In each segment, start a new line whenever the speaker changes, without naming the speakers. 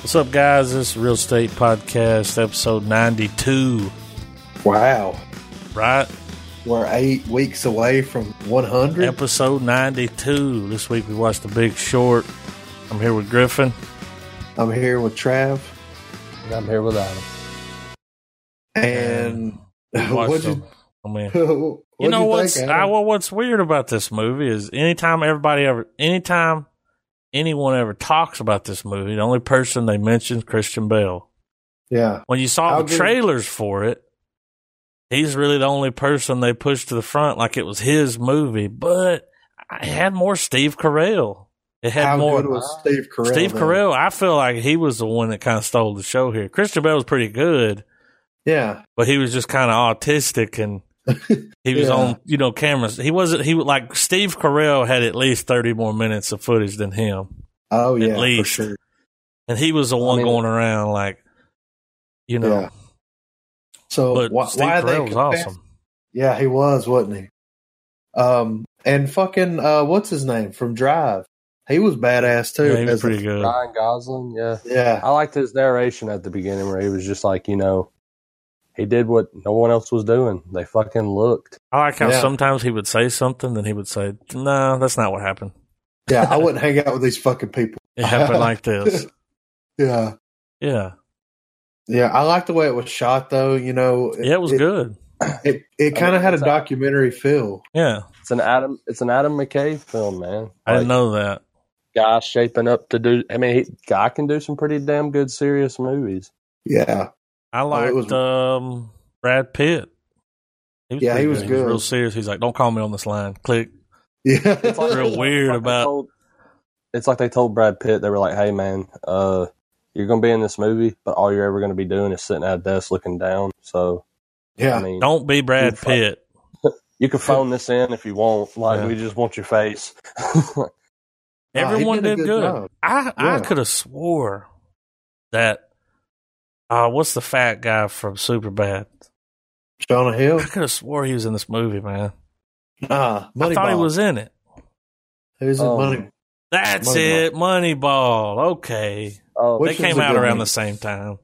What's up, guys? This is Real Estate Podcast, episode 92,
Wow.
right?
We're eight weeks away from 100.
Episode 92. This week we watched The Big Short. I'm here with Griffin.
I'm here with Trav.
And I'm here without him.
And
We watched
what
them.
you,
I mean,
what'd
you know
think,
what's
Adam?
I, well, what's weird about this movie is anytime everybody ever, anytime anyone ever talks about this movie, the only person they mention is Christian Bale.
yeah.
When you saw
I'll
the
give-
trailers for it, he's really the only person they pushed to the front like it was his movie. But it had more Steve Carell. It had
How
more
good was Steve Carell?
Steve
though?
Carell. I feel like he was the one that kind of stole the show here. Christian Bale was pretty good,
Yeah.
but he was just kind of autistic and he was
Yeah.
on you know cameras. He wasn't. He was- like Steve Carell had at least thirty more minutes of footage than him,
Oh, yeah.
least.
For sure.
and he was the one
mean-
going around like, you know.
Yeah. So
But
why,
Steve
why they
Carell was
compared-
awesome.
Yeah, he was, wasn't he? Um, and fucking, uh, what's his name from Drive? He was badass too.
Yeah, he was
as a-
pretty good.
Ryan Gosling, yeah.
Yeah.
I liked his narration at the beginning where he was just like, you know, he did what no one else was doing. They fucking looked.
I like how
Yeah.
sometimes he would say something, then he would say, "No, that's not what happened.
Yeah. I wouldn't hang out with these fucking people.
It happened like this."
Yeah.
Yeah,
Yeah. I like the way it was shot though. You know,
yeah, it was good.
It it
I
kind of
mean,
had a
it's not-
documentary feel.
Yeah,
It's an Adam it's an Adam McKay film, man.
I didn't
Like,
know that.
guy shaping up to do I mean he guy can do some pretty damn good serious movies.
Yeah,
I
Oh, it
liked
was-
um, Brad Pitt.
Yeah, he
pretty
was
He was
good.
real serious. He's like, "Don't call me on this line." Click.
yeah,
It's like-
Real weird
it's like they
about-
told- it's like they told Brad Pitt, they were like, Hey man, uh, you're gonna be in this movie, but all you're ever gonna be doing is sitting at a desk looking down. So I
yeah,
mean
Don't be Brad
You're fucking-
Pitt.
You can phone this in if you want. Like
Yeah.
we just want your face.
he
Everyone
did a
did,
good
good.
job.
I I
Yeah.
could have swore that. Uh, what's the fat guy from Superbad?
Jonah Hill.
I could have swore he was in this movie, man.
Nah, Moneyball.
I thought he was in it.
Who's in
Oh.
Money?
That's
Moneyball.
it, Moneyball. Okay,
Oh,
Which
they
was
came
a
out
good
around
movie.
the same time.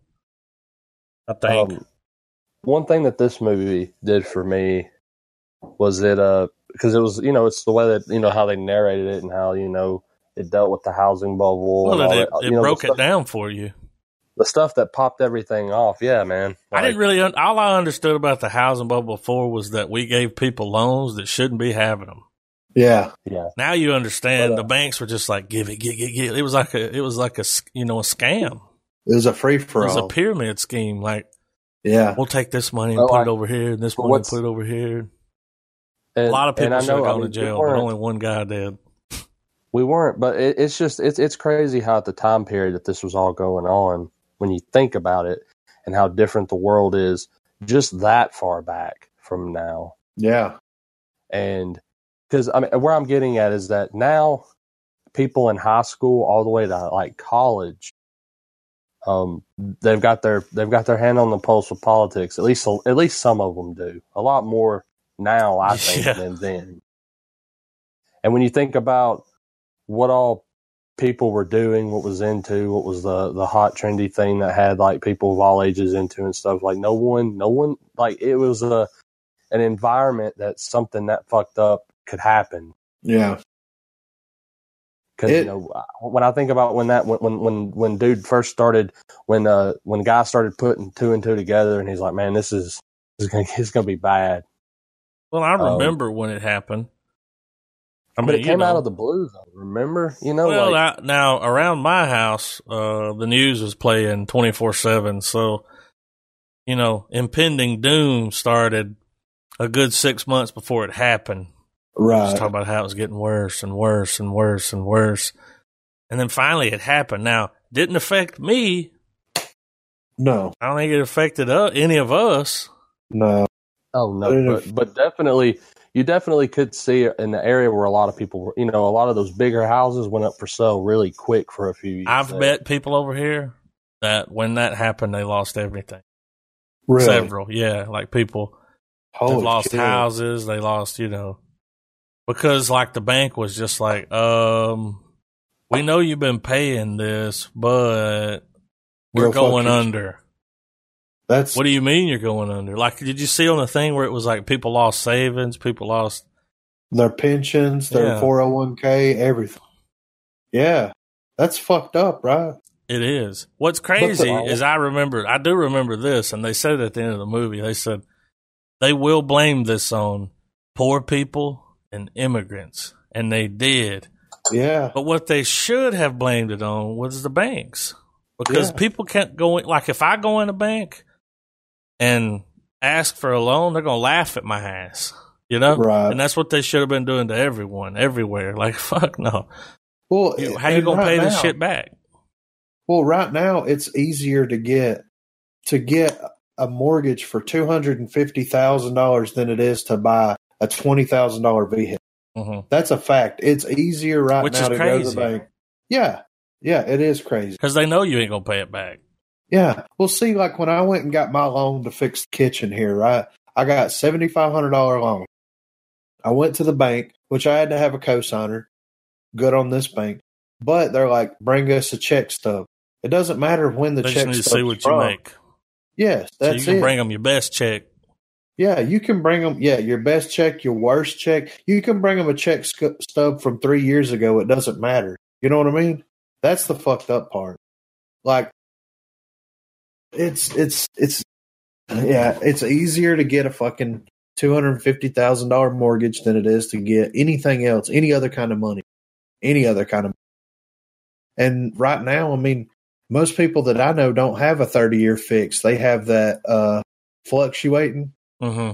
I think.
um, one thing that this movie did for me was it uh because it was you know it's the way that you know how they narrated it and how you know it dealt with the housing bubble.
well,
and all
it,
that,
it
you know,
broke
the
it
stuff,
down for you.
The stuff that popped everything off. Yeah, man.
I
Like,
didn't really. Un- all I understood about the housing bubble before was that we gave people loans that shouldn't be having them.
Yeah,
Yeah,
Now you understand.
But, uh,
the banks were just like give it, give it, give it. It was like a, it was like a, s- you know, a scam.
it was a free
It
for
was a
all.
pyramid scheme. Like
Yeah,
we'll take this money and
Oh,
put it
I-
over here, and this
Well,
money and
what's-
put it over here.
and,
a lot of
and
people
I
should have
know, I
gone
mean,
to jail, but
we weren't,
only one guy did.
we weren't. But it, it's just it's it's crazy how at the time period that this was all going on when you think about it and how different the world is just that far back from now.
yeah,
and because I mean, where I'm getting at is that now people in high school all the way to like college, um, they've got their they've got their hand on the pulse with politics. At least at least some of them do. A lot more now, I think,
Yeah.
than then. And when you think about what all people were doing, what was into, what was the the hot trendy thing that had like people of all ages into and stuff, like no one, no one, like it was a an environment that something that fucked up could happen.
yeah,
Because
It-
you know, when I think about when that when when when, when dude first started, when uh when guy started putting two and two together, and he's like, man, this is this is gonna it's gonna be bad.
Well, I
Um,
remember when it happened. I
but it
you
came out
know.
of the blue, though. Remember, you know,
well,
like
I, now around my house, uh, the news was playing twenty four seven. So, you know, impending doom started a good six months before it happened. Just talking
right.
about how it was getting worse and worse and worse and worse, and then finally it happened. Now, didn't affect me.
No,
I don't think it affected uh, any of us.
no,
Oh
But it
no,
aff-
but, but definitely, you definitely could see it in the area where a lot of people, were, you know, a lot of those bigger houses went up for sale really quick for a few years.
I've
there.
met people over here that when that happened, they lost everything.
really.
Several, yeah, like people
Holy
they've lost
shit.
houses. They lost, you know, because like the bank was just like, um, we know you've been paying this, but We're
Go fuck
going
yourself.
under.
That's
What do you mean you're going under? Like, did you see on the thing where it was like people lost savings, people lost?
their pensions, their
Yeah.
four hundred one k, everything. Yeah, that's fucked up, right?
It is. What's crazy
all-
is I remember, I do remember this, and they said it at the end of the movie, they said they will blame this on poor people and immigrants, and they did.
Yeah,
But what they should have blamed it on was the banks. Because
Yeah.
people can't go in, like if I go in a bank and ask for a loan, they're gonna laugh at my ass. You know?
Right.
And that's what they should have been doing to everyone, everywhere. Like fuck no.
well,
You- How you
and
gonna
right
pay this
now-
shit back?
Well, right now it's easier to get to get a mortgage for two hundred and fifty thousand dollars than it is to buy a twenty thousand dollar vehicle.
hmm
That's a fact. It's easier right
Which
now
is
to go to
crazy.
the bank. Yeah, yeah, it is crazy.
Because they know you ain't gonna pay it back.
Yeah. Well, see, like when I went and got my loan to fix the kitchen here, right? I got seventy five hundred dollar loan. I went to the bank, which I had to have a cosigner. Good on this bank, but they're like, bring us a check stub. It doesn't matter when the
They just
check
need to
stub's
see what
from.
you make.
Yes,
So
that's
you can
it.
bring them your best check.
yeah, you can bring them. Yeah, your best check, your worst check. You can bring them a check sc- stub from three years ago. It doesn't matter. You know what I mean? That's the fucked up part. Like, it's it's it's yeah, it's easier to get a fucking two hundred fifty thousand dollar mortgage than it is to get anything else, any other kind of money, any other kind of. And right now, I mean, most people that I know don't have a thirty year fix. They have that uh fluctuating.
hmm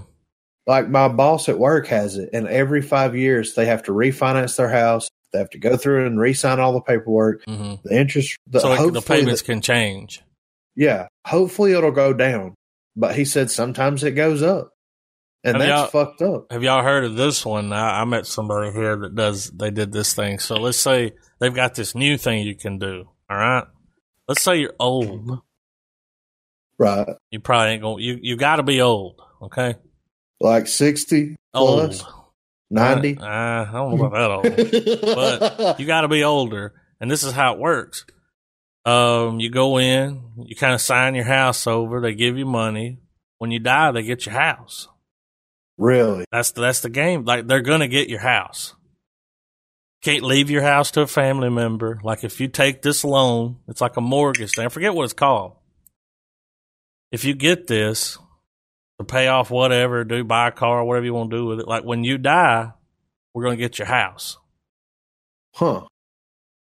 Like my boss at work has it, and every five years they have to refinance their house. They have to go through and re-sign all the paperwork.
hmm
The interest, the,
so it, the
hopefully
payments
the-
can change.
yeah, hopefully it'll go down. But he said sometimes it goes up, and
Have
that's fucked up.
Have y'all heard of this one? I, I met somebody here that does, they did this thing. So let's say they've got this new thing you can do. All right. Let's say you're old.
Right.
You probably ain't going, you, you got to be old. Okay.
Like 60
Old.
plus, 90.
Uh, I don't know about that old. But- you got to be older. And this is how it works. Um, you go in, you kind of sign your house over. They give you money. When you die, they get your house.
really?
That's the, that's the game. Like they're gonna get your house. Can't leave your house to a family member. Like if you take this loan, it's like a mortgage thing. I forget what it's called. If you get this to pay off whatever, do buy a car, whatever you want to do with it. Like when you die, we're gonna get your house.
Huh.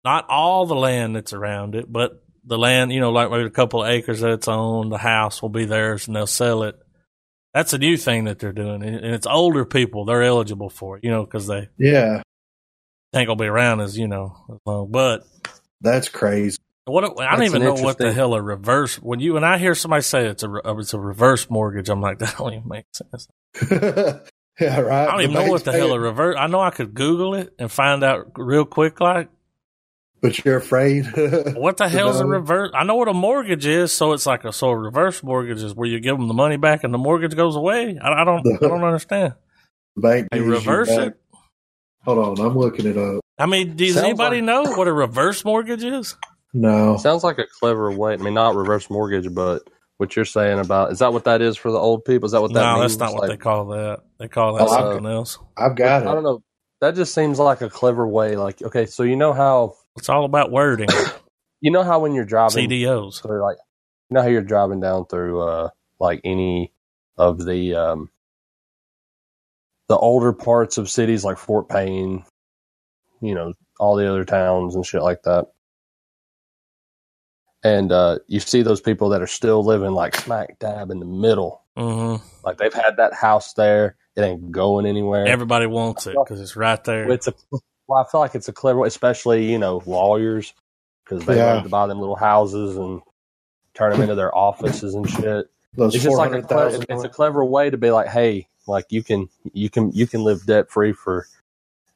Not all the land that's around it, but the land, you know, like maybe a couple of acres that it's on, the house will be theirs and they'll sell it. That's a new thing that they're doing. And and it's older people, they're eligible for it, you know, because they
Yeah.
ain't gonna be around as you know as long. But
That's crazy.
what I don't
That's
even
an
know what the
interesting-
hell a reverse. When you and I hear somebody say it's a re- uh, it's a reverse mortgage, I'm like that don't even make sense.
yeah, right.
I don't even know what the hell a reverse. I know I could Google it and find out real quick. Like
But you're afraid.
what the hell's a
know.
reverse? I know what a mortgage is, so it's like a so a reverse mortgage is where you give them the money back and the mortgage goes away. I, I don't I don't understand.
Bank
They
gives you
reverse
back-
it.
Hold on. I'm looking it up.
I mean, does
Sounds
anybody
like-
know what a reverse mortgage is?
No.
Sounds like a clever way. I mean, not reverse mortgage, but what you're saying about is that what that is for the old people? Is that what that
no,
means?
that's not what
Like,
they call that. They call that
Oh, I-
something else.
I've got
I
it.
don't know. That just seems like a clever way. Like, okay, so you know how
It's all about wording.
you know how when you're driving
CDOs.
through, like, you know how you're driving down through, uh, like any of the um, the older parts of cities like Fort Payne, you know, all the other towns and shit like that. And uh, you see those people that are still living like smack dab in the middle.
hmm
Like they've had that house there. It ain't going anywhere.
Everybody wants it because it's right there.
it's a, well, I feel like it's a clever, especially, you know, lawyers, because they
Yeah.
love to buy them little houses and turn them into their offices and shit.
Those
It's just
four
like a
hundred
clever,
thousand.
it's a clever way to be like, hey, like you can, you can, you can live debt free for,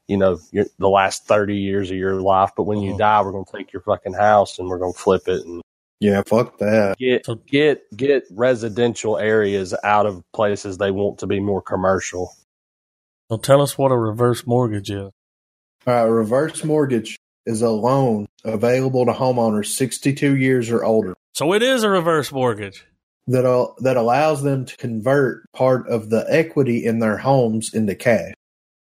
you know, your, the last 30 years of your life. But when
Uh-huh.
Mhm.
you die, we're going to take your fucking house and we're going to flip it and
Yeah. Fuck that.
get,
So-
get, get residential areas out of places they want to be more commercial.
So tell us what a reverse mortgage is.
All right. Reverse mortgage is a loan available to homeowners 62 years or older.
So it is a reverse mortgage.
that al- that allows them to convert part of the equity in their homes into cash.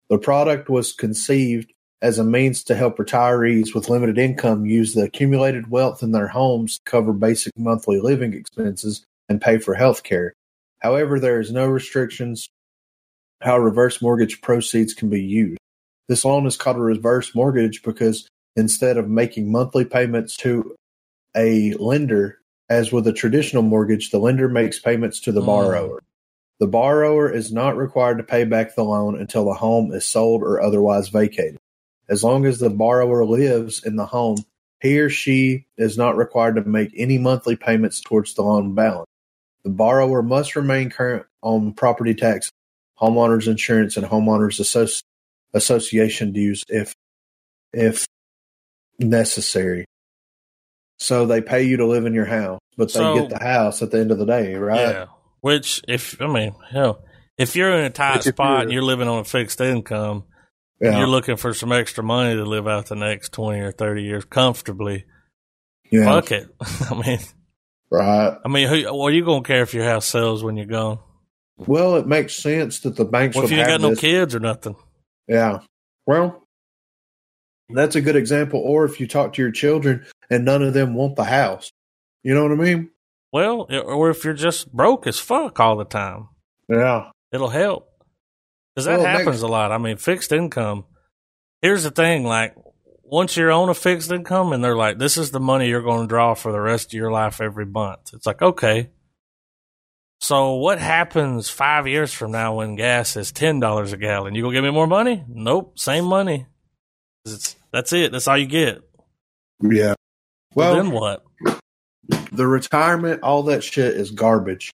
The product was conceived as a means to help retirees with limited income use the accumulated wealth in their homes to cover basic monthly living expenses and pay for health care. However, there is no restrictions how reverse mortgage proceeds can be used. This loan is called a reverse mortgage because instead of making monthly payments to a lender, as with a traditional mortgage, the lender makes payments to the
Mm.
borrower. The borrower is not required to pay back the loan until the home is sold or otherwise vacated. As long as the borrower lives in the home, he or she is not required to make any monthly payments towards the loan balance. The borrower must remain current on property tax, homeowners insurance, and homeowners associ- association dues if if necessary. So they pay you to live in your house, but they
So-
get the house at the end of the day, right?
Yeah. Which, if, I mean, hell, if you're in a tight
Which if
spot
you're-
and you're living on a fixed income, and
Yeah.
you're looking for some extra money to live out the next 20 or 30 years comfortably,
Yeah.
fuck it. I mean,
Right.
I mean, who, well, you going to care if your house sells when you're gone?
Well, it makes sense that the banks
Well, if
would
you ain't
have
got no
this.
kids or nothing.
Yeah. Well, that's a good example. Or if you talk to your children and none of them want the house, you know what I mean?
Well, or if you're just broke as fuck all the time,
Yeah.
it'll help. Because that
Well, next-
happens a lot. I mean, fixed income. Here's the thing like, once you're on a fixed income and they're like, this is the money you're going to draw for the rest of your life every month, it's like, okay. So what happens five years from now when gas is $10 a gallon? You going to give me more money? Nope, same money. 'Cause It's, that's it. That's all you get.
Yeah.
Well,
Well,
then what?
the retirement, all that shit is garbage.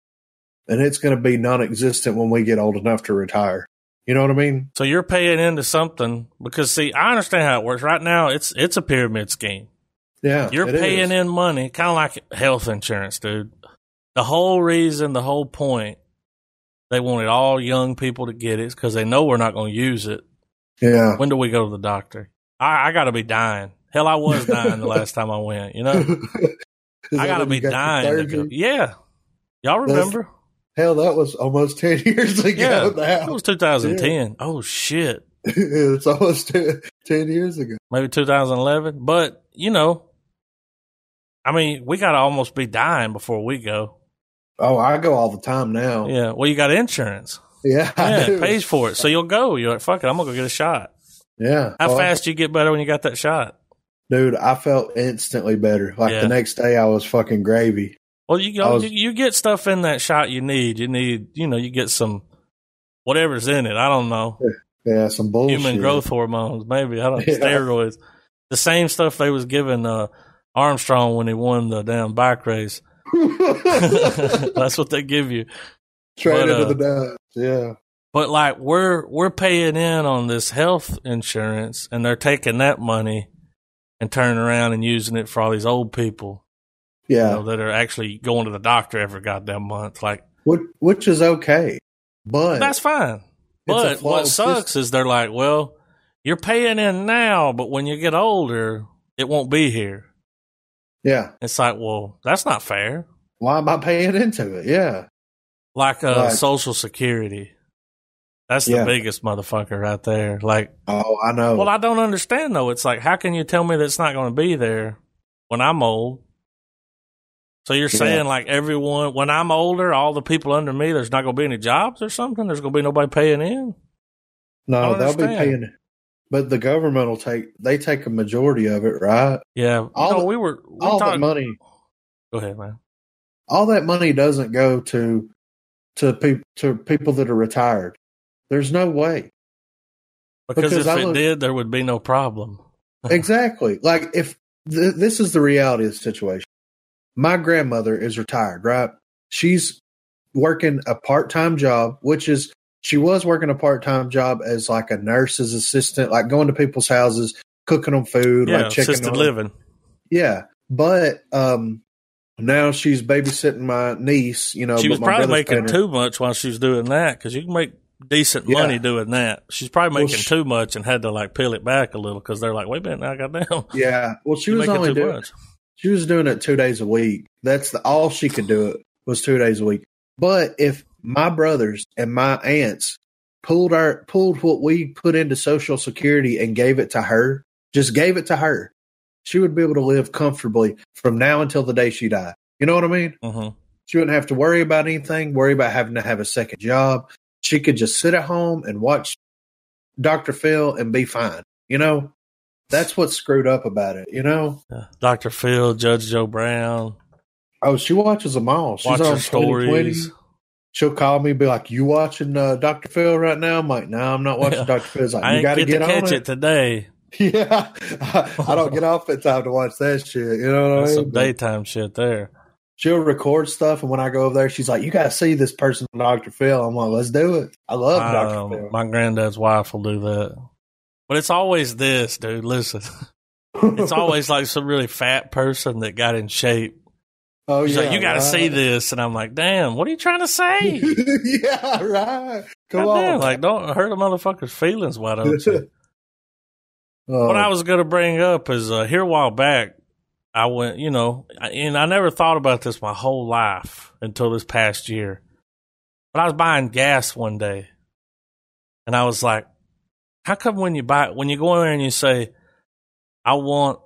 And it's going to be non existent when we get old enough to retire. You know what I mean?
So you're paying into something because see, I understand how it works. Right now, it's it's a pyramid scheme.
Yeah.
You're
it is.
paying in money, kind of like health insurance, dude. The whole reason, the whole point, they wanted all young people to get it because they know we're not going to use it.
Yeah.
When do we go to the doctor? I, I got to be dying. Hell, I was dying the last time I went. You know, Uh, I got to be dying. To go. Yeah, y'all
That's-
remember?
Hell, that was almost 10 years
Yeah.
ago
It
now.
was 2010. Oh shit.
it's almost 10, 10 years ago.
maybe 2011. But you know, I mean, we gotta almost be dying before we go.
Oh, I go all the time now.
Yeah. Well, you got insurance.
Yeah. I
Yeah,
do.
it pays for it, so you'll go. You're like, fuck it, I'm gonna go get a shot.
Yeah.
How
Well,
fast do you get better when you got that shot?
Dude, I felt instantly better. Like
Yeah.
the next day, I was fucking gravy.
Well, you
I
go,
was-
you, you get stuff in that shot you need. You need, you know, you get some whatever's in it. I don't know,
Yeah, some bullshit.
human growth hormones, maybe. I don't
Yeah.
steroids. The same stuff they was giving uh, Armstrong when he won the damn bike race. That's what they give you.
Straight
But,
into
uh,
the nuts. Yeah.
But like we're we're paying in on this health insurance and they're taking that money and turning around and using it for all these old people you
Yeah.
know, that are actually going to the doctor every goddamn month. Like
Which, which is okay. But
that's fine.
It's a
But
flawed
what sucks is they're like, Well, you're paying in now, but when you get older, it won't be here.
yeah.
It's like, well, that's not fair.
Why am I paying into it? Yeah.
Like uh,
Right.
social security. That's
Yeah.
the biggest motherfucker right there. Like
Oh, I know.
Well, I don't understand though. It's like, how can you tell me that's not going to be there when I'm old? So you're
Yeah.
saying like everyone when I'm older, all the people under me, there's not going to be any jobs or something. There's going to be nobody paying in.
no,
I
they'll be
understand.
paying it. But the government will take, they take a majority of it, right?
Yeah, you
All
know,
the-
we were we
All that
talked.
money.
Go ahead, man.
all that money doesn't go to to people to people that are retired. There's no way.
Because,
Because
if
I
it
look-
did, there would be no problem.
Exactly. like if th- this is the reality of the situation. My grandmother is retired, right? She's working a part-time job, which is she was working a part-time job as like a nurse's assistant, like going to people's houses, cooking them food,
Yeah,
like checking
assisted
on them.
living.
Yeah, but um now she's babysitting my niece, you know,
she was
but uh, my
probably
brother's paying
making
her-
too much while she was doing that because you can make decent
Yeah.
money doing that. She's probably
Well,
making
sh-
too much and had to like peel it back a little because they're like, wait a minute, now goddamn,
Yeah, well, she
you're
was
making
only
too
doing
much.
she was doing it two days a week. That's the, all she could do it was two days a week. But if my brothers and my aunts pulled our pulled what we put into Social Security and gave it to her, just gave it to her, she would be able to live comfortably from now until the day she died. You know what I mean?
Mm-hmm.
She wouldn't have to worry about anything, worry about having to have a second job. She could just sit at home and watch Dr. Phil and be fine. You know, that's what's screwed up about it. You know,
Dr. Phil, Judge Joe Brown,
oh, she watches them all. She's
watch
on
her
2020.
stories.
She'll call me, be like, "You watching uh, Dr. Phil right now?" I'm like, "No, I'm not watching
Yeah.
Dr. Phil." He's like,
I
"You
ain't
got
get,
get,
to
on
catch it,
it."
today.
Yeah, I don't get off in time to watch that shit. You know what
That's
I mean?
some daytime shit there.
she'll record stuff, and when I go over there, she's like, "You got to see this person, Doctor Phil." I'm like, "Let's do it." I love
My, um,
Doctor Phil.
my granddad's wife will do that. But it's always this, dude. Listen, it's always like some really fat person that got in shape.
oh
She's
yeah,
like, you got to
right.
see this. And I'm like, damn, what are you trying to say?
yeah, right. Come
Goddamn,
on,
like, don't hurt a motherfucker's feelings. Why don't you?
Oh,
What I was going to bring up is uh, here a while back, I went, you know, I- and I never thought about this my whole life until this past year. But I was buying gas one day, and I was like, "How come when you buy when you go in there and you say, I want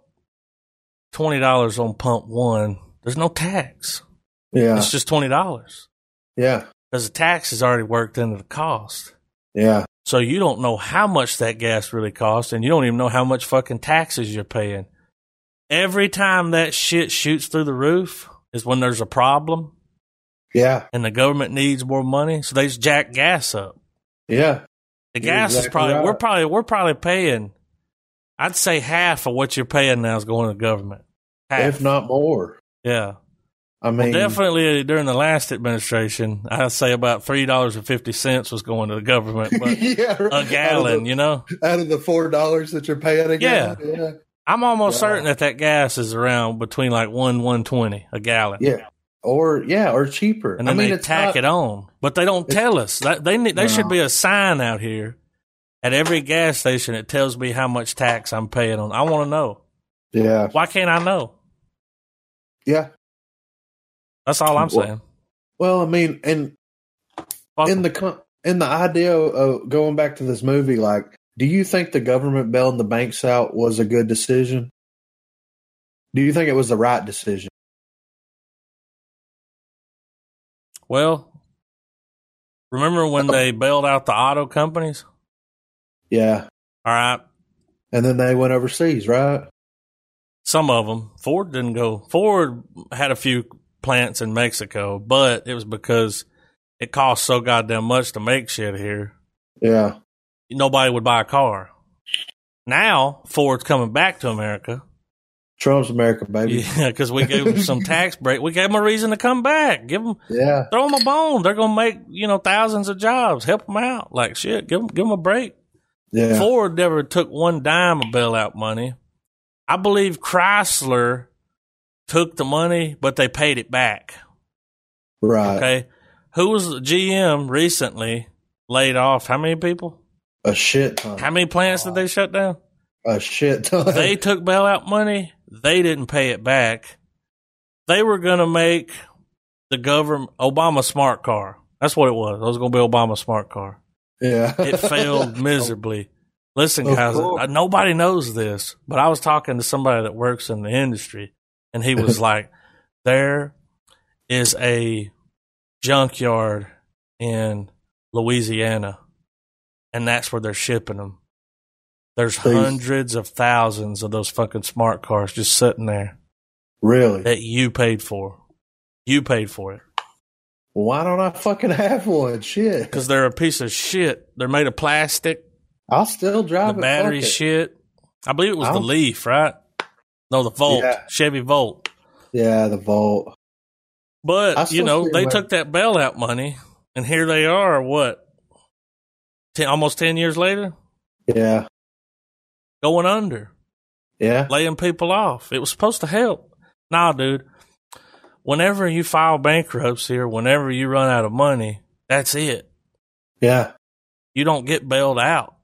twenty dollars on pump one, there's no tax.
yeah,
It's just twenty dollars
yeah,
because the tax is already worked into the cost."
yeah,
So you don't know how much that gas really costs, and you don't even know how much fucking taxes you're paying. Every time that shit shoots through the roof is when there's a problem
yeah,
and the government needs more money, so they just jack gas up.
yeah.
The
You're
gas
exactly
is probably we're
right.
probably we're probably paying I'd say half of what you're paying now is going to the government. Half.
If not more,
yeah.
I
Well,
mean,
definitely during the last administration, I'd say about three dollars and fifty cents was going to the government, but
yeah,
a gallon, you know.
out of the, out of the four dollars that you're paying a
Yeah.
gallon. Yeah,
I'm almost
Yeah.
certain that that gas is around between like one one twenty a gallon.
yeah, or yeah, or cheaper.
and then
I mean,
they
it's
tack
not-
it on, but they don't
It's-
tell us. That, they need, they should
No.
be a sign out here at every gas station that tells me how much tax I'm paying on. I want to know.
Yeah,
Why can't I know?
yeah.
That's all I'm
Well,
saying.
Well, I mean, and
Fuck
in
'em.
the con- in the idea of going back to this movie, like, do you think the government bailing the banks out was a good decision? Do you think it was the right decision?
well, remember when
Oh.
they bailed out the auto companies?
Yeah,
All right,
and then they went overseas, right?
some of them. Ford didn't go. Ford had a few plants in Mexico, but it was because it cost so goddamn much to make shit here.
Yeah,
Nobody would buy a car. Now Ford's coming back to America.
Trump's America, baby.
Yeah, because we gave them some tax break. We gave them a reason to come back. Give them,
Yeah,
throw them a bone. They're gonna make you know thousands of jobs. Help them out, like shit. Give them, give them a break.
yeah,
Ford never took one dime of bailout money. I believe Chrysler took the money, but they paid it back.
right.
Okay, who was the GM recently laid off? How many people?
A shit ton.
How many plants did they shut down?
A shit ton.
they took bailout money. They didn't pay it back. They were going to make the government Obama smart car. That's what it was. It was going to be Obama smart car.
yeah,
It failed miserably. Listen,
Of
guys,
course.
uh, nobody knows this, but I was talking to somebody that works in the industry, and he was like, "There is a junkyard in Louisiana, and that's where they're shipping them. There's
Please.
hundreds of thousands of those fucking smart cars just sitting there
really.
that you paid for. You paid for it
Why don't I fucking have one? Shit,
because they're a piece of shit. They're made of plastic.
I'll still drive
the
it.
battery
fuck it.
shit. I believe it was the
I'm-
Leaf, right? No, the Volt,
Yeah.
Chevy Volt.
Yeah, the Volt. I
But
still
you know,
feel
they
like-
took that bailout money, and here they are. What? Ten, almost ten years later,
Yeah,
going under,
yeah,
laying people off. It was supposed to help. Nah, dude. Whenever you file bankruptcy or whenever you run out of money, that's it.
yeah.
You don't get bailed out.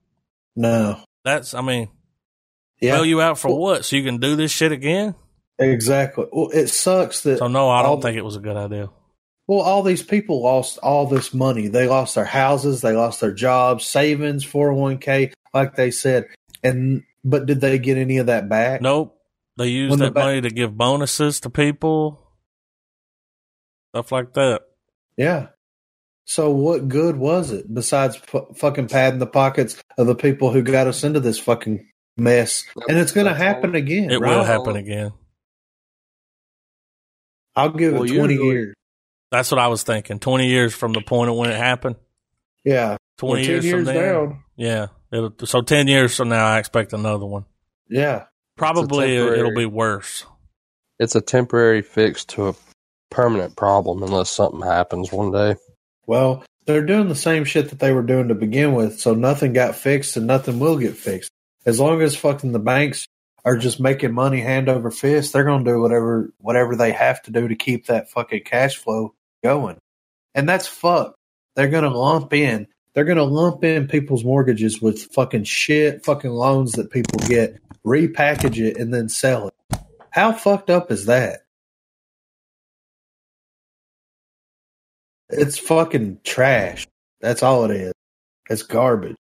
No.
That's, I mean,
Yeah.
bail you out for what? So you can do this shit again?
Exactly. Well, it sucks that
So no, I
all
don't
the-
think it was a good idea.
Well, all these people lost all this money. They lost their houses, they lost their jobs, savings, 401k, like they said. And but did they get any of that back?
Nope. They used
When the
that
ba-
money to give bonuses to people, stuff like that.
Yeah. So what good was it besides fu fucking padding the pockets of the people who got us into this fucking mess? And it's going to
That's
happen
all-
again.
It
right?
will
Right.
happen again.
I'll give
Well,
it 20
usually-
years.
That's what I was thinking. Twenty years from the point of when it happened.
Yeah.
Twenty
Well, 10
years, from there. Yeah. It'll, so ten years from now, I expect another one.
Yeah.
Probably
temporary-
it'll be worse.
It's a temporary fix to a permanent problem unless something happens one day.
Well, they're doing the same shit that they were doing to begin with, so nothing got fixed and nothing will get fixed. As long as fucking the banks are just making money hand over fist, they're gonna do whatever whatever they have to do to keep that fucking cash flow going. And that's fucked. They're gonna lump in they're gonna lump in people's mortgages with fucking shit, fucking loans that people get, repackage it and then sell it. How fucked up is that? It's fucking trash. That's all it is. It's garbage.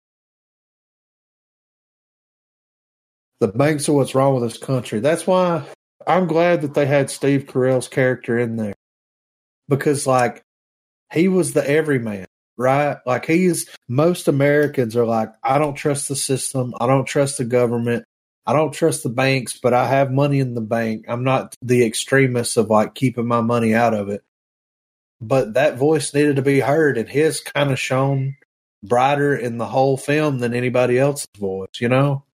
The banks are what's wrong with this country. That's why I'm glad that they had Steve Carell's character in there. Because, like, he was the everyman, right? Like, he is, most Americans are like, I don't trust the system. I don't trust the government. I don't trust the banks, but I have money in the bank. I'm not the extremist of like keeping my money out of it but that voice needed to be heard, and his kind of shone brighter in the whole film than anybody else's voice. You know,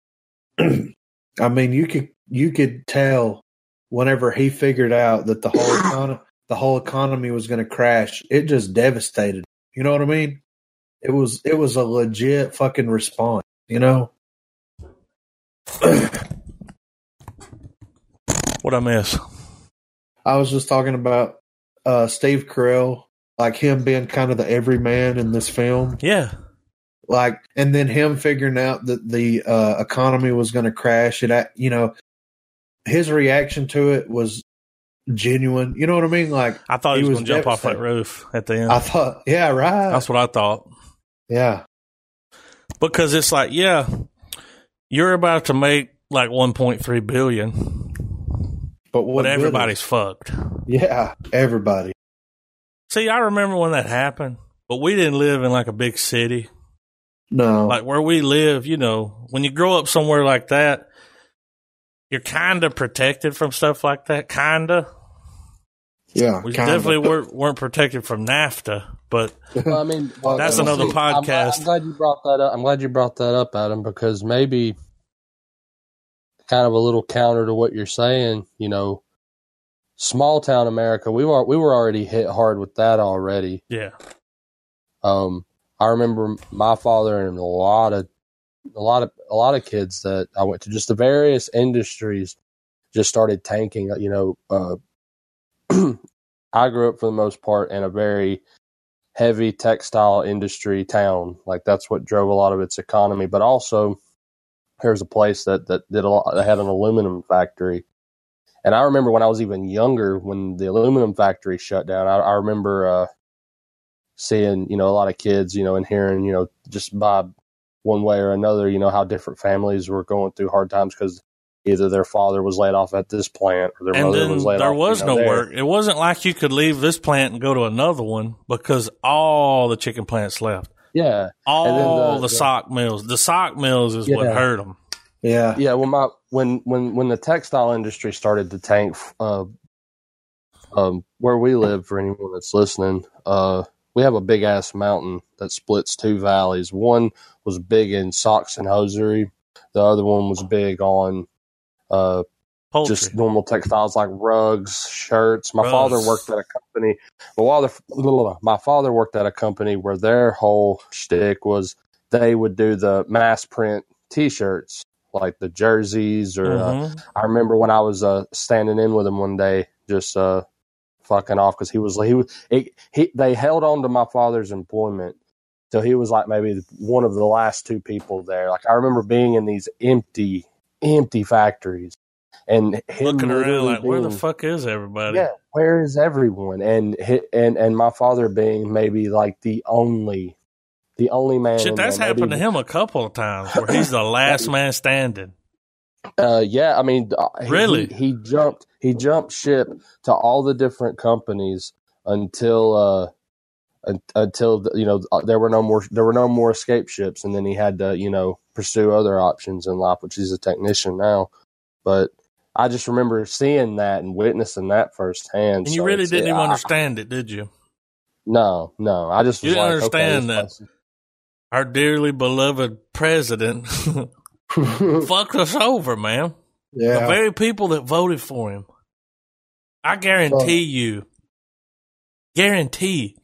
I mean, you could you could tell whenever he figured out that the whole econ- the whole economy was going to crash, it just devastated. him. You know what I mean? It was it was a legit fucking response. You know,
What I miss?
I was just talking about uh, Steve Carell, like him being kind of the everyman in this film.
Yeah.
like and then him figuring out that the uh, economy was going to crash and I, you know his reaction to it was genuine you know what i mean like
I thought he,
He
was,
was
going to jump off that
devastated.
roof at the end.
i thought yeah right
That's what I thought.
yeah
because it's like yeah you're about to make like 1.3 billion
but
but
what good is-
everybody's fucked
yeah everybody
see i remember when that happened but we didn't live in like a big city
no
like where we live you know when you grow up somewhere like that you're kind of protected from stuff like that kinda
yeah
we
kinda.
definitely weren't, weren't protected from nafta but
Well, I mean,
That's
another
see, I'm-
podcast.
I'm glad you brought that up. I'm glad you brought that up, Adam, because maybe kind of a little counter to what you're saying. You know, small town America, we were we were already hit hard with that already.
yeah
Um, I remember my father and a lot of a lot of a lot of kids that I went to, just the various industries, just started tanking. You know, uh, I grew up for the most part in a very heavy textile industry town. Like that's what drove a lot of its economy. But also, there's a place that that did a lot. They had an aluminum factory. And I remember when I was even younger, when the aluminum factory shut down, I, I remember uh, seeing you know a lot of kids you know and hearing you know just by one way or another you know how different families were going through hard times because either their father was laid off at this plant or their
and
mother
then
was laid
there
off you
was
know,
no
there.
work it wasn't like you could leave this plant and go to another one because all the chicken plants left
yeah
All the,
the- the-
sock mills. The sock mills is what
Yeah.
hurt them.
yeah
yeah when my when when when the textile industry started to tank uh um where we live for anyone that's listening uh we have a big ass mountain that splits two valleys one was big in socks and hosiery the other one was big on uh
Poultry.
just normal textiles like rugs, shirts. My father
Rugs.
worked at a company. My father, blah, blah, blah. my father worked at a company where their whole shtick was they would do the mass print T-shirts, like the jerseys. Or uh,
Mhm.
I remember when I was uh, standing in with him one day, just uh, fucking off because he was he was it, he they held on to my father's employment till he was like maybe one of the last two people there. Like I remember being in these empty empty factories and him
looking around
literally
like, where the
being-
fuck is everybody?
yeah, where is everyone? And hi- and and my father being maybe like the only, the only man. in
Shit, that's
there, maybe-
happened to him a couple of times where he's the last man standing.
Uh, yeah, I mean, uh, he-
Really?
he, he jumped. He jumped ship to all the different companies until uh, un- until you know uh, there were no more there were no more escape ships, and then he had to you know pursue other options in life, which he's a technician now. But I just remember seeing that and witnessing that firsthand.
And you
so
really
it's-
didn't even
I-
understand it, did you?
No, no, I just
You
was
didn't
like,
understand
okay,
that. Our dearly beloved president
that.
fucked us over, man. The
Yeah.
very people that voted for him. I guarantee you, guarantee,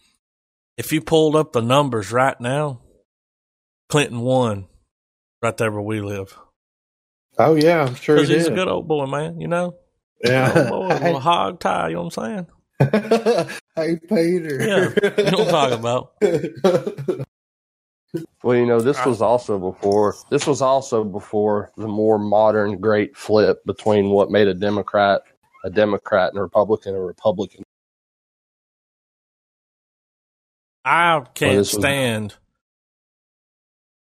if you pulled up the numbers right now, Clinton won right there where we live.
Oh yeah, I'm sure he
Because he's a
did.
good old boy, man, you know? Old boy, little
Yeah.
hog tie, you know what I'm saying?
hey Peter.
Yeah, You know what I'm talking about.
Well, you know, this was also before this was also before the more modern great flip between what made a Democrat a Democrat and a Republican a Republican.
I
Oh,
can't
this was-
stand.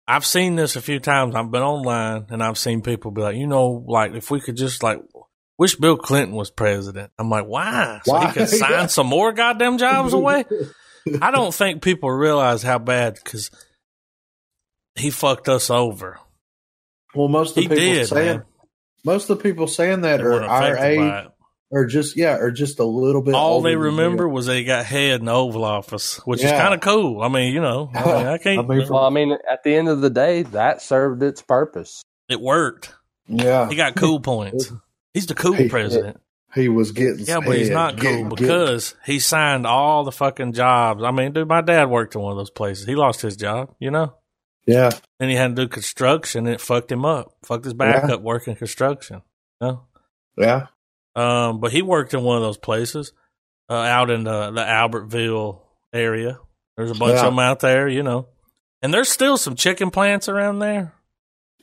I've seen this a few times. I've been online and I've seen people be like, you know, like if we could just like wish Bill Clinton was president. I'm like, why? So
Why?
he could sign some more goddamn jobs away. I don't think people realize how bad because he fucked us over.
well, most of the
He
people
did,
saying
man.
most of the people saying that
They
are
weren't
our
affected by
age
it.
or just yeah, or just a little bit.
All
older
they
than
remember
you.
was they got head in the Oval Office, which is
Yeah.
kind of cool. I mean, you know, I, mean, I can't.
I mean,
Well, I mean, at the end of the day, that served its purpose.
it worked.
Yeah,
He got cool points. He's the cool
Hey,
president.
he was getting.
Yeah, but he's
head,
not cool
getting-
because he signed all the fucking jobs. I mean, dude, my dad worked in one of those places. He lost his job, you know?
getting- yeah,
Then he had to do construction and it fucked him up. Fucked his back
Yeah.
up working construction. You
yeah,
know? Um, but he worked in one of those places uh, out in the, the Albertville area. There's a bunch
Yeah.
of them out there, you know. And there's still some chicken plants around there.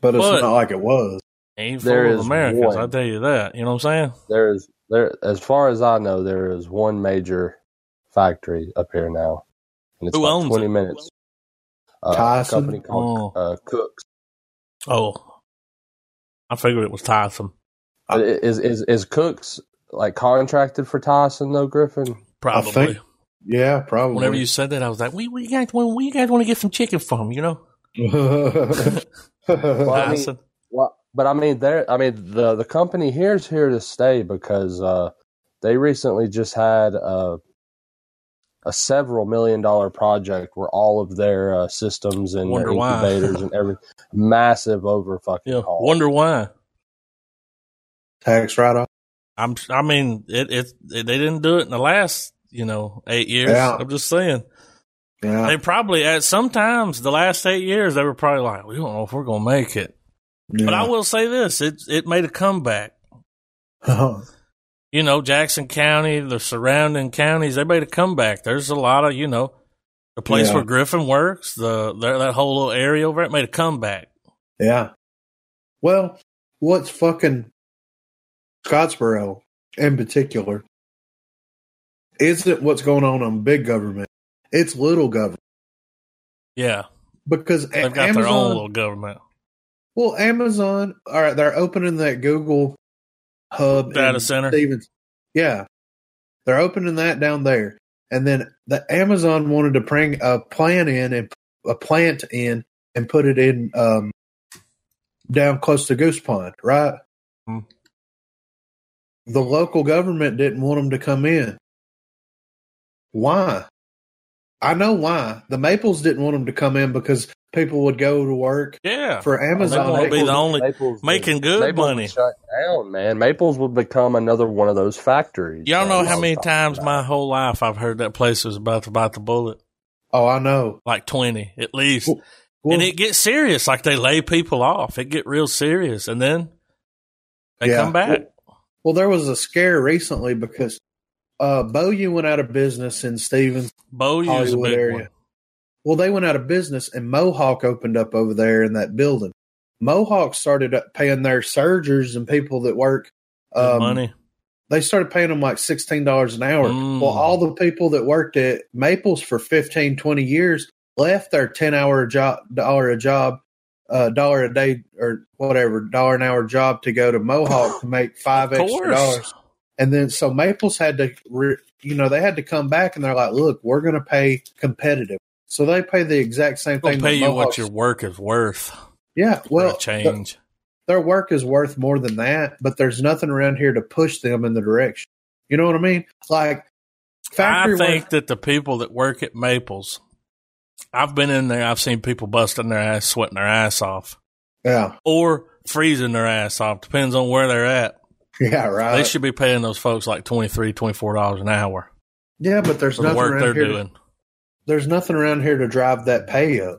but it's
But-
not like it was.
Ain't
There
full of
is
Americans,
one.
I'll tell you that. You know what I'm saying?
There is there, as far as I know, there is one major factory up here now, and it's
Who
about
owns
twenty
it?
minutes. Uh, a
Tyson?
company called uh, Cooks.
Oh. I figured it was Tyson.
But Is is is Cooks like contracted for Tyson though, Griffin?
Probably.
think Yeah, probably.
Whenever you said that, I was like, "We we guys, we, we guys want to get some chicken from you know."
Well, I mean-
Tyson.
Well, but I mean, there. I mean, the the company here is here to stay because uh, they recently just had a, a several million dollar project where all of their uh, systems and their
Wonder why.
incubators and every massive over fucking
yeah.
haul.
Wonder why?
Tax write off.
I'm. I mean, it, it it they didn't do it in the last you know eight years.
Yeah.
I'm just saying
Yeah,
they probably at sometimes the last eight years they were probably like, "We don't know if we're gonna make it." But I will say this: it it made a comeback.
will.
You know, Jackson County, the surrounding counties, they made a comeback. There's a lot of you know. The place
Yeah.
where Griffin works, the that that whole little area over it made a comeback.
Yeah. Well, what's fucking Scottsboro in particular isn't what's going on on big government. It's little government
Yeah,
because a-
they've got
Amazon.
their own little government.
well, Amazon. All right, they're opening that Google hub
Data
in
center.
Stevens. Yeah, they're opening that down there, and then the Amazon wanted to bring a plant in and a plant in and put it in um, down close to Goose Pond, right?
Hmm. Mm-hmm.
The local government didn't want them to come in. Why? I know why. The Maples didn't want them to come in because people would go to work
Yeah,
for Amazon.
wanna be
Maples-
the only-
Maples
making good
Maples
money.
would Shut down, man. Maples would become another one of those factories.
Y'all
man,
know
I
how
was
many
talking
times
about.
my whole life I've heard that place was about to bite the bullet?
oh, I know.
Like 20 at least.
Well, Well,
and it gets serious. Like they lay people off. It get real serious. And then they
Yeah.
come back.
well, there was a scare recently because uh, Bowyer went out of business in Stevens.
Bowyer is a
Hollywood
big
area.
one.
Well, they went out of business, and Mohawk opened up over there in that building. Mohawk started up paying their surgeons and people that work
Good
Um,
money.
They started paying them like sixteen dollars an hour.
Mm.
Well, all the people that worked at Maples for 15, 20 years left their ten hour job dollar a job, uh, dollar a day or whatever dollar an hour job to go to Mohawk to make five
Of
extra
course.
dollars. And then so Maples had to, re, you know, they had to come back and they're like, look, we're going to pay competitive. So they pay the exact same
They'll
thing.
pay
that
you what
Mohawks-
your work is worth.
yeah.
Well,
Well, th-
change.
their work is worth more than that, but there's nothing around here to push them in the direction. You know what I mean? Like factory
I think
work.
that the people that work at Maples, I've been in there. I've seen people busting their ass, sweating their ass off,
Yeah.
or freezing their ass off. Depends on where they're at.
Yeah. Right.
they should be paying those folks like $23, $24 an hour
yeah, but there's
for the
nothing
work
around
they're
here. to-
doing.
there's nothing around here to drive that pay up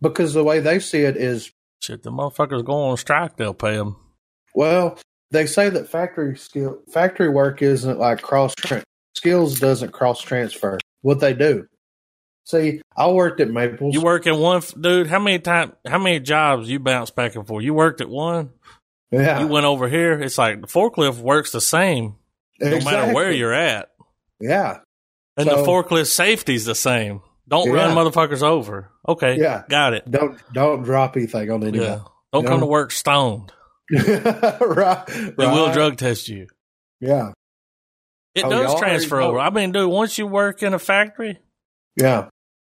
because the way they see it is
Shit, the motherfuckers go on strike. They'll pay them.
Well, they say that factory skill factory work isn't like cross tra- skills doesn't cross transfer. What they do. See, I worked at Maples.
You work at one, f- dude. How many time? How many jobs you bounce back and forth? You worked at one.
yeah,
You went over here. It's like the forklift works the same no matter
exactly.
where you're at,
Yeah,
and the
So-
forklift safety's the same. Don't run
Yeah.
motherfuckers over. Okay,
Yeah.
got it.
don't don't drop anything on
Yeah,
anybody.
don't
You
come to
know?
work stoned.
right, right.
They will drug test you.
Yeah,
It
Oh, y'all
does
already
transfer
know.
over. I mean, dude, once you work in a factory,
yeah.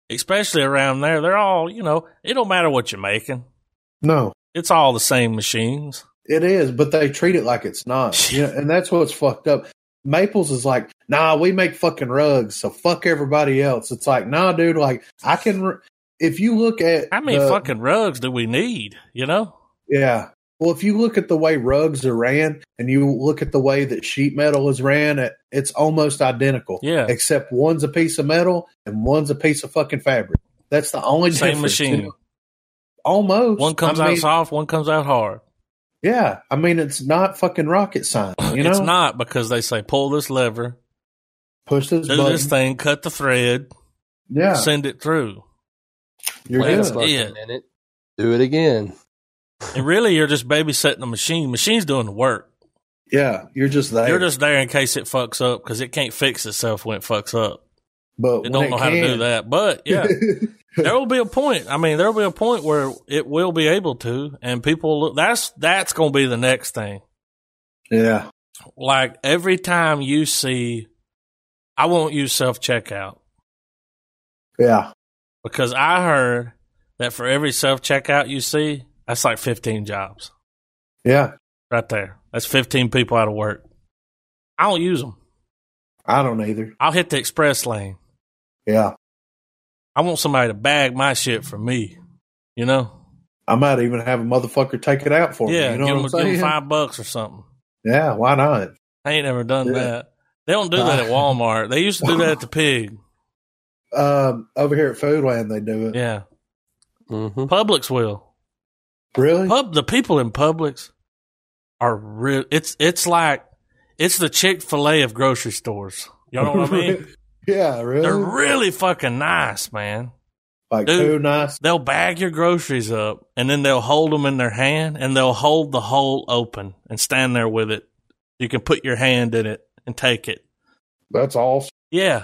especially around there, they're all you know. It don't matter what you're making.
No,
It's all the same machines.
It is, but they treat it like it's not. You know, and that's what's fucked up. Maples is like, nah, we make fucking rugs, so fuck everybody else. It's like, nah, dude, like I can. r if you look at,
How many
the-
fucking rugs do we need? You know.
yeah. Well, if you look at the way rugs are ran, and you look at the way that sheet metal is ran, it, it's almost identical.
Yeah.
except one's a piece of metal and one's a piece of fucking fabric. That's the only
Same
difference,
machine.
you know. Almost
One comes
I
out
mean,
soft, one comes out hard.
Yeah, I mean it's not fucking rocket science. You know,
It's not because they say pull this lever,
push this
do
button.
this thing, cut the thread,
Yeah,
send it through.
you're
Wait a
good.
That's minute. it.
minute. Do it again.
And really, you're just babysitting the machine. Machine's doing the work.
Yeah, you're just there.
You're just there in case it fucks up because it can't fix itself when it fucks up.
but
It
when
don't
it
know how to
can-
do that. But yeah, there will be a point. I mean, there will be a point where it will be able to, and people. Look, that's that's going to be the next thing.
yeah,
Like every time you see, I won't use self checkout.
yeah,
because I heard that for every self checkout you see, that's like 15 jobs
yeah.
right there. That's 15 people out of work. I don't use them.
I don't either.
I'll hit the express lane.
Yeah,
I want somebody to bag my shit for me, you know?
I might even have a motherfucker take it out for
yeah,
me. You know
give,
what
them,
I'm
give
saying?
them five bucks or something.
Yeah, why not?
I ain't never done
Yeah.
that. They don't do that at Walmart. They used to do that at the pig.
Um, over here at Foodland, they do it.
Yeah.
Mm-hmm.
Publix will.
Really?
Pub the people in Publix are real it's it's like it's the Chick-fil-A of grocery stores. Y'all know what I mean?
yeah, really.
They're really fucking nice, man.
like
dude.
too nice.
They'll bag your groceries up and then they'll hold them in their hand and they'll hold the hole open and stand there with it. You can put your hand in it and take it.
That's awesome.
Yeah,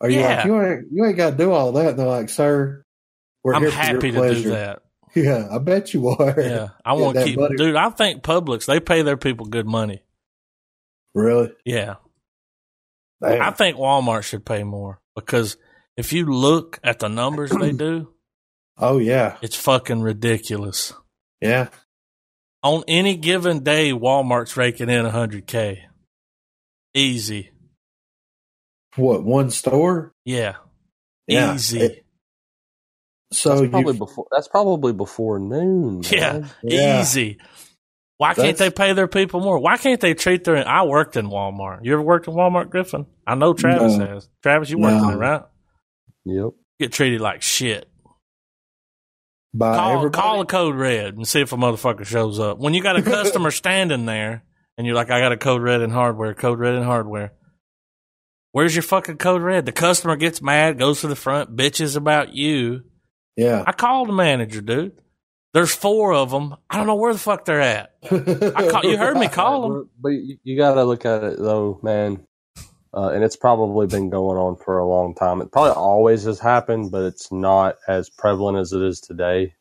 Are you
Yeah.
like you ain't you ain't got to do all that? And they're like, sir, we're
I'm
here for your
happy to
pleasure.
do that.
Yeah, I bet you are.
Yeah, I
Yeah,
want to
that
keep,
butter-
dude. I think Publix they pay their people good money.
Really?
Yeah,
Damn.
I think Walmart should pay more because if you look at the numbers they do,
oh yeah,
it's fucking ridiculous.
yeah,
on any given day, Walmart's raking in 100K. Easy.
what one store?
Yeah.
Yeah.
Easy.
It- So
that's probably
Oh, you,
before. That's probably before noon.
yeah.
man.
Yeah.
Easy. Why can't they
That's-
pay their people more? Why can't they treat their. I worked in Walmart. You ever worked in Walmart, Griffin? I know Travis
No.
has. Travis, you worked
No.
in it, right?
Yep.
You get treated like shit.
by
Call,
everybody.
call a code red and see if a motherfucker shows up. When you got a customer standing there and you're like, I got a code red in hardware, code red in hardware. Where's your fucking code red? The customer gets mad, goes to the front, bitches about you.
yeah,
I called the manager, dude. There's four of them. I don't know where the fuck they're at. I call, you heard me call them.
But you, you got to look at it though, man. Uh, and it's probably been going on for a long time. It probably always has happened, but it's not as prevalent as it is today.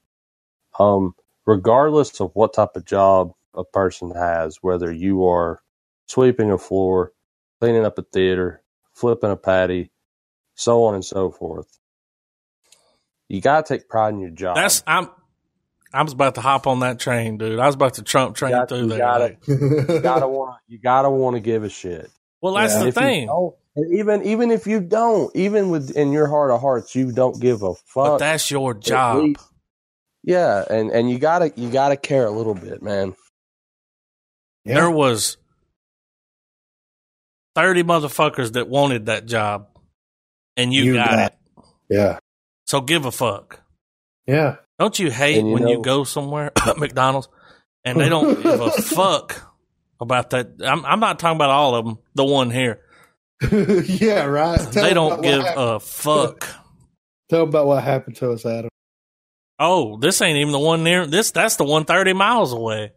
Um, regardless of what type of job a person has, whether you are sweeping a floor, cleaning up a theater, flipping a patty, so on and so forth, you got to take pride in your job.
That's I'm. I was about to hop on that train, dude. I was about to Trump train
You got-
through
you
there.
gotta-
like.
you gotta want to. You gotta want to give a shit.
Well, that's
Yeah.
the
if you
thing.
don't- and even even if you don't, even with in your heart of hearts, you don't give a
But
fuck.
that's your
At
job.
least- yeah, and and you gotta you gotta care a little bit, man.
Yeah.
There was thirty motherfuckers that wanted that job, and you,
You
got,
got
it.
yeah.
So give a fuck.
Yeah.
Don't you hate
And you
when
know-
you go somewhere McDonald's and they don't give a fuck about that? I'm, I'm not talking about all of them. The one here,
yeah, right. Tell
they
them
don't
about
give
what happened.
a fuck.
Tell them about what happened to us, Adam.
Oh, this ain't even the one near this. That's the one thirty miles away.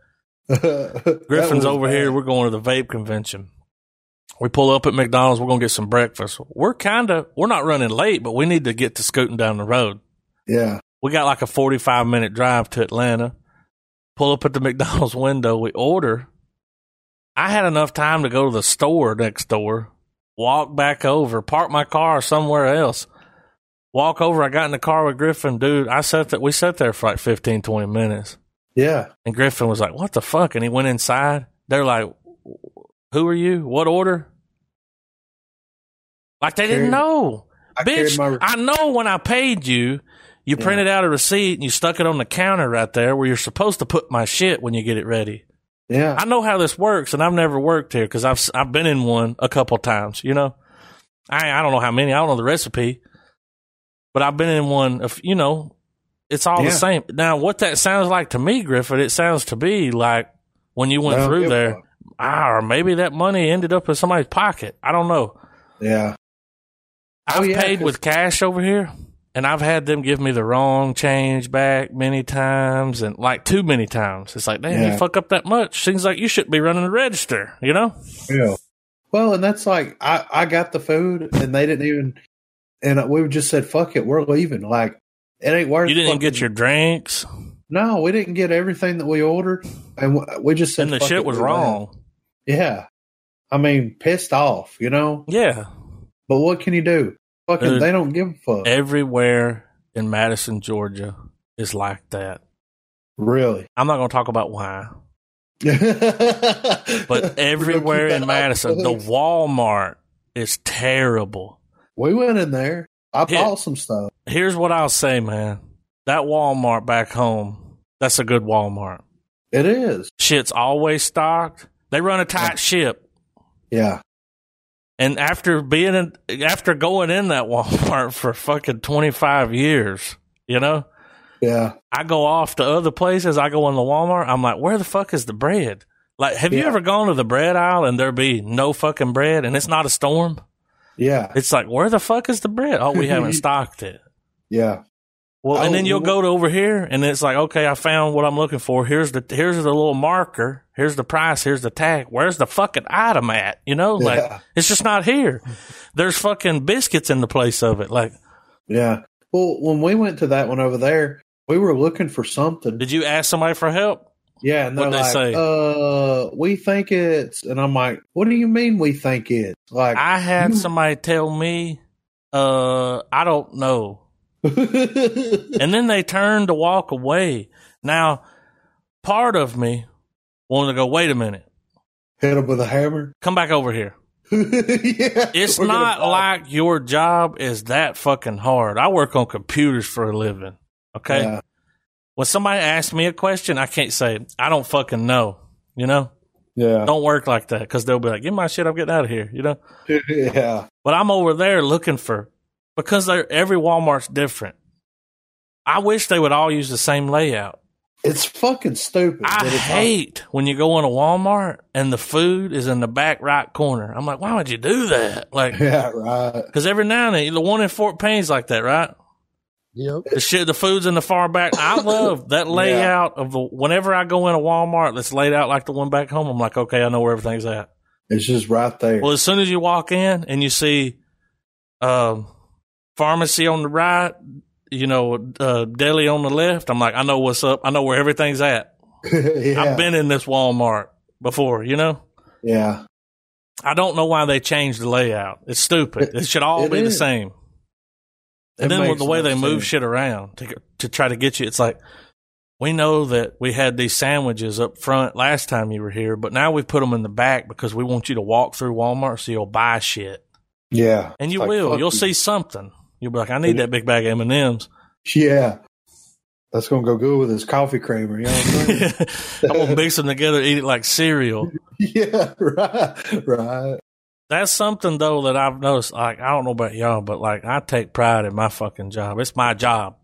Griffin's over here. We're going to the vape convention. We pull up at McDonald's. We're gonna get some breakfast. We're kind of we're not running late, but we need to get to scooting down the road.
Yeah.
We got like a forty five minute drive to Atlanta. Pull up at the McDonald's window. We order. I had enough time to go to the store next door, walk back over, park my car somewhere else, walk over. I got in the car with Griffin, dude. I sat that we sat there for like 15, 20 minutes.
Yeah.
And Griffin was like, "What the fuck?" And he went inside. They're like, "Who are you? What order?" Like they didn't
Carried-
know,
I
bitch.
carried my-
I know when I paid you, you
Yeah.
printed out a receipt and you stuck it on the counter right there where you're supposed to put my shit when you get it ready.
yeah.
I know how this works, and I've never worked here because I've I've been in one a couple times. You know, I I don't know how many. I don't know the recipe, but I've been in one. Of, you know, it's all
Yeah.
the same. Now, what that sounds like to me, Griffin, it sounds to be like when you went
Don't
through
give a
there,
fuck.
ah, or maybe that money ended up in somebody's pocket. I don't know.
Yeah. Oh,
I've
yeah,
paid
'cause-
with cash over here, and I've had them give me the wrong change back many times, and like too many times. It's like, damn,
Yeah.
you fuck up that much. Seems like you should be running the register, you know?
Yeah. Well, and that's like I I got the food and they didn't even, and we just said fuck it, we're leaving. Like it ain't worth.
You didn't even
fucking-
get your drinks,
No, we didn't get everything that we ordered, and we- we just said
and the
fuck
shit
it,
was
we're
wrong.
leaving. Yeah. I mean, pissed off, you know.
Yeah,
But what can you do? Fucking,
Dude. Eh
they don't give a fuck.
everywhere in Madison, Georgia is like that.
Really.
I'm not going to talk about why,
but
but everywhere in Madison, the Walmart is terrible.
we went in there. I
Yeah.
bought some stuff.
Here's what I'll say, man. That Walmart back home, that's a good Walmart.
It is.
shit's always stocked. They run a tight
Yeah.
ship.
Yeah.
And after being in, after going in that Walmart for fucking 25 years, you know,
Yeah.
I go off to other places. I go in the Walmart. I'm like, where the fuck is the bread? Like, have you
Yeah.
ever gone to the bread aisle and there be no fucking bread and it's not a storm?
Yeah.
It's like, where the fuck is the bread? Oh, we haven't stocked it.
Yeah.
Well, and
Oh,
then you'll
well-
go to over here, and it's like, okay, I found what I'm looking for. Here's the here's the little marker. Here's the price. Here's the tag. Where's the fucking item at? You know, like
Yeah.
it's just not here. There's fucking biscuits in the place of it. Like,
Yeah. Well, when we went to that one over there, we were looking for something.
did you ask somebody for help?
Yeah, and they're
What'd
like,
they say?
"Uh, we think it's," and I'm like, "What do you mean we think it's?" Like,
I had
you-
somebody tell me, uh, I don't know, and then they turned to walk away. Now, part of me wanted to go, wait a minute,
hit him with a hammer.
come back over here.
yeah,
It's
we're gonna
not
fight.
like your job is that fucking hard. I work on computers for a living. Okay.
Yeah.
When somebody asks me a question, I can't say, I don't fucking know. You know,
Yeah.
don't work like that because they'll be like, get my shit, I'm getting out of here. You know,
yeah.
but I'm over there looking for because they're, every Walmart's different. I wish they would all use the same layout.
It's fucking stupid.
I
but it's
hate when you go in a Walmart and the food is in the back right corner. I'm like, why would you do that? Like,
Yeah, right.
because every now and then, the one in Fort Payne's like that, right?
Yep.
The shit, the food's in the far back. I love that layout of the. Whenever I go in a Walmart that's laid out like the one back home, I'm like, okay, I know where everything's at.
It's just right there.
Well, as soon as you walk in and you see, um, pharmacy on the right, you know, uh, deli on the left, I'm like, I know what's up. I know where everything's at.
yeah.
I've been in this Walmart before, you know.
yeah.
I don't know why they changed the layout. It's stupid. It should all
It
be the
is.
same. And
It
then with
makes
the way
no
they move
sense.
shit around to to try to get you, it's like we know that we had these sandwiches up front last time you were here, but now we put them in the back because we want you to walk through Walmart so you'll buy shit,
Yeah.
and you
Like,
will.
fuck
You'll
you.
see something. You'll be like, I need that big bag of M and M's.
Yeah. That's gonna go good with his coffee creamer. You know what I'm saying?
I'm gonna mix them together, eat it like cereal.
yeah. Right. Right.
That's something though that I've noticed. Like I don't know about y'all, but like I take pride in my fucking job. It's my job.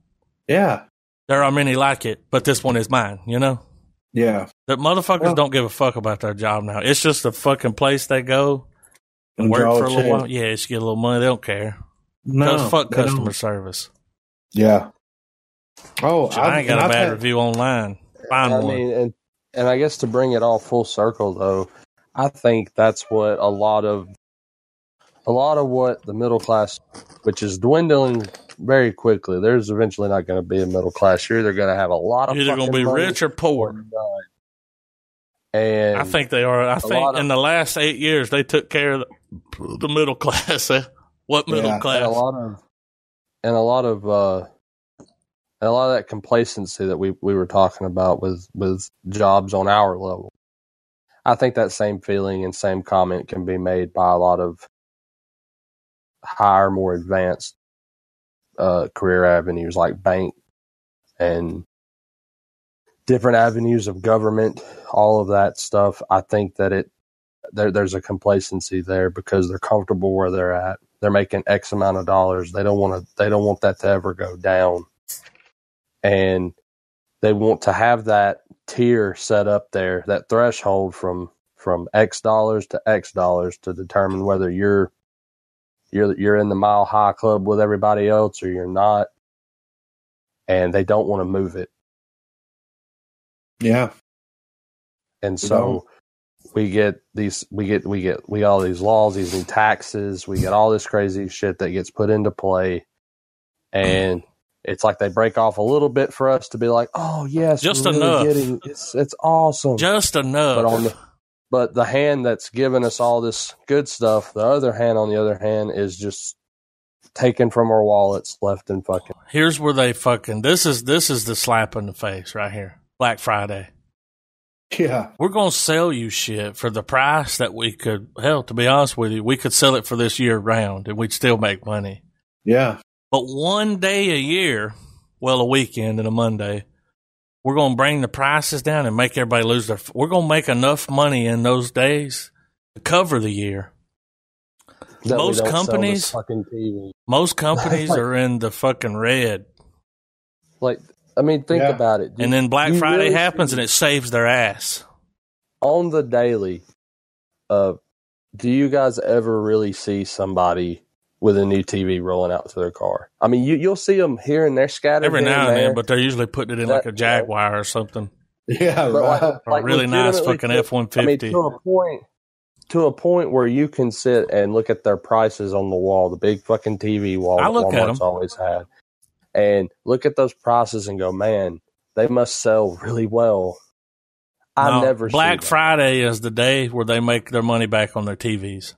Yeah.
There are many like it, but this one is mine. You know.
Yeah.
That motherfuckers
Well-
don't give a fuck about their job now. It's just the fucking place they go and work
Draw
for a little
check.
while. Yeah, just get a little money. They don't care.
No.
Cause fuck
they don't.
customer service.
Yeah. Oh,
Shit, I ain't got a
I've
bad
had-
review online. Find
I
one.
mean, and and I guess to bring it all full circle, though, I think that's what a lot of a lot of what the middle class, which is dwindling very quickly, there's eventually not going to be a middle class. You're either going to have a lot of
You're either gonna
fucking
be
money
rich or
or
poor.
not. And
I think they are. I think
lot of-
in the last eight years they took care of the, the middle class. Eh? what middle
Yeah, and a
class?
and a lot of and a lot of uh and a lot of that complacency that we we were talking about with with jobs on our level i think that same feeling and same comment can be made by a lot of higher more advanced uh career avenues like bank and different avenues of government all of that stuff i think that it there, there's a complacency there because they're comfortable where they're at they're making X amount of dollars. They don't want to. They don't want that to ever go down, and they want to have that tier set up there, that threshold from from X dollars to X dollars to determine whether you're you're you're in the mile high club with everybody else or you're not, and they don't want to move it.
Yeah.
and
You
so we get these we get we get we all these laws these new taxes we get all this crazy shit that gets put into play and it's like they break off a little bit for us to be like oh yes
Just
we're really
enough.
getting- it's it's awesome
Just
but on
enough.
the but the hand that's giving us all this good stuff the other hand on the other hand is just taken from our wallets left and fucking
Here's where they fucking. This is this is the slap in the face right here. Black Friday.
Yeah.
we're going to sell you shit for the price that we could, hell, to be honest with you, we could sell it for this year round and we'd still make money.
Yeah.
But one day a year, well, a weekend and a Monday, we're going to bring the prices down and make everybody lose their, we're going to make enough money in those days to cover the year.
that
Most
we don't sell this
companies-
fucking TV.
Most companies
Like-
are in the fucking red.
like i mean think
Yeah.
about it dude.
And then Black
You
Friday
really
happens
see-
and it saves their ass.
on the daily, uh, do you guys ever really see somebody with a new TV rolling out to their car? I mean, you you'll see them here and there, scattered
Every
here
now and then,
there.
but they're usually putting it in
That-
like a Jaguar or something.
Yeah.
But like-
Right.
Or a really nice
legitimately
fucking
to-
F one
I mean,
fifty.
to a point, to a point where you can sit and look at their prices on the wall, the big fucking TV wall
I
that
look at
Walmart's
'em.
always had, and look at those prices and go, man, they must sell really well. I
No,
never see
Black
that.
Friday is the day where they make their money back on their TVs.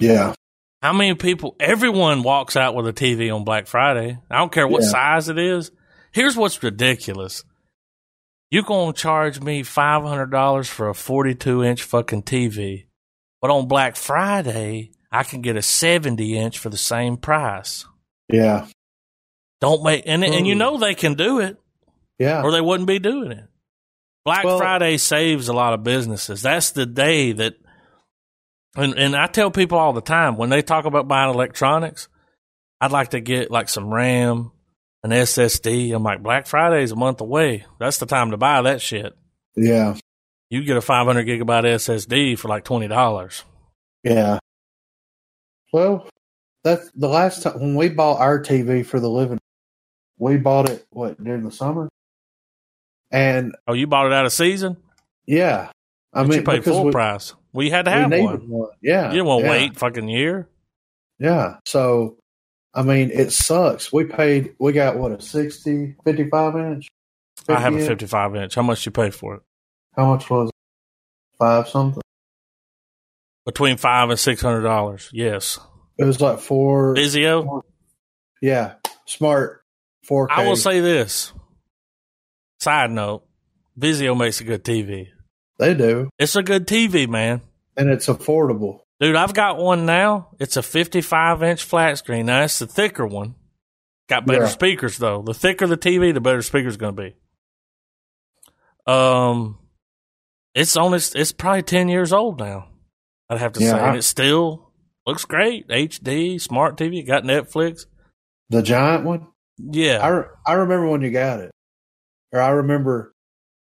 Yeah.
How many people? Everyone walks out with a TV on Black Friday. I don't care what
Yeah.
size it is. Here's what's ridiculous: you gonna charge me five hundred dollars for a forty-two inch fucking TV, but on Black Friday I can get a seventy inch for the same price.
Yeah.
Don't make and and you
Hmm.
know they can do it,
Yeah.
or they wouldn't be doing it. Black
Well-
Friday saves a lot of businesses. That's the day that, and and I tell people all the time when they talk about buying electronics, I'd like to get like some RAM, an SSD. I'm like Black Friday's a month away. That's the time to buy that shit.
Yeah.
You get a 500 gigabyte SSD for like twenty dollars.
Yeah. Well, that's the last time when we bought our TV for the living. We bought it what during the summer, and
Oh, you bought it out of season?
yeah, I
But
mean
you paid
because
full
we,
price. Well, you had to
we
have
needed
one.
one. Yeah,
You didn't want to
yeah.
wait fucking year.
Yeah. So, I mean, it sucks. We paid, we got what, a 60, 55 inch?
I have a
50 inch?
55 inch. How much you pay for it?
How much was it? Five something.
Between five and six hundred dollars. Yes.
It was like four.
Vizio.
yeah. Smart 4K.
I will say this. Side note: Vizio makes a good TV.
they do.
It's a good TV, man.
And it's affordable.
Dude, I've got one now. It's a 55 inch flat screen. Now it's the thicker one. Got better
Yeah.
speakers though. The thicker the TV, the better speakers going to be. Um, it's almost it's probably 10 years old now. I'd have to
Yeah,
say, and
I-
it still looks great. HD, smart TV, got Netflix.
The giant one. I,
Yeah,
re- I remember when you got it, or I remember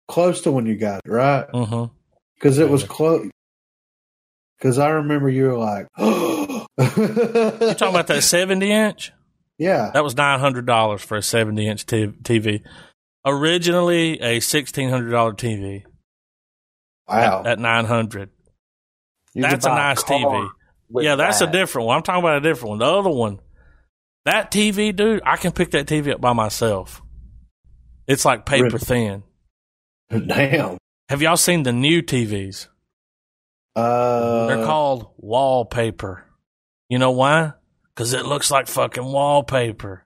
close to when you got it, right?
hmm
Because it was close. Because I remember you were like, you talking
talking about that 70 inch.
Yeah.
That was nine hundred dollars for a seventy inch t- TV. Originally a sixteen hundred dollar TV
Wow.
at nine hundred.
You could
That's a
buy
nice
car
TV.
with
yeah, that's a
that.
different one. I'm talking about a different one. The other one, that TV, dude, I can pick that TV up by myself. It's like paper
Really?
thin.
Damn.
Have y'all seen the new TVs?
Uh,
They're called wallpaper. You know why? Because it looks like fucking wallpaper.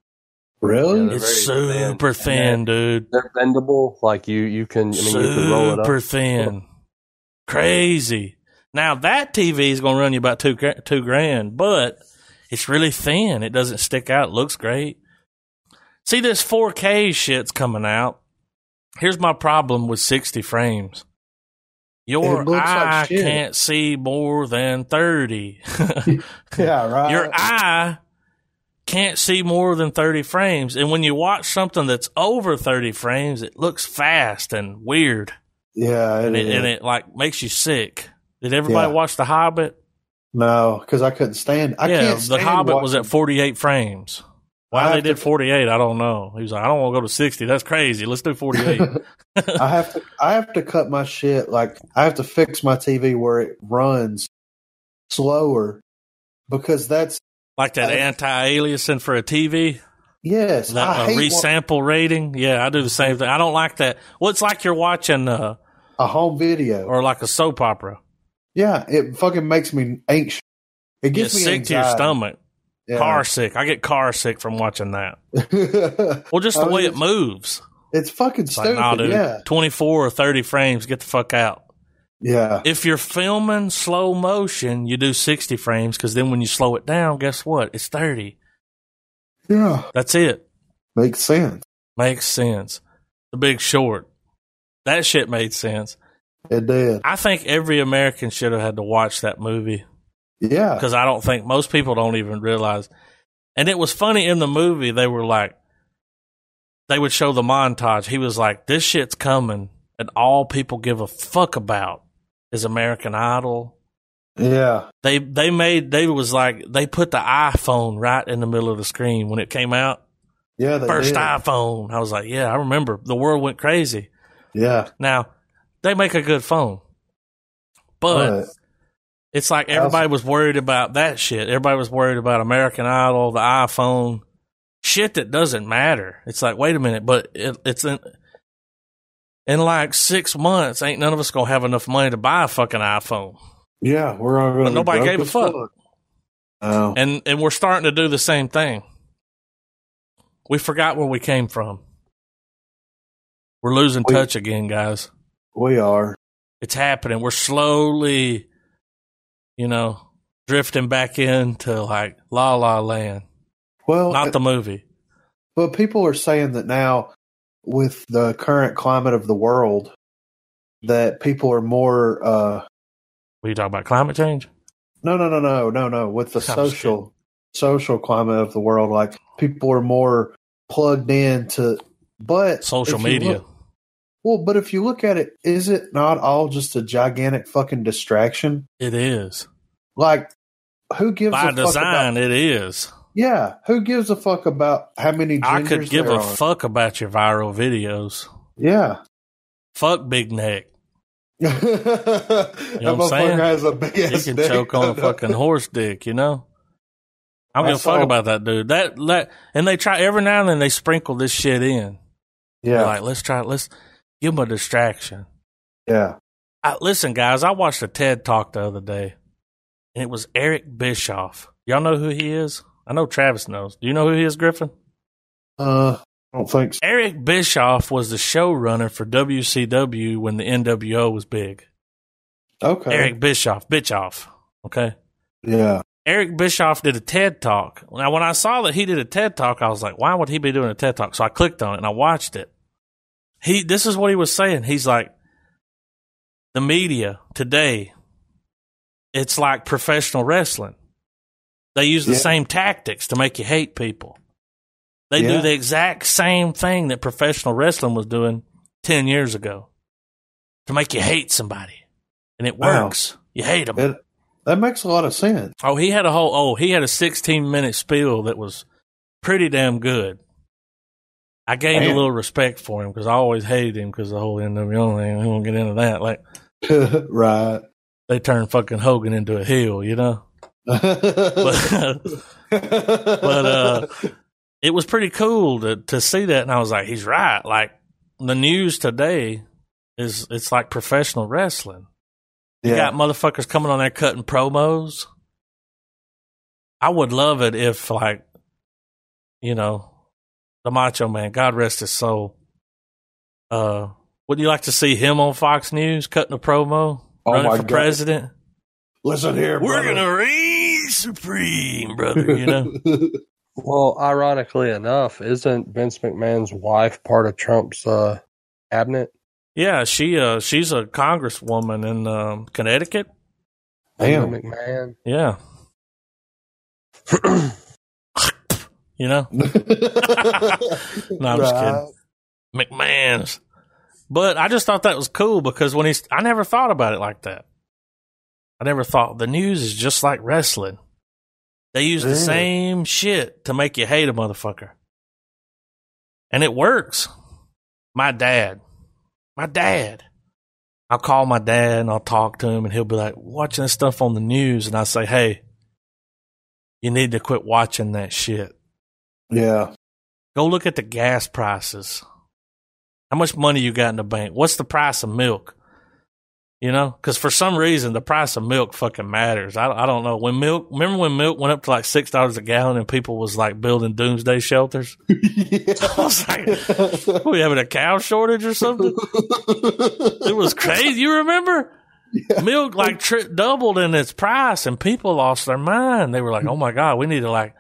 really.
They're
It's
very thin.
super thin, dude.
They're bendable. Like you, you can. I mean, you can roll it
super
up.
thin, crazy. Now that TV is going to run you about two gra- two grand, but it's really thin. It doesn't stick out. Looks great. See this 4K shit's coming out. Here's my problem with 60 frames. Your
It looks like
eye
shit.
can't see more than 30.
yeah, right.
Your eye can't see more than 30 frames. And when you watch something that's over 30 frames, it looks fast and weird.
yeah, it
And it,
is.
and it like makes you sick. Did everybody
Yeah.
watch The Hobbit?
no, because I couldn't stand. I
yeah,
can't.
The
Stand
Hobbit was at
watching-
48 frames.
I
Why they
have
did
to-
48, I don't know. He was like, I don't want to go to 60. That's crazy. Let's do 48.
I have to. I have to cut my shit. Like I have to fix my TV where it runs slower because that's
like that
I-
anti-aliasing for a TV,
yes.
that
I
uh,
hate wa-
resample rating. Yeah, I do the same thing. I don't like that. Well, it's like you're watching uh,
a home video.
or like a soap opera.
yeah, it fucking makes me anxious. It
Get
gets me
sick to your
anxiety.
stomach.
Yeah.
Car sick. I get car sick from watching that. Well, just the
I mean,
way it
it's-
moves.
it's fucking
It's
Oh, stupid.
like, nah, dude,
yeah,
24 or 30 frames, get the fuck out.
yeah.
If you're filming slow motion, you do 60 frames because then when you slow it down, guess what? It's 30.
Yeah,
That's it.
makes sense.
Makes sense. The big short. That shit made sense.
It did.
I think every American should have had to watch that movie
Yeah,
because I don't think most people don't even realize. And it was funny in the movie, they were like, they would show the montage. He was like, this shit's coming, and all people give a fuck about is American Idol.
yeah.
They they made they was like they put the iPhone right in the middle of the screen when it came out.
Yeah, they
First
did.
iPhone. I was like, yeah, I remember. The world went crazy.
Yeah,
Now, they make a good phone. But
but
It's like everybody was worried about that shit. Everybody was worried about American Idol, the iPhone, shit that doesn't matter. It's like, wait a minute, but it, it's in in like six months. Ain't none of us gonna have enough money to buy a fucking iPhone,
yeah, we're all going.
But nobody gave a fuck.
Oh,
and and we're starting to do the same thing. We forgot where we came from. We're losing
We-
touch again, guys.
we are.
It's happening. We're slowly, you know, drifting back into like la la land.
Well,
not the movie.
but people are saying that now, with the current climate of the world, that people are more. uh
What are you talking about? Climate change?
No, no, no, no, no, no. With the
I'm just
social social climate of the world, like people are more plugged in to. But
Social
if you
media.
look- well, but if you look at it, is it not all just a gigantic fucking distraction?
It is.
Like, who gives
By
a fuck about
design, it is.
Yeah, who gives a fuck about how many?
I could
genders
give
there
a
are?
fuck about your viral videos.
Yeah,
Fuck Big Neck.
that
know what I'm saying?
motherfucker has a big
You
ass
can
dick.
choke on a fucking horse dick, you know? I don't
I
give a fuck
saw-
about that dude. That that and they try every now and then they sprinkle this shit in.
yeah,
They're like, let's try let's give him a distraction.
yeah.
I, listen, guys, I watched a TED talk the other day, and it was Eric Bischoff. Y'all know who he is? I know Travis knows. Do you know who he is, Griffin?
Uh, I don't think so.
Eric Bischoff was the showrunner for WCW when the NWO was big.
Okay.
Eric Bischoff, Bischoff. Okay.
Yeah.
Eric Bischoff did a TED talk. Now, when I saw that he did a TED talk, I was like, why would he be doing a TED talk? So I clicked on it and I watched it. He, this is what he was saying. He's like, the media today, it's like professional wrestling. They use the
Yeah.
same tactics to make you hate people. They
Yeah.
do the exact same thing that professional wrestling was doing 10 years ago to make you hate somebody. And it
Wow.
works. You hate them.
It, that makes a lot of sense.
Oh, he had a whole. Oh, he had a 16 minute spiel that was pretty damn good. I gained a
Damn.
little respect for him because I always hated him because the whole NWO thing. We won't get into that. Like
right.
they turned fucking Hogan into a heel, you know. But but uh, it was pretty cool to to see that, and I was like, he's right. Like the news today is it's like professional wrestling. You
yeah.
got motherfuckers coming on there cutting promos. I would love it if, like, you know, the Macho Man, God rest his soul. Uh, would you like to see him on Fox News cutting a promo,
Oh
running
my
for
God.
president?
Listen here,
We're
brother.
gonna reign supreme, brother. You know,
Well, ironically enough, isn't Vince McMahon's wife part of Trump's uh, cabinet?
yeah, she uh, she's a congresswoman in um, Connecticut.
Damn.
Linda McMahon.
Yeah, you know, no, I'm just kidding. McMahon's. But I just thought that was cool because when he's, I never thought about it like that. I never thought the news is just like wrestling. They use the
Yeah.
same shit to make you hate a motherfucker. And it works. My dad, my dad, I'll call my dad and I'll talk to him and he'll be like, watching this stuff on the news. And I say, hey, you need to quit watching that shit
Yeah.
go look at the gas prices. How much money you got in the bank? What's the price of milk? You know, because for some reason the price of milk fucking matters. I, I don't know when milk. Remember when milk went up to like six dollars a gallon and people was like building doomsday shelters? I was like,
yeah.
"What, we having a cow shortage or something? It was crazy. You remember? Milk like tri- doubled in its price, and people lost their mind. They were like, "Oh my god, we need to like,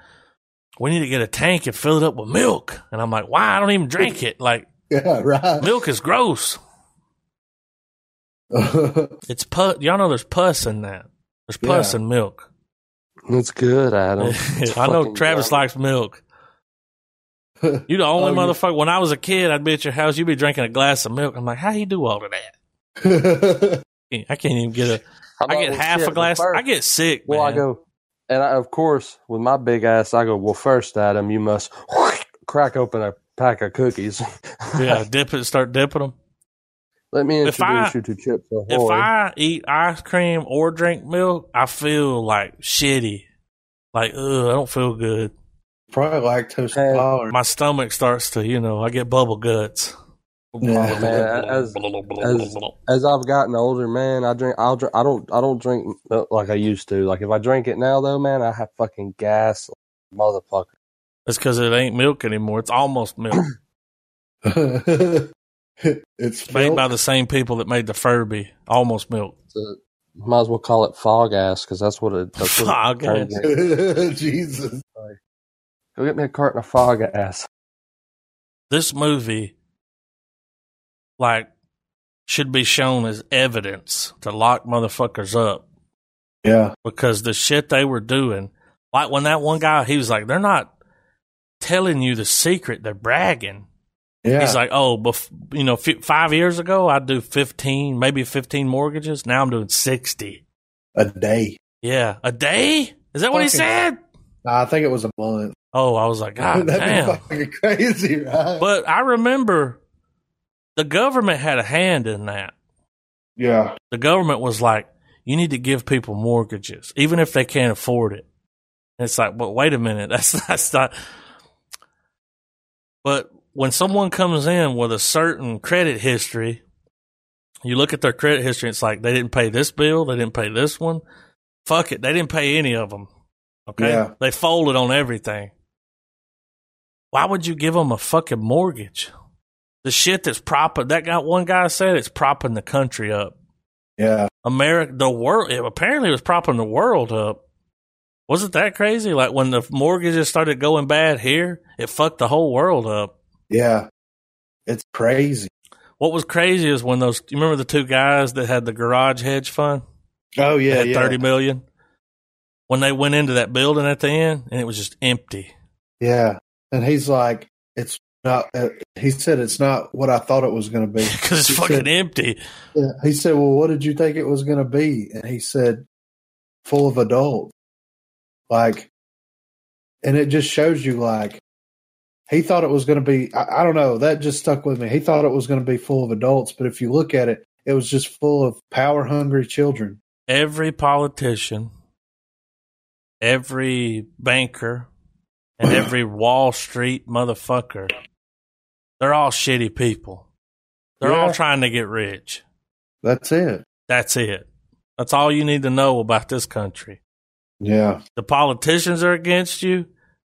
we need to get a tank and fill it up with milk." And I'm like, "Why? I don't even drink it. Like,
yeah, right.
milk is gross. It's pus. Y'all know there's pus in that. There's pus
Yeah.
in milk.
That's good, Adam. It's
I know
fucking
Travis
good.
likes milk. You the only
Oh, yeah.
motherfucker. When I was a kid, I'd be at your house. You'd be drinking a glass of milk. I'm like, how you do all of that? I can't even get a.
How
I
about
get
we
half
shit
a
the
glass.
first-
I get sick.
Well, I
man.
go, and I, of course, with my big ass, I go. Well, first, Adam, you must crack open a pack of cookies.
Yeah, dip it. Start dipping them.
Let me
If
introduce
I-
you to Chips
If
Ahoy.
I eat ice cream or drink milk, I feel like shitty. Like, ugh, I don't feel good.
Probably lactose
Hey.
intolerant.
My stomach starts to, you know, I get bubble guts.
Yeah.
Man, as- as- As I've gotten older, man, I drink. I'll drink. I don't. I don't drink milk like I used to. Like if I drink it now, though, man, I have fucking gas, like a motherfucker.
It's because it ain't milk anymore. It's almost milk.
it's
It's made
milk.
by the same people that made the Furby. Almost milk.
So, might as well call it fog ass because that's what it. That's what it
Fog
turns
ass.
into.
Jesus.
Go get me a carton of fog ass.
This movie, like, should be shown as evidence to lock motherfuckers up
Yeah.
because the shit they were doing, like when that one guy, he was like, they're not telling you the secret, they're bragging.
Yeah.
He's like, oh, bef- you know, f- five years ago, I'd do 15, maybe 15 mortgages. Now I'm doing 60.
a day.
Yeah. A day? Is that what he
Fucking-
said?
I think it was a month.
Oh, I was like, God
That'd
damn.
be fucking crazy, right?
But I remember the government had a hand in that.
yeah,
The government was like, you need to give people mortgages, even if they can't afford it. And it's like, but wait a minute, that's that's not. But when someone comes in with a certain credit history, you look at their credit history. It's like they didn't pay this bill, they didn't pay this one. Fuck it, they didn't pay any of them. Okay,
Yeah.
they folded on everything. Why would you give them a fucking mortgage? The shit that's propping that guy. One guy said it's propping the country up.
yeah.
America, the world, it apparently was propping the world up. Wasn't that crazy? Like when the mortgages started going bad here, it fucked the whole world up.
Yeah. It's crazy.
What was crazy is when those, you remember the two guys that had the garage hedge fund?
Oh
They
yeah,
had
yeah.
30 million. When they went into that building at the end and it was just empty.
Yeah. And he's like, it's not, uh, he said, it's not what I thought it was going to be.
Because it's
He
fucking
said-
empty.
yeah. He said, well, what did you think it was going to be? And he said, full of adults. Like, and it just shows you, like, he thought it was going to be, I, I don't know, that just stuck with me. He thought it was going to be full of adults, but if you look at it, it was just full of power hungry children.
Every politician, every banker, and every Wall Street motherfucker, they're all shitty people. They're all
Yeah.
trying to get rich.
That's it.
That's it. That's all you need to know about this country.
Yeah.
The politicians are against you.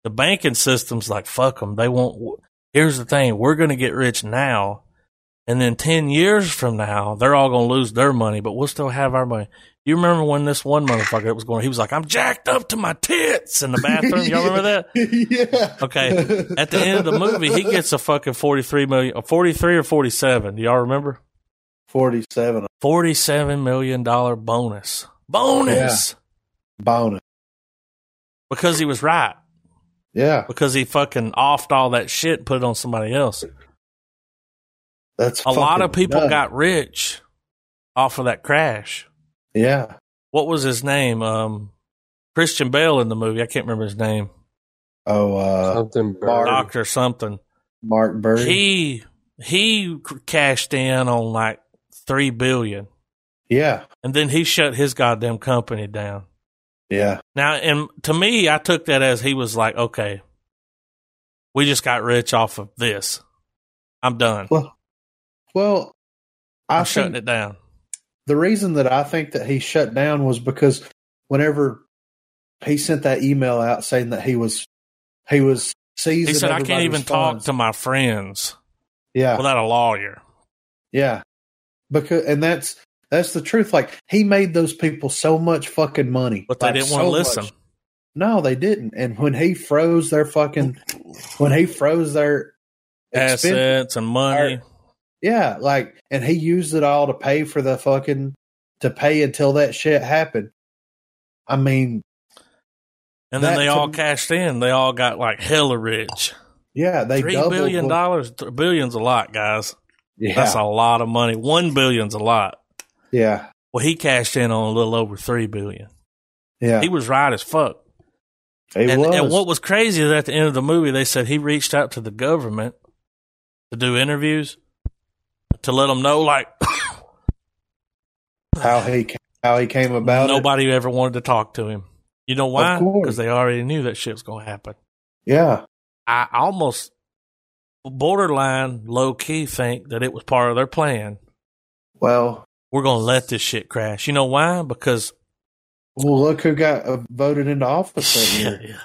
The banking system's like, fuck them. They won't. Here's the thing we're going to get rich now. And then 10 years from now, they're all going to lose their money, but we'll still have our money. You remember when this one motherfucker that was going, he was like, I'm jacked up to my tits in the bathroom. Y'all remember that?
yeah.
Okay. At the end of the movie, he gets a fucking 43 million, or 43 or 47. Do y'all remember?
47
$47 million bonus. Bonus!
bonus.
Because he was right.
Yeah.
Because he fucking offed all that shit and put it on somebody else.
That's
A lot
fucking
of people
nuts.
got rich off of that crash.
yeah.
What was his name? Um, Christian Bale in the movie. I can't remember his name.
Oh, uh,
Something
Mark.
buried.
Doctor something.
Mark Burry.
He he c- cashed in on like three billion,
yeah,
and then he shut his goddamn company down.
yeah,
Now, and to me, I took that as he was like, okay, we just got rich off of this. I'm done.
Well, Well, I
I'm shutting
think
it down.
the reason that I think that he shut down was because whenever he sent that email out saying that he was he was seized.
He said, I can't even talk to my friends
Yeah,
without a lawyer.
yeah, because and that's that's the truth. Like he made those people so much fucking money,
But they
Like,
didn't want to
so
listen.
much. No, they didn't. And when he froze their fucking, when he froze their expenses,
Assets and money.
Yeah, like, and he used it all to pay for the fucking to pay until that shit happened. I mean,
And then
that
they
to
all
me-
cashed in. They all got like hella rich.
yeah, they
Three
doubled.
billion
what-
dollars. th- Billion's a lot, guys.
Yeah,
That's a lot of money. One billion's a lot.
yeah,
Well, he cashed in on a little over three billion.
yeah.
He
He,
was right as fuck. and,
was.
and what was crazy is at the end of the movie, they said he reached out to the government to do interviews to let them know, like,
how he ca- how he came about? it.
nobody ever wanted to talk to him. You know why?
course.
Because they already knew that shit was going to happen.
Yeah,
I almost borderline low key think that it was part of their plan.
well,
We're going to let this shit crash. You know why? Because
well, look who got uh, voted into office that
yeah,
year,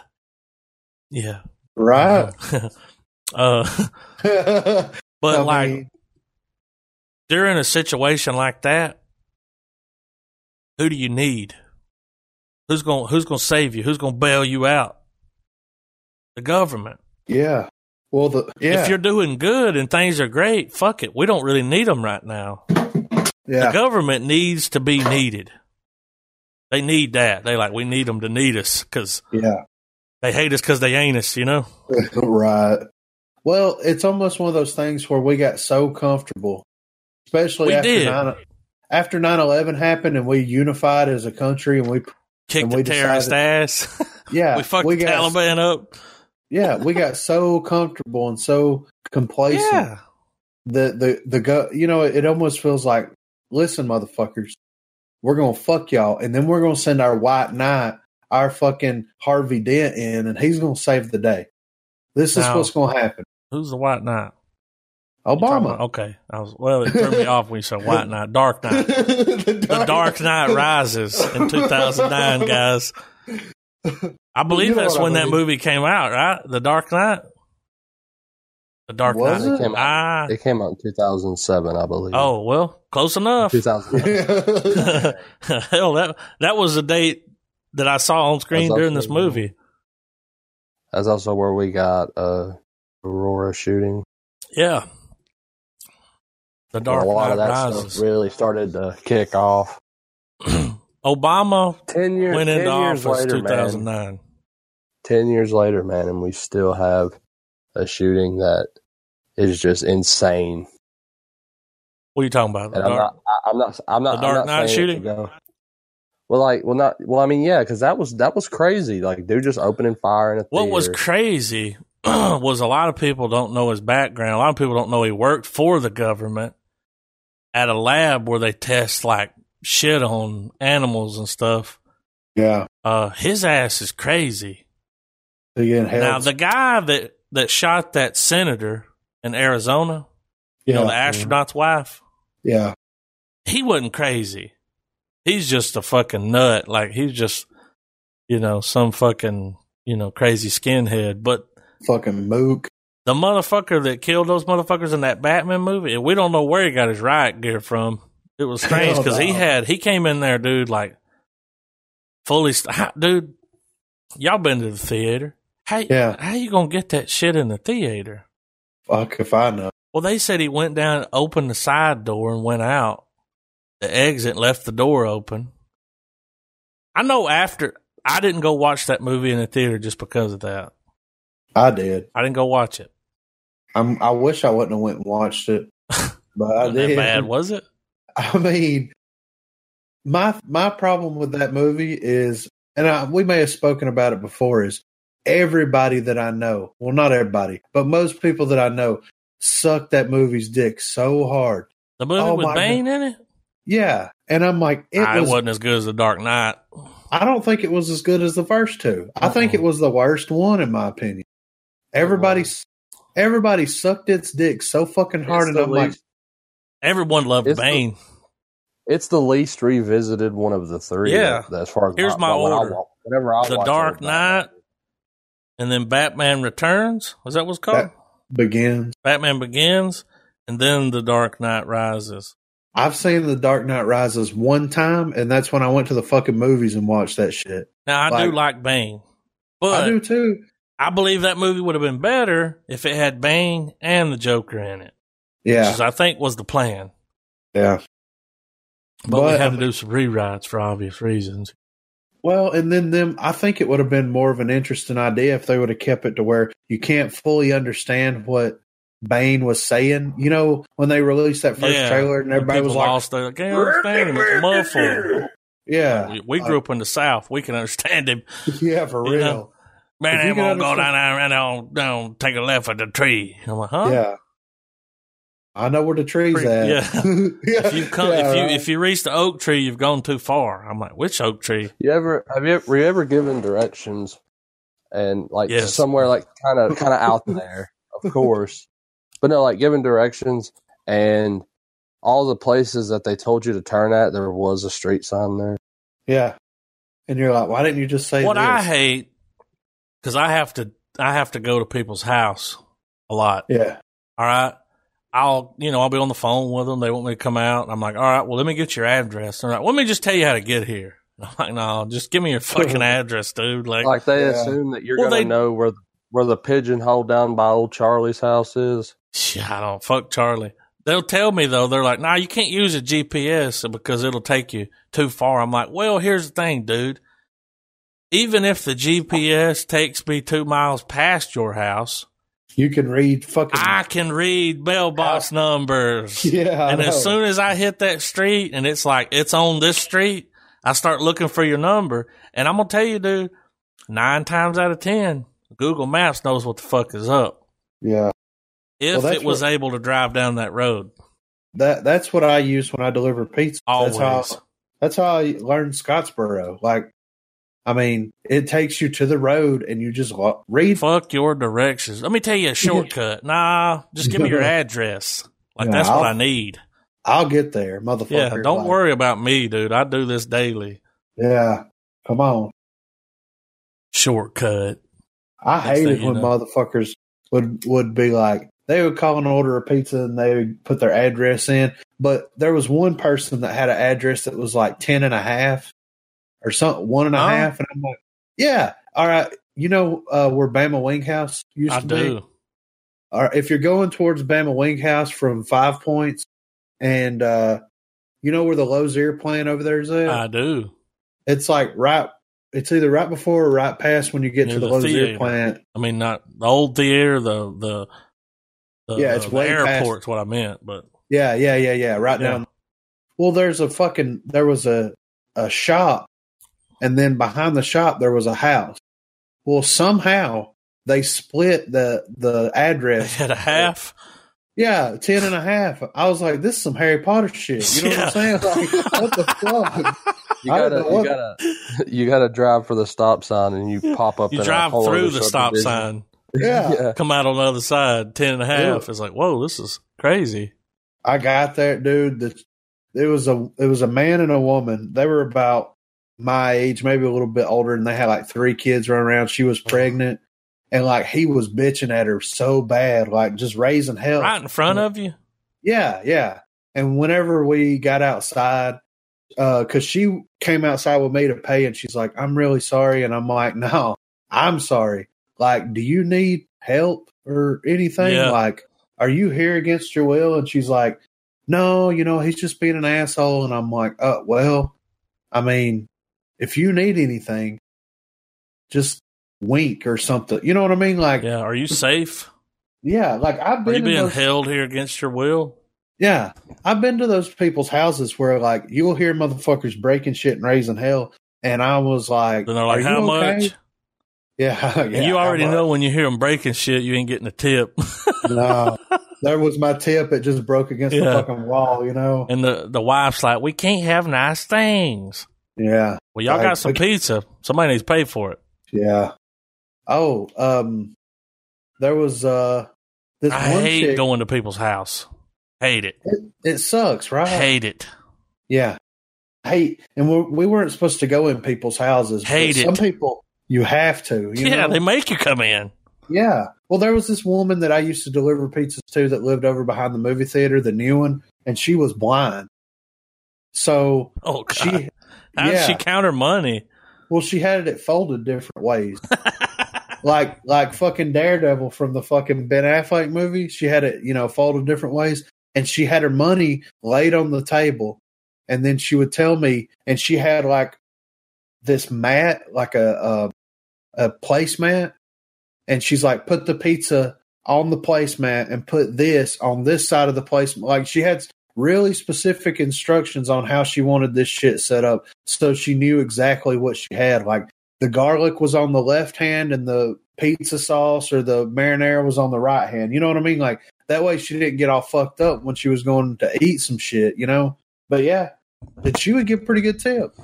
yeah, yeah.
right?
uh,
but
but like during a situation like that, who do you need? Who's going who's going to save you? Who's going to bail you out? The government.
yeah. Well, the yeah,
If you're doing good and things are great, fuck it. We don't really need them right now.
yeah,
The government needs to be needed. They need that. They like we need them to need us because
yeah,
they hate us because they ain't us. You know.
right. Well, it's almost one of those things where we got so comfortable, especially
We
after
did.
nine after 9-11 happened and we unified as a country and we
Kick
And
the
we
terrorist
decided-
ass.
Yeah,
we fucked the Taliban up.
Yeah, we got so comfortable and so complacent
Yeah.
the the the go you know it almost feels like listen motherfuckers we're gonna fuck y'all and then we're gonna send our white knight our fucking harvey dent in and he's gonna save the day this is
No.
what's gonna happen
Who's the white knight? You talking about-
obama
Okay. I was well. It turned me off when you said white knight, dark knight.
the,
The Dark Knight Rises in 2009, guys. I believe
You know
that's
what I
when that
believe.
movie came out, right? The Dark Knight. The Dark
Was
Knight.
it?
Came
Ah,
It came out in 2007, I believe.
oh well, close enough.
2000.
Hell, that that was the date that I saw on screen
That's
during this
absolutely
movie.
That's also where we got uh, Aurora shooting.
Yeah, The Dark
a lot
Knight
of that
Rises.
stuff really started to kick off.
Obama
Ten years,
went into
years
office
later, man.
2009.
Ten years later, man, and we still have a shooting that is just insane.
What are you talking about? The
And I'm
Dark-
not, I- I'm not, I'm not,
The Dark
I'm not
Knight
saying it to
shooting?
go- Well, like, well, not, well, I mean, yeah, because that was that was crazy. Like, dude, just opening fire in a
What was
theater.
crazy was a lot of people don't know his background. A lot of people don't know he worked for the government at a lab where they test like shit on animals and stuff.
yeah
Uh, his ass is crazy.
they getting held.
Now the guy that that shot that senator in Arizona, you
yeah,
know, the astronaut's wife,
yeah
he wasn't crazy. He's just a fucking nut. Like he's just, you know, some fucking, you know, crazy skinhead. But
fucking mook
the motherfucker that killed those motherfuckers in that Batman movie, and we don't know where he got his riot gear from. It was strange
Hell
because he
Oh, no.
had he came in there, dude, like fully. St- dude, y'all been to the theater? How
Yeah.
how you gonna get that shit in the theater?
fuck if i know
Well, they said he went down, opened the side door, and went out the exit, left the door open. I know after I didn't go watch that movie in the theater just because of that.
i did
I didn't go watch it.
i'm i wish i wouldn't have went and watched it but i
Wasn't that
did
bad was it?
I mean, my my problem with that movie is, and I, we may have spoken about it before, is everybody that I know, well, not everybody, but most people that I know, suck that movie's dick so hard.
The movie
Oh,
with
my
Bane in it?
Yeah, and I'm like, it
Ah, It,
was.
was, not as good as The Dark Knight.
I don't think it was as good as the first two. I think
Uh-uh.
it was the worst one in my opinion. Everybody, s- everybody sucked its dick so fucking hard,
It's
and
the
I'm like,
least-
Everyone loved
It's the-
Bane.
It's the least revisited one of the three.
Yeah.
that- as far as
Here's my
when I
order.
wa- whenever I
The
watch
Dark
it, I'm
Knight and then Batman Returns. Was that what's called?
That- begins.
Batman Begins and then The Dark Knight Rises.
I've seen The Dark Knight Rises one time, and that's when I went to the fucking movies and watched that shit.
Now, I do
Like-
like Bane, but
I
I,
do too.
believe that movie would have been better if it had Bane and the Joker in it, which
Yeah,
is, I think was the plan.
yeah.
But, we
But- um,
had to do some rewrites for obvious reasons.
Well, and then them, I think it would have been more of an interesting idea if they would have kept it to where you can't fully understand what Bane was saying. You know, when they released that first
Yeah,
trailer and everybody
People
was like,
lost their, I can't understand him. It's muffled.
"Yeah,
We, we grew up in the South. We can understand him.
yeah, for
You
real."
know, Man,
If you
I'm
can
gonna go down
understand-
there and I'll, I'll take a left at the tree. I'm like, huh?
Yeah, I know where the trees
Pretty-
at.
yeah.
Yeah,
If you come,
yeah,
if you
right.
if you reach the oak tree, you've gone too far. I'm like, which oak tree?
You ever have you, were you ever given directions and like
Yes.
somewhere like kind of kind of out there, of course, but no, like given directions and all the places that they told you to turn at, there was a street sign there.
yeah, and you're like, "Why didn't you just say
What
this?"
I hate, because I have to, I have to go to people's house a lot.
yeah,
All right, I'll, you know, I'll be on the phone with them. They want me to come out. I'm like, all right, well, let me get your address. They're like, let me just tell you how to get here. I'm like, no, just give me your fucking address, dude. Like,
Like they
Yeah.
assume that you're
Well,
gonna
they-
know where the, where the pigeonhole down by old Charlie's house is.
Yeah, I don't fuck Charlie. They'll tell me though, they're like, nah, you can't use a GPS because it'll take you too far. I'm like, well, here's the thing, dude. Even if the GPS takes me two miles past your house,
you can read fucking.
I can read mailbox numbers.
yeah, I
and
know.
as soon as I hit that street and it's like, it's on this street, I start looking for your number, and I'm gonna tell you, dude, nine times out of ten, Google Maps knows what the fuck is up.
Yeah.
If
Well, that's
it was
what-
able to drive down that road,
That that's what I use when I deliver pizza.
always.
That's how that's how I learned Scottsboro. Like I mean, it takes you to the road and you just lo- read
Fuck your directions. Let me tell you a shortcut. nah, just give me your address. Like
Yeah,
that's what
I'll-
I need.
I'll get there, motherfucker.
Yeah, don't
Like,
worry about me, dude. I do this daily.
Yeah. Come on.
Shortcut.
I
Next
hated
thing you
when
know.
motherfuckers would would be like they would call and order a pizza and they would put their address in. But there was one person that had an address that was like ten and a half or something one and a
Oh.
half, and I'm like, Yeah, all right. You know uh, where Bama Wing House used
I
to be?
do.
Or if you're going towards Bama Wing House from Five Points and uh you know where the Lowe's Air plant over there is at?
I do.
it's like right it's either right before or right past when you get
Near
to the,
the
Lowe's Air
theater.
plant.
I mean, not the old theater, the the, the
Yeah, it's
the
way past-
airport's what I meant, but
Yeah, yeah, yeah, yeah. Right
Yeah.
down. Well, there's a fucking there was a a shop, and then behind the shop there was a house. Well, somehow they split the the
they
address.
had a half.
Yeah, ten and a half. I was like, this is some Harry Potter shit. You know what I'm saying? Like, what the fuck?
You
I don't
gotta,
know
you
what-
gotta, you gotta drive for the stop sign, and you pop up.
You
in a
drive
whole
through
other
the stop
subdivision.
sign,
Yeah.
Yeah.
come out on the other side, ten and a half.
Yeah.
It's like, whoa, this is crazy.
I got there, dude. The, it was a it was a man and a woman. They were about my age, maybe a little bit older, and they had like three kids running around. She was pregnant, and like he was bitching at her so bad, like just raising hell.
Right in front of you.
Yeah, yeah. And whenever we got outside, because she came outside with me to pay, and she's like, "I'm really sorry," and I'm like, "No, I'm sorry. Like, do you need help or anything?
Yeah.
Like, are you here against your will?" And she's like, "No, you know, he's just being an asshole." And I'm like, "Uh, well, I mean, if you need anything, just wink or something. You know what I mean? Like, yeah,
Yeah. Are you safe?
like I've
Are
been
you
in
being
those-
held here against your will?
yeah, I've been to those people's houses where like you'll hear motherfuckers breaking shit and raising hell, and I was like,
Then they're like,
"Are
how
you okay?"
much?
Yeah, yeah
and you
how
already
much?
know when you hear them breaking shit, you ain't getting a tip.
No, there was my tip. It just broke against the
Yeah.
fucking wall, you know.
and the the wife's like, we can't have nice things.
Yeah,
Well, y'all all
Like,
got some
okay.
pizza. Somebody needs to pay for it.
yeah. Oh, um, there was uh this
I
one
hate
chick.
going to people's house. Hate it.
it sucks, right?
Hate it.
Yeah, hate. And we, we weren't supposed to go in people's houses. but
Hate it.
Some people you have to. You
yeah,
know?
they make you come in.
Yeah. Well, there was this woman that I used to deliver pizzas to that lived over behind the movie theater, the new one, and she was blind. So
Oh God!
she,
How does she
yeah.
count her money?
well, she had it folded different ways, like like fucking Daredevil from the fucking Ben Affleck movie. She had it, you know, folded different ways, and she had her money laid on the table, and then she would tell me, and she had like this mat, like a a, a placemat, and she's like, put the pizza on the placemat and put this on this side of the placemat. Like she had really specific instructions on how she wanted this shit set up, so she knew exactly what she had. Like the garlic was on the left hand, and the pizza sauce or the marinara was on the right hand. You know what I mean? Like that way she didn't get all fucked up when she was going to eat some shit. You know? But yeah. And she would give pretty good tip.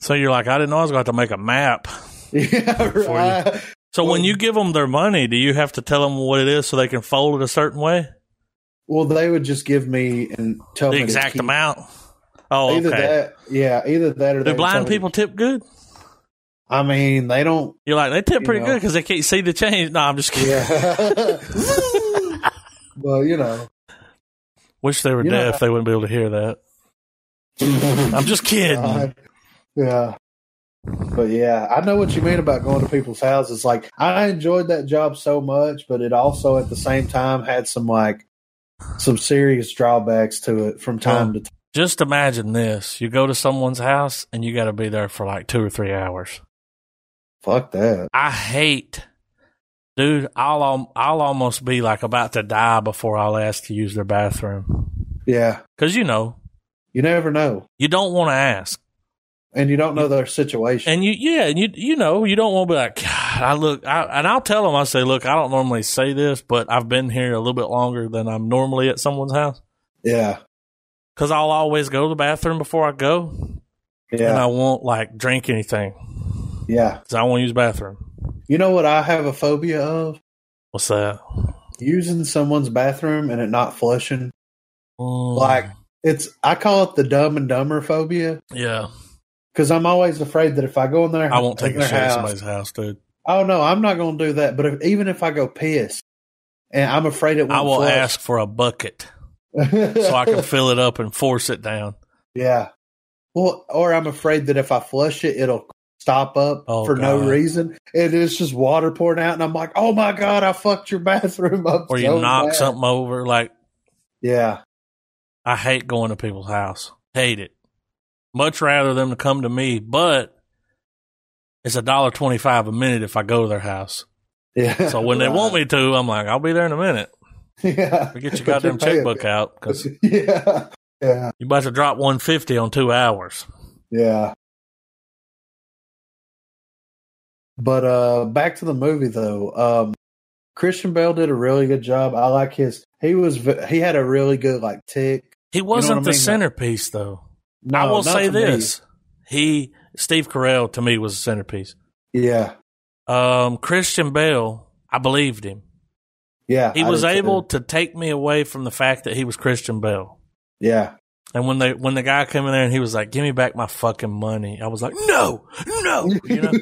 So you're like, I didn't know I was going to have to make a map.
Yeah,
you.
right.
So when
Well-
you give them their money, do you have to tell them what it is so they can fold it a certain way,
Well, they would just give me and tell
the
me to
exact
keep-
amount? Oh,
Either
okay.
that, yeah, either that or
Do
they would tell
blind
me-
people tip good?
I mean, they don't.
You're like, they tip
You
pretty
know.
good because they can't see the change. No, I'm just kidding.
Yeah. well, you know,
Wish they were
You know-
deaf; they wouldn't be able to hear that. I'm just kidding.
God. Yeah. But yeah, I know what you mean about going to people's houses. Like I enjoyed that job so much, but it also at the same time had some like some serious drawbacks to it from time to time.
Just imagine this: you go to someone's house and you got to be there for like two or three hours.
Fuck that.
I hate, dude. I'll al- I'll almost be like about to die before I'll ask to use their bathroom
Yeah.
because you know
You never know.
you don't want to ask.
and you don't know their situation.
And you, yeah, and you, you know, you don't want to be like, God, I look, I, and I'll tell them, I say, look, I don't normally say this, but I've been here a little bit longer than I'm normally at someone's house
yeah,
because I'll always go to the bathroom before I go, and uh,
yeah,
I won't like drink anything
yeah.
because I want to use the bathroom.
You know what I have a phobia of?
What's that?
Using someone's bathroom and it not flushing.
Mm,
Like it's, I call it the dumb and dumber phobia
yeah,
because I'm always afraid that if I go in there,
I won't take
in
a shit
their
at
house-
somebody's house, dude.
Oh no, I'm not going to do that. But if, even if I go piss, and I'm afraid it won't
I will
flush.
ask for a bucket so I can fill it up and force it down.
Yeah. Well, or I'm afraid that if I flush it, it'll stop up
Oh,
for
God.
no reason, and it's just water pouring out, and I'm like, "Oh my god, I fucked your bathroom up."
Or you
so
knock
bad."
something over. Like
Yeah,
I hate going to people's house. Hate it. Much rather them to come to me, but it's a dollar twenty five a minute if I go to their house.
yeah.
So when they want
Right.
me to, I'm like, I'll be there in a minute.
yeah,
Or get your
But you're
goddamn
paying
checkbook out because
me. yeah, yeah,
you're about to drop one fifty on two hours.
yeah. But uh, back to the movie though. Um, Christian Bale did a really good job. I like his. He was v- he had a really good like tick.
He wasn't
what
the
I mean?
centerpiece though.
No,
I will
not
say
to me.
this: he, Steve Carell, to me was the centerpiece.
Yeah,
Um, Christian Bale, I believed him.
yeah.
He
I
was
did, too.
able to take me away from the fact that he was Christian Bale.
Yeah.
And when they when the guy came in there and he was like, "Give me back my fucking money," I was like, "No, no!" You know,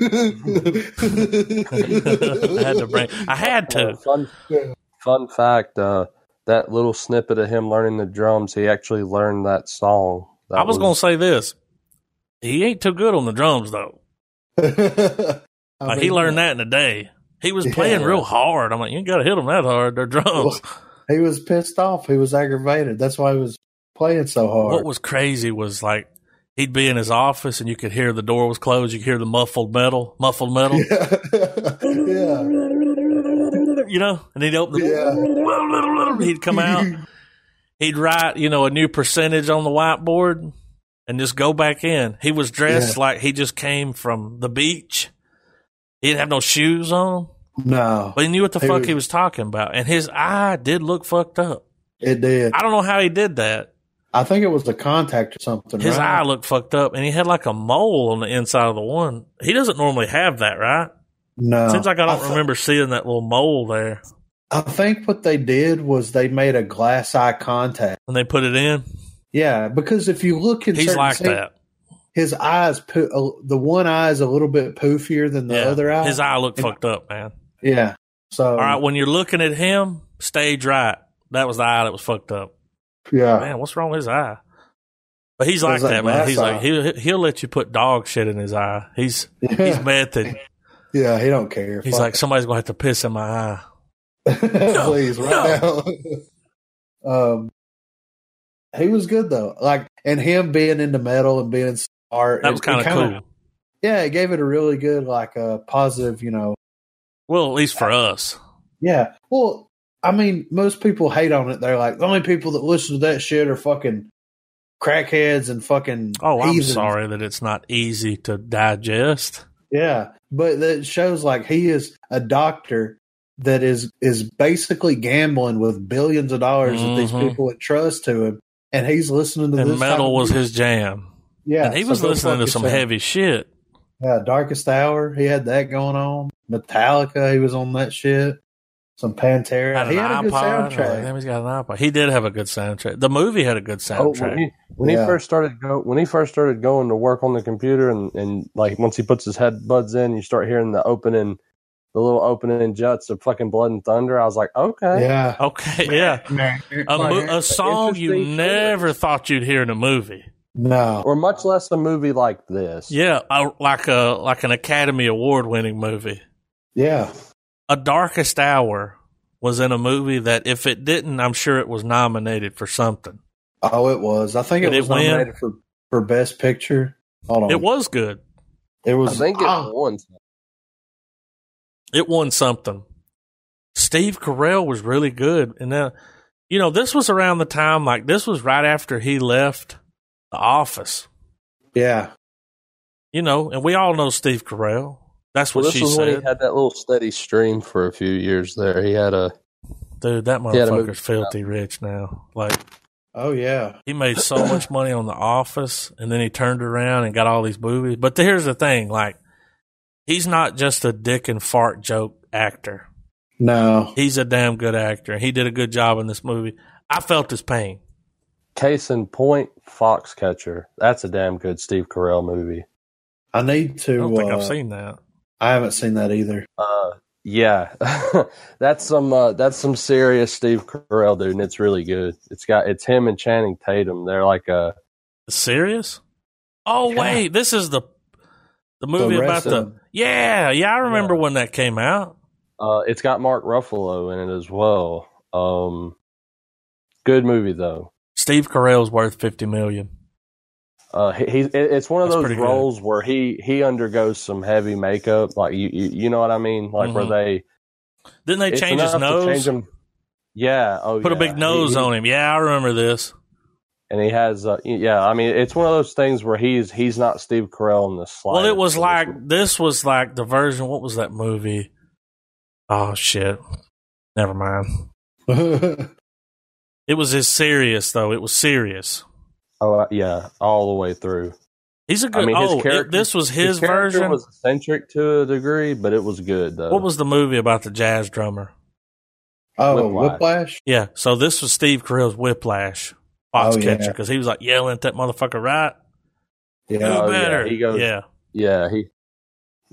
I had to bring, I had
Uh,
to.
fun, fun fact: uh, that little snippet of him learning the drums, he actually learned that song. That
I was gonna say this. He ain't too good on the drums though.
I
Like he
mean,
learned that in a day. He was
Yeah.
playing real hard. I'm like, you ain't gotta hit them that hard. They're drums.
He was pissed off. He was aggravated. That's why he was playing so
What
hard.
was crazy was like he'd be in his office and you could hear the door was closed. You could hear the muffled metal, muffled metal.
yeah. yeah.
you know, and he'd open the he'd come out, he'd write, you know, a new percentage on the whiteboard and just go back in. He was dressed like he just came from the beach. He didn't have no shoes on,
No,
but he knew what the
He
fuck
was-
he was talking about. And his eye did look fucked up.
it did.
I don't know how he did that.
I think it was the contact or something.
His eye
right?
looked fucked up, and he had like a mole on the inside of the one. He doesn't normally have that, right?
No.
Seems like I don't
th-
remember seeing that little mole there
I think what they did was they made a glass eye contact.
when they put it in.
Yeah, because if you look in
He's
certain
like
scenes-
that.
his eyes poo- uh, the one eye is a little bit poofier than the
yeah.
other eye.
His eye looked
And- um,
fucked up, man.
Yeah. So
All right, when you're looking at him, stage right. That was the eye that was fucked up.
yeah.
Man, what's wrong with his eye? But he's like
It's like
that, man.
glass
He's
eye.
like he'll he'll let you put dog shit in his eye. He's he's
Yeah.
method.
yeah, he don't care.
He's
Fuck.
like somebody's gonna have to piss in my eye.
please right now. um he was good though. Like and him being into metal and being smart.
That was
it- it
kind of
kinda-
cool.
Yeah, it gave it a really good like uh, positive, you know.
Well, at least for us.
Yeah. Well, I mean, most people hate on it. They're like the only people that listen to that shit are fucking crackheads and fucking
Oh, I'm
heathens.
sorry that it's not easy to digest.
Yeah, but that shows like he is a doctor that is is basically gambling with billions of dollars that these
Mhm.
people entrust to him, and he's listening to
And
this. type of-
metal was his jam.
yeah,
and he
so
was
go
listening
fuck
to some
yourself.
heavy shit.
Yeah, Darkest Hour. He had that going on. Metallica. He was on that shit. Some Pantera.
Had
He
an
had a
iPod. I
good
was like,
soundtrack.
Damn, he's got an iPod. He did have a good soundtrack. The movie had a good
Oh,
soundtrack.
when he, when he
Yeah.
first started go when he first started going to work on the computer and, and like once he puts his headbuds in, you start hearing the opening, the little opening jets of fucking blood and thunder. I was like, okay,
Yeah.
okay, yeah. A, mo- a song you
Interesting
never thought you'd hear in a movie.
No.
or much less a movie like this.
Yeah, a, like a like an Academy Award winning movie.
Yeah.
A Darkest Hour was in a movie that if it didn't, I'm sure it was nominated for something.
Oh, it was. I think it,
Did it
was
win?
nominated for for best picture. Hold on.
It was good.
It
I
was.
think it
ah,
won.
It won something. Steve Carell was really good, and then you know this was around the time like this was right after he left the office.
yeah.
you know, and we all know Steve Carell. That's what
well, this
she
was when he
said.
had that little steady stream for a few years there. He had a
Dude, that
he had a movie
motherfucker's filthy rich now. Like
Oh yeah,
he made so much money on The Office, and then he turned around and got all these movies. But here's the thing: like, he's not just a dick and fart joke actor.
no,
He's a damn good actor, and he did a good job in this movie. I felt his pain.
case in point, Foxcatcher. That's a damn good Steve Carell movie.
I need to.
I don't think
uh,
I've seen that.
I haven't seen that either.
Uh, yeah, that's some uh, that's some serious Steve Carell dude, and it's really good. It's got it's him and Channing Tatum. They're like a
Serious? Oh
Yeah.
wait, this is the the movie about the
wrestling.
yeah yeah. I remember
Yeah.
when that came out.
uh, it's got Mark Ruffalo in it as well. Um, good movie though.
Steve Carell's worth fifty million.
Uh, he, he, it- it's one of
That's
those
pretty good.
roles where he he undergoes some heavy makeup, like you you, you know what I mean, like where
Mhm.
they
Didn't they
it's
change his
enough
nose?
to change him- Yeah, oh,
Put a
yeah.
big nose
He- he-
on him. Yeah, I remember this.
and he has uh, yeah. I mean, it's one of those things where he's he's not Steve Carell in the slide.
Well, it was like this was like the version. What was that movie? Oh shit! Never mind. It was as serious though. It was serious.
oh uh, yeah, all the way through.
He's a good.
I mean, his
oh, it-
character-
this was his,
character
version.
was uh, eccentric to a degree, but it was good though.
what was the movie about the jazz drummer?
oh,
Whiplash.
Whiplash.
Yeah. So this was Steve Carell's Whiplash
Oh,
Foxcatcher
yeah.
because he was like yelling at that motherfucker, right?
Yeah,
Oh,
Who
yeah.
better? Yeah.
He goes- yeah he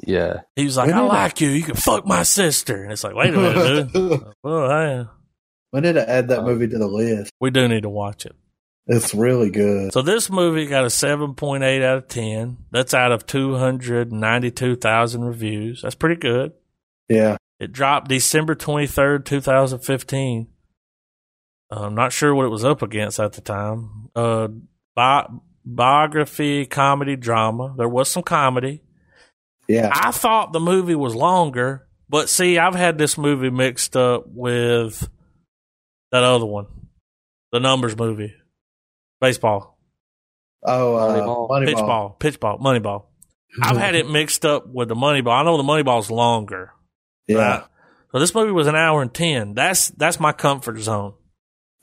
yeah
He was like,
When
I
did I-
like you. You can fuck my sister. And it's like, wait a minute, dude. well, I,
when did I add that
Uh,
movie to the list?
we do need to watch it.
It's really good.
So this movie got a 7.8 out of 10. That's out of 292,000 reviews. That's pretty good.
Yeah,
It dropped December 23rd, 2015. Uh, I'm not sure what it was up against at the time. Uh, bi- biography, comedy, drama. There was some comedy.
yeah.
I thought the movie was longer, but see, I've had this movie mixed up with that other one, the numbers movie, baseball,
Oh, uh,
Moneyball.
Moneyball.
pitchball, pitchball, moneyball. I've had it mixed up with the moneyball. I know the moneyball's longer.
Yeah,
right? So this movie was an hour and ten. That's that's my comfort zone.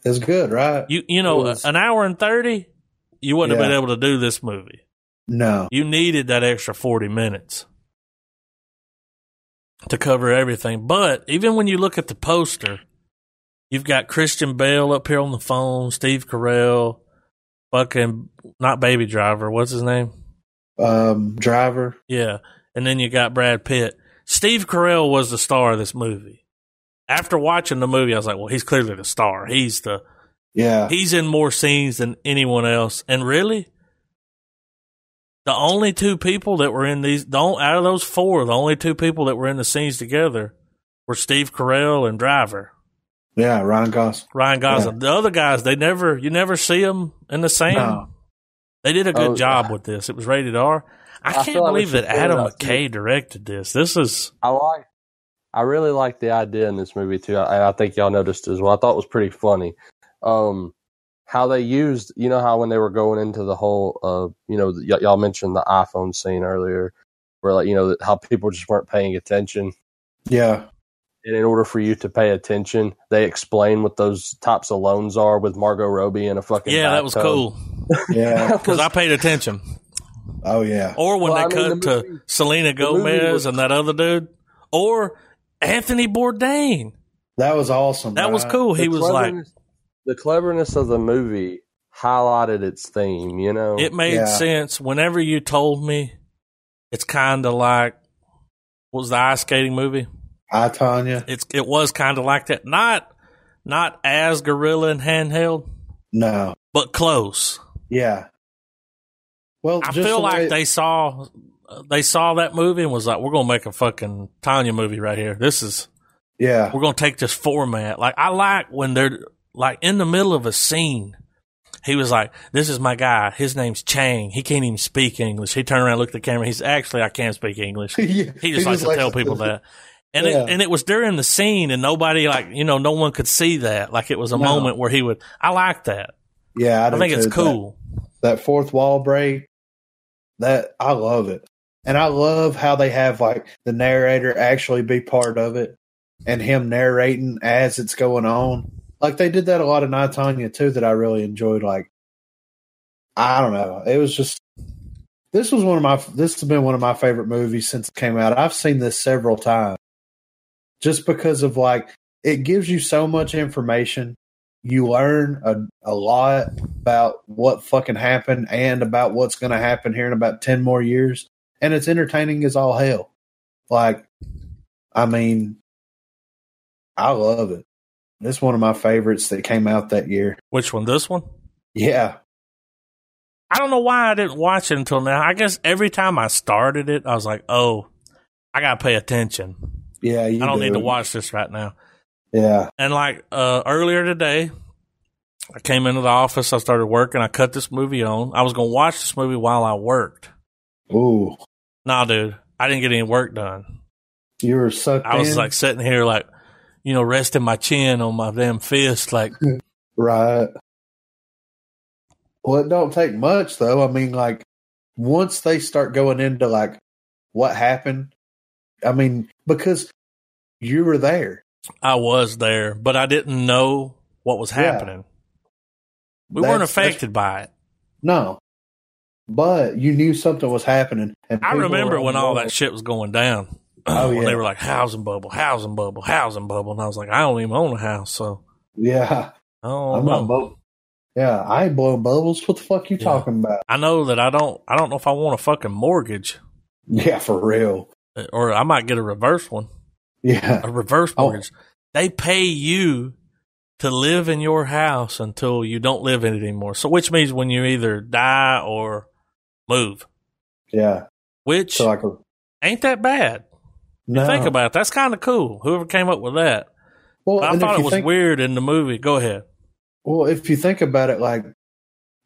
it's good, right?
You you know
It was-
an hour and thirty, you wouldn't have
Yeah.
been able to do this movie.
no,
You needed that extra 40 minutes to cover everything. But even when you look at the poster, you've got Christian Bale up here on the phone, Steve Carell, fucking not Baby Driver, what's his name?
um, Driver.
Yeah. And then you got Brad Pitt. Steve Carell was the star of this movie. After watching the movie, I was like, well, he's clearly the star. He's the
Yeah,
He's in more scenes than anyone else. And really, the only two people that were in these, the on- out of those four, the only two people that were in the scenes together were Steve Carell and Driver,
yeah. Ryan Gosling.
Ryan Gosling. The other guys, they never, you never see them in the same.
No.
They did a good
Oh,
job
yeah.
with this. It was rated R. I
I
can't
feel like we
believe
should
that
put it
Adam
out too.
McKay directed this. This is
I like. I really like the idea in this movie too, and I think y'all noticed as well. I thought it was pretty funny. Um, how they used, you know, how when they were going into the whole, uh, you know, y- y'all mentioned the iPhone scene earlier, where like you know how people just weren't paying attention,
Yeah,
and in order for you to pay attention, they explain what those types of loans are with Margot Robbie and a fucking
yeah, that was
bathtub.
cool
yeah.
That
because
was-
I paid attention.
oh yeah.
Or when
Well,
they
I mean,
cut
the
to
movie-
Selena
movie
Gomez
was-
and that other dude, or Anthony Bourdain.
That was awesome.
That was
right?
cool. He
the
was like,
cleverness- the cleverness of the movie highlighted its theme. You know,
it made
Yeah.
sense. Whenever you told me, it's kind of like what was the ice skating movie?
I Tanya.
It's it was kind of like that. Not not as gorilla and handheld,
No.
but close.
Yeah. Well,
I
just
feel
the
like
way-
they saw they saw that movie and was like, we're gonna make a fucking Tanya movie right here. This is
Yeah.
we're gonna take this format. Like I like when they're like in the middle of a scene. He was like, "This is my guy. His name's Chang. He can't even speak English." He turned around, looked at the camera. He's actually, I can't speak English. He
Yeah,
just likes to tell people that. And
Yeah.
it, and it was during the scene, and nobody like you know, no one could see that. Like it was a
No.
moment where he would. I like that.
Yeah, I,
I,
do
think it's
too. That-
cool.
That, fourth wall break. That I love it. And I love how they have like the narrator actually be part of it and him narrating as it's going on. Like they did that a lot in I Tanya too that I really enjoyed. Like I don't know. It was just this was one of my this has been one of my favorite movies since it came out. I've seen this several times. Just because of like it gives you so much information. You learn a, a lot about what fucking happened and about what's going to happen here in about 10 more years. And it's entertaining as all hell. Like, I mean, I love it. It's one of my favorites that came out that year.
Which one? This one?
Yeah.
I don't know why I didn't watch it until now. I guess every time I started it, I was like, oh, I got to pay attention.
Yeah.
I don't need to watch this right now.
Yeah.
And like uh, earlier today, I came into the office. I started working. I cut this movie on. I was gonna watch this movie while I worked.
Ooh.
Nah, dude, I didn't get any work done.
You were sucked.
I was
in?
like sitting here, like you know, resting my chin on my damn fist. Like,
Right. Well, it don't take much though. I mean, like once they start going into like what happened, I mean, because you were there.
I was there, but I didn't know what was
Yeah.
happening. We
That's-
weren't
that's-
affected by it.
No. But you knew something was happening. And
I
people
remember
were
when all that
involved.
shit was going down.
Oh,
when
yeah.
they were like housing bubble, housing bubble, housing bubble, and I was like, I don't even own a house, so
Yeah.
I don't
I'm
know.
not bu- Yeah, I ain't blowing bubbles. What the fuck you
Yeah.
talking about?
I know that I don't. I don't know if I want a fucking mortgage,
Yeah, for real.
or I might get a reverse one.
Yeah.
A reverse
Oh.
mortgage. They pay you to live in your house until you don't live in it anymore. So, which means when you either die or move,
Yeah.
which
So like a,
ain't that bad.
no.
Think about it. That's kind of cool. Whoever came up with that.
well,
But I
and if
thought
you
it was
think-
weird in the movie. Go ahead.
Well, if you think about it, like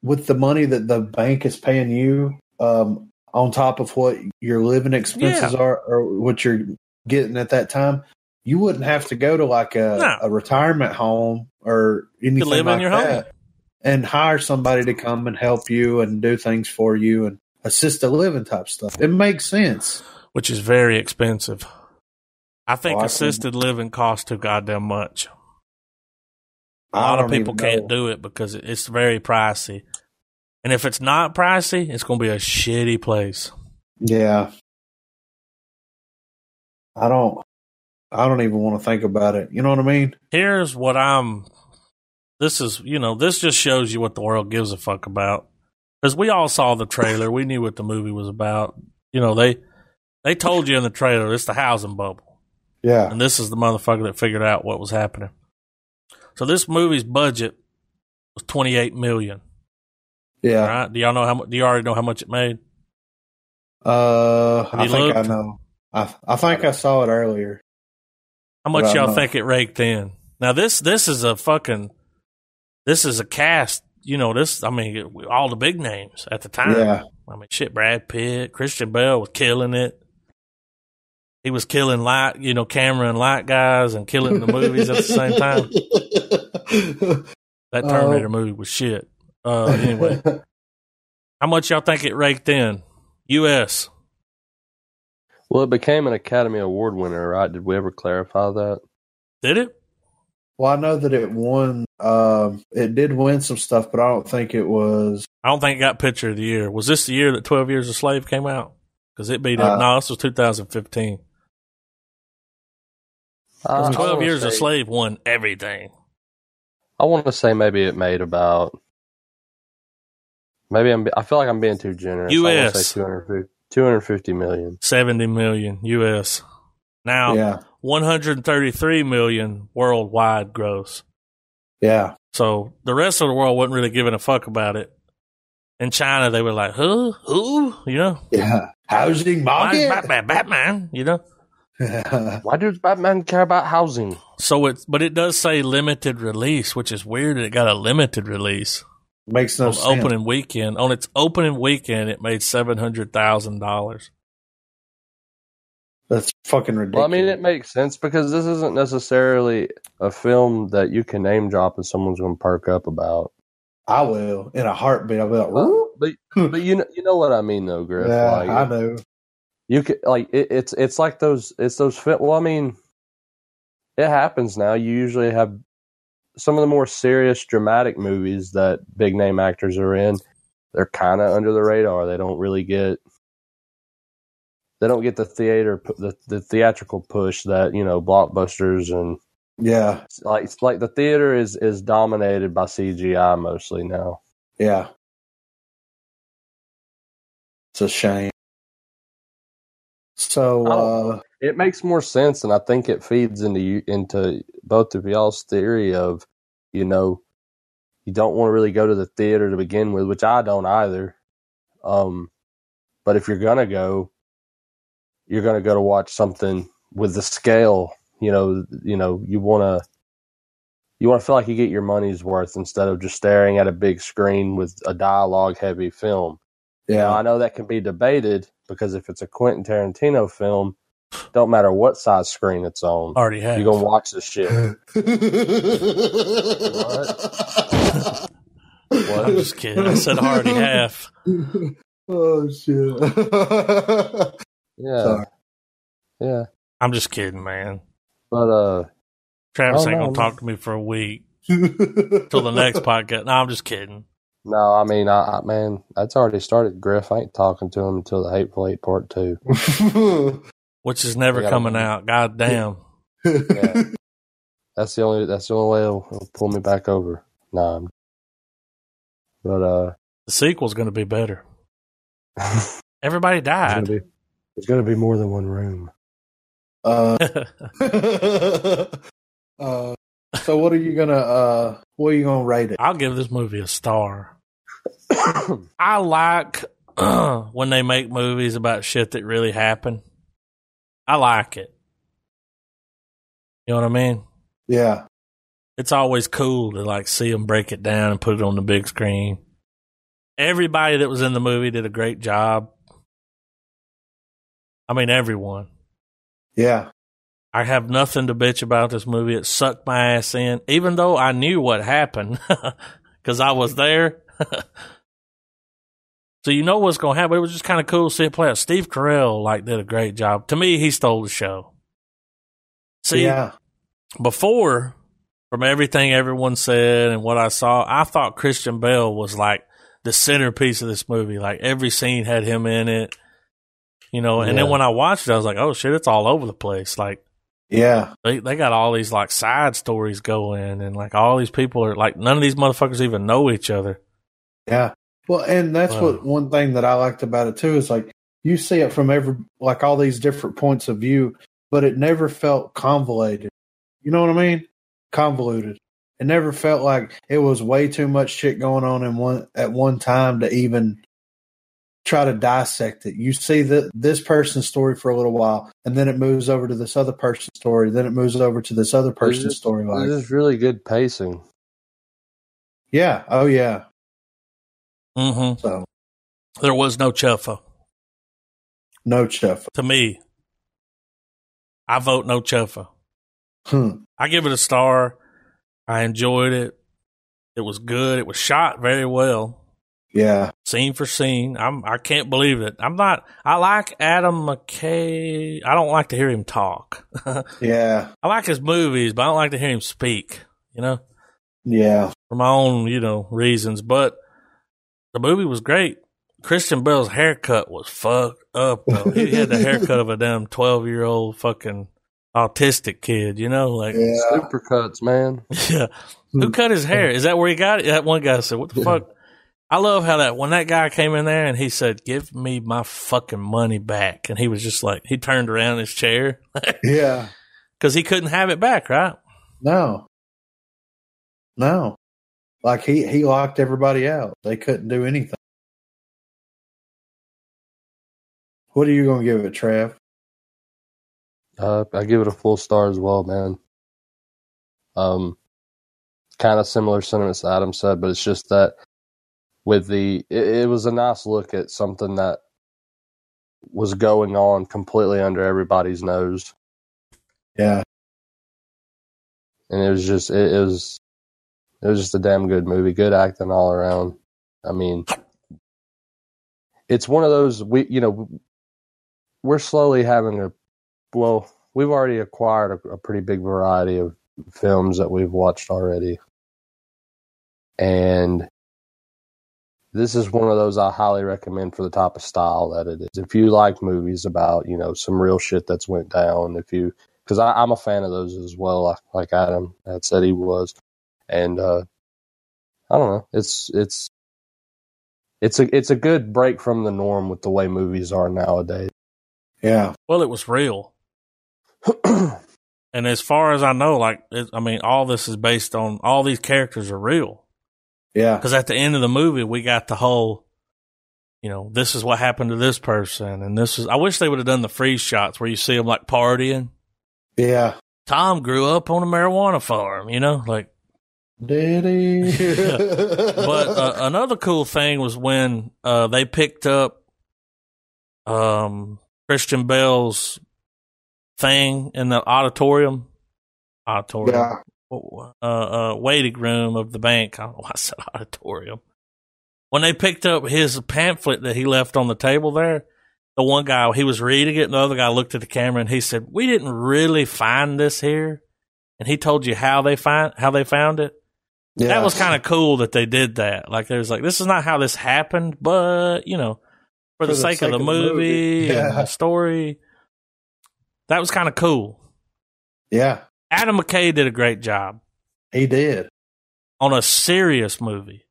with the money that the bank is paying you, um, on top of what your living expenses are or what you're getting at that time, you wouldn't have to go to like a,
No.
a retirement home or anything
live in
like
your home.
that, and hire somebody to come and help you and do things for you and assist a living type stuff. It makes sense.
Which is very expensive. I think
Well, I think-
assisted living costs too goddamn much. A lot of people can't do it because it- it's very pricey. And if it's not pricey, it's going to be a shitty place.
Yeah. I don't. I don't even want to think about it. You know what I mean?
Here's what I'm. This is, you know, this just shows you what the world gives a fuck about. Because we all saw the trailer, we knew what the movie was about. You know, they they told you in the trailer it's the housing bubble,
Yeah.
and this is the motherfucker that figured out what was happening. So this movie's budget was twenty eight million.
Yeah.
Right? Do y'all know how? mu- Do you already know how much it made?
Uh, I
you
think I
looked?
know. I I think I saw it earlier.
How much
About
y'all
nine.
think it raked in? Now this this is a fucking this is a cast. You know this. I mean, it- all the big names at the time.
Yeah.
I mean, shit. Brad Pitt, Christian Bell was killing it. He was killing light, you know, camera and light guys, and killing the movies at the same time. That
Oh.
Terminator movie was shit. Uh, anyway, how much y'all think it raked in? U.S.
Well, it became an Academy Award winner, right? Did we ever clarify that?
Did it?
well, I know that it won. Um, it did win some stuff, but I don't think it was.
I don't think it got Picture of the Year. Was this the year that Twelve Years a Slave came out? Because it beat it.
Uh,
no, this was 2015.
I- Uh, I
12
wanna
years a
say-
slave won everything.
I want to say maybe it made about. Maybe I'm. I feel like I'm being too generous. I wanna
US.
say 250, 250 million.
70 million US. Now,
Yeah,
133 million worldwide gross.
yeah,
So the rest of the world wasn't really giving a fuck about it. In China, they were like, who? Who? You know?
yeah. Housing
Oh,
Why is
market.
Batman, Batman, you know?
Why does Batman care about housing?
So it's, but it does say limited release, which is weird that it got a limited release
Makes no
on
sense.
opening weekend. On its opening weekend, it made $700,000.
That's fucking
Well, I
ridiculous.
mean, it makes sense because this isn't necessarily a film that you can name drop and someone's going to perk up about.
I will in a heartbeat. I'll be like, "Whoop."
But but you know you know what I mean though, Griff.
Hmm. yeah,
like,
I know.
you could like it, it's it's like those it's those fit well i mean it happens now you usually have some of the more serious dramatic movies that big name actors are in they're kind of under the radar they don't really get they don't get the theater pu- the, the theatrical push that you know blockbusters and
Yeah,
it's like it's like the theater is is dominated by cgi mostly now
yeah. It's a shame. So,
Oh.
uh,
it makes more sense, and I think it feeds into you, into both of y'all's theory of, you know, you don't want to really go to the theater to begin with, which I don't either. Um, but if you're gonna go, you're gonna go to watch something with the scale. You know, you know, you wanna you want to feel like you get your money's worth instead of just staring at a big screen with a dialogue heavy film. Now,
yeah,
I know that can be debated because if it's a Quentin Tarantino film, don't matter what size screen it's on,
Already have.
you're gonna watch this shit.
what?
I'm just kidding. I said already have.
oh shit!
Yeah,
Sorry.
yeah.
I'm just kidding, man.
But uh,
Travis
Oh,
ain't
no,
gonna
no.
talk to me for a week till the next podcast. No, I'm just kidding.
no, I mean, I, I man, that's already started. Griff, I ain't talking to him until the Hateful Eight Part Two.
Which is never
Yeah.
coming out. God damn.
Yeah. that's the only. That's the only way it'll, it'll pull me back over. Nah, I'm, but uh,
The sequel's gonna be better. Everybody
it's gonna
died.
be. It's gonna be more than one room.
uh, uh, so, what are you gonna? Uh, what are you gonna rate it?
I'll give this movie a star. I like when they make movies about shit that really happened. I like it. You know what I mean?
Yeah,
It's always cool to like see them break it down and put it on the big screen. Everybody that was in the movie did a great job. I mean, everyone.
yeah,
I have nothing to bitch about this movie. It sucked my ass in, even though I knew what happened because I was there. so you know what's going to happen. It was just kind of cool to see it play out. Steve Carell like did a great job. To me, he stole the show. See,
yeah,
before from everything everyone said and what I saw, I thought Christian Bell was like the centerpiece of this movie. Like every scene had him in it, you know. And then
Yeah.
when I watched it, I was like, oh shit, it's all over the place. Like
yeah,
they they got all these like side stories going, and like all these people are like none of these motherfuckers even know each other.
yeah. Well, and that's
Wow.
what one thing that I liked about it too is like you see it from every like all these different points of view, but it never felt convoluted. You know what I mean? Convoluted. It never felt like it was way too much shit going on in one at one time to even try to dissect it. You see the, this person's story for a little while, and then it moves over to this other person's story. Then it moves over to this other person's
just-
story. Like,
This is really good pacing.
yeah, oh yeah.
Mm-hmm.
So
There was no chuffa
no chuff.
to me. I vote no chuffa.
Hmm.
I give it a star. I enjoyed it. It was good. It was shot very well,
Yeah.
scene for scene. I'm I can't believe it. I'm not. I like Adam McKay. I don't like to hear him talk. I
Yeah.
like his movies, but I don't like to hear him speak. You know.
Yeah.
for my own, you know, reasons. But the movie was great. Christian Bell's haircut was fucked up though. He had the haircut of a damn twelve year old fucking autistic kid, you know, like yeah.
Yeah.
Supercuts, man.
Who cut his hair? Is that where he got it? That one guy said, What the fuck? I love how that when that guy came in there and he said, Give me my fucking money back and he was just like he turned around his chair
Yeah.
because he couldn't have it back, right?
No. No. Like he he locked everybody out. They couldn't do anything. What are you gonna give it, Trav?
Uh, I give it a full star as well, man. Um, kind of similar sentiments to Adam said, but it's just that with the it, it was a nice look at something that was going on completely under everybody's nose,
Yeah.
and it was just it, it was It was just a damn good movie. Good acting all around. I mean, it's one of those we you know we're slowly having a well we've already acquired a, a pretty big variety of films that we've watched already, and this is one of those I highly recommend for the type of style that it is. If you like movies about you know some real shit that's went down, if you because I'm a fan of those as well, like, like Adam had said he was, and uh, I don't know, it's it's it's a it's a good break from the norm with the way movies are nowadays.
Yeah.
Well, it was real. and as far as I know, like, it, I mean, all this is based on all these characters are real.
Yeah.
Because at the end of the movie, we got the whole, you know, this is what happened to this person, and this is. I wish they would have done the freeze shots where you see them like partying.
Yeah.
Tom grew up on a marijuana farm, you know, like.
Did he?
Yeah. But uh, another cool thing was when uh, they picked up um, Christian Bell's thing in the auditorium, auditorium,
yeah.
uh, uh, waiting room of the bank. I don't know why I said auditorium. When they picked up his pamphlet that he left on the table there, the one guy he was reading it, and the other guy looked at the camera and he said, "We didn't really find this here," and he told you how they find how they found it.
yeah.
That was kind of cool that they did that. Like, there's like, this is not how this happened, but you know, for, the, sake, of the movie, and
Yeah.
the story, that was kind of cool.
Yeah.
Adam McKay did a great job
He did.
on a serious movie.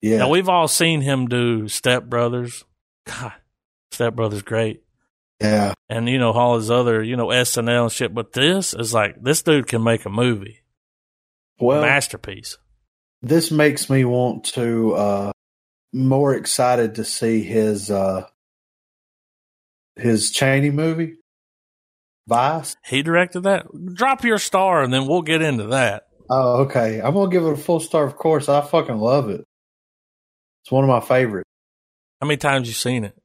Yeah.
Now we've all seen him do Step Brothers. God, Step Brothers great,
yeah.
and you know all his other you know SNL and shit. But this is like this dude can make a movie,
Well,
masterpiece.
this makes me want to uh more excited to see his uh his Cheney movie. Vice.
He directed that. Drop your star, and then we'll get into that.
Oh, okay. I'm gonna give it a full star of course. I fucking love it. It's one of my favorites.
How many times you seen it?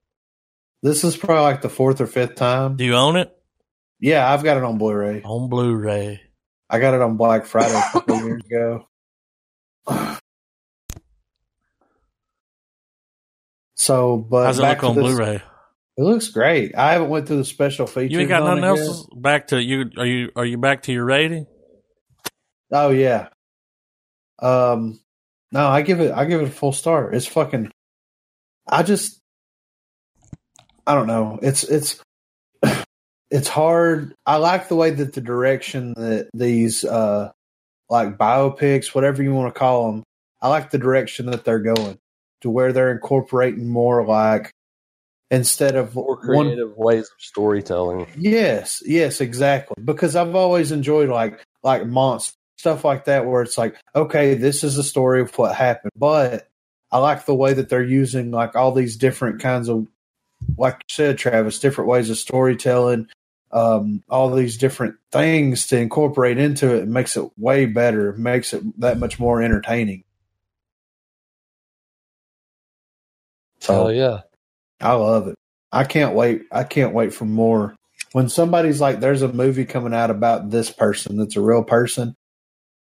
This is probably like the fourth or fifth time.
Do you own it?
Yeah, I've got it on Blu-ray.
On Blu-ray.
I got it on Black Friday a couple of years ago. So, but
How's it
Uh, back
look on
to this-
Blu-ray?
It looks great. I haven't went through the special features.
You ain't got
on
nothing
it yet.
else. Back to you. Are you are you back to your rating?
Oh yeah. Um, no, I give it. I give it a full star. It's fucking. I just. I don't know. It's it's. It's hard. I like the way that the direction that these uh, like biopics, whatever you want to call them, I like the direction that they're going to where they're incorporating more like instead of
More
one
creative ways of storytelling.
Yes, yes, exactly. Because I've always enjoyed like like monster stuff like that, where it's like, okay, this is the story of what happened. But I like the way that they're using like all these different kinds of, like you said, Travis, different ways of storytelling, um, all these different things to incorporate into it. it makes it way better. Makes it that much more entertaining.
Oh,
Hell yeah.
I love it. I can't wait. I can't wait for more. When somebody's like, there's a movie coming out about this person that's a real person,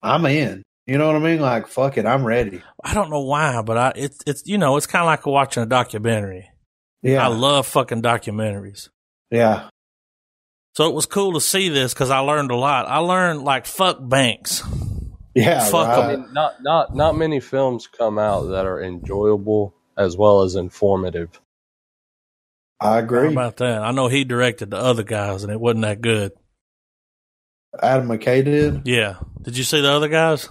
I'm in. You know what I mean? Like, fuck it. I'm ready.
I don't know why, but I it's it's you know it's kind of like watching a documentary.
Yeah.
I love fucking documentaries.
yeah.
So it was cool to see this because I learned a lot. I learned like fuck banks.
Yeah.
Fuck
right.
I mean, not not not many films come out that are enjoyable as well as informative.
I
How
agree.
about that? I know he directed the other guys and it wasn't that good.
Adam McKay did.
Yeah. Did you see the other guys?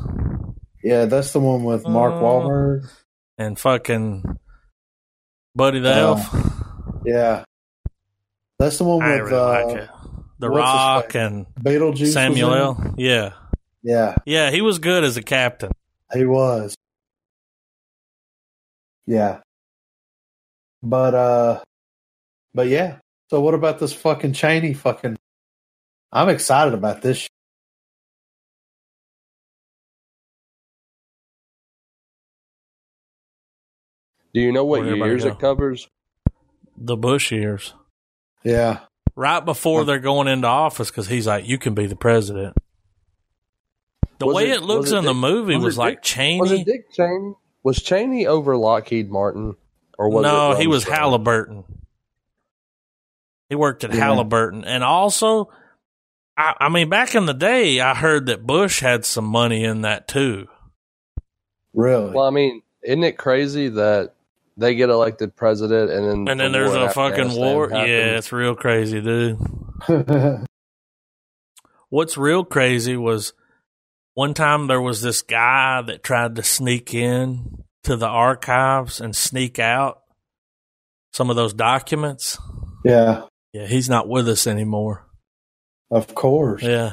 Yeah. That's the one with Mark
Uh,
Wahlberg.
And fucking Buddy the
Uh,
Elf.
Yeah. That's the one
I
with
really
uh,
like it. The
what's his
Rock and
Beetlejuice. was
Samuel
in it.
L. Yeah.
Yeah.
Yeah, he was good as a captain.
He was. Yeah. But uh but yeah. So what about this fucking Cheney fucking I'm excited about this. sh-
Do you know what
Where'd everybody
years
go?
it covers?
The Bush years.
Yeah.
Right before they're going into office because he's like, you can be the president. The
Was
way
it-
it, looks
was it
in the
Dick-
movie
was
was,
it
like
Dick-
Cheney.
Was it Dick Cheney? Was Cheney over Lockheed Martin, or was
no,
it
he was
Rumsfeld?
Halliburton. He worked at
Yeah.
Halliburton, and also, I, I mean, back in the day, I heard that Bush had some money in that too.
Really?
Well, I mean, isn't it crazy that they get elected president and then
And
the
then there's
war in
a fucking
Afghanistan
war.
happens?
Yeah, it's real crazy, dude. What's real crazy was one time there was this guy that tried to sneak in to the archives and sneak out some of those documents.
yeah,
Yeah, he's not with us anymore.
of course.
Yeah,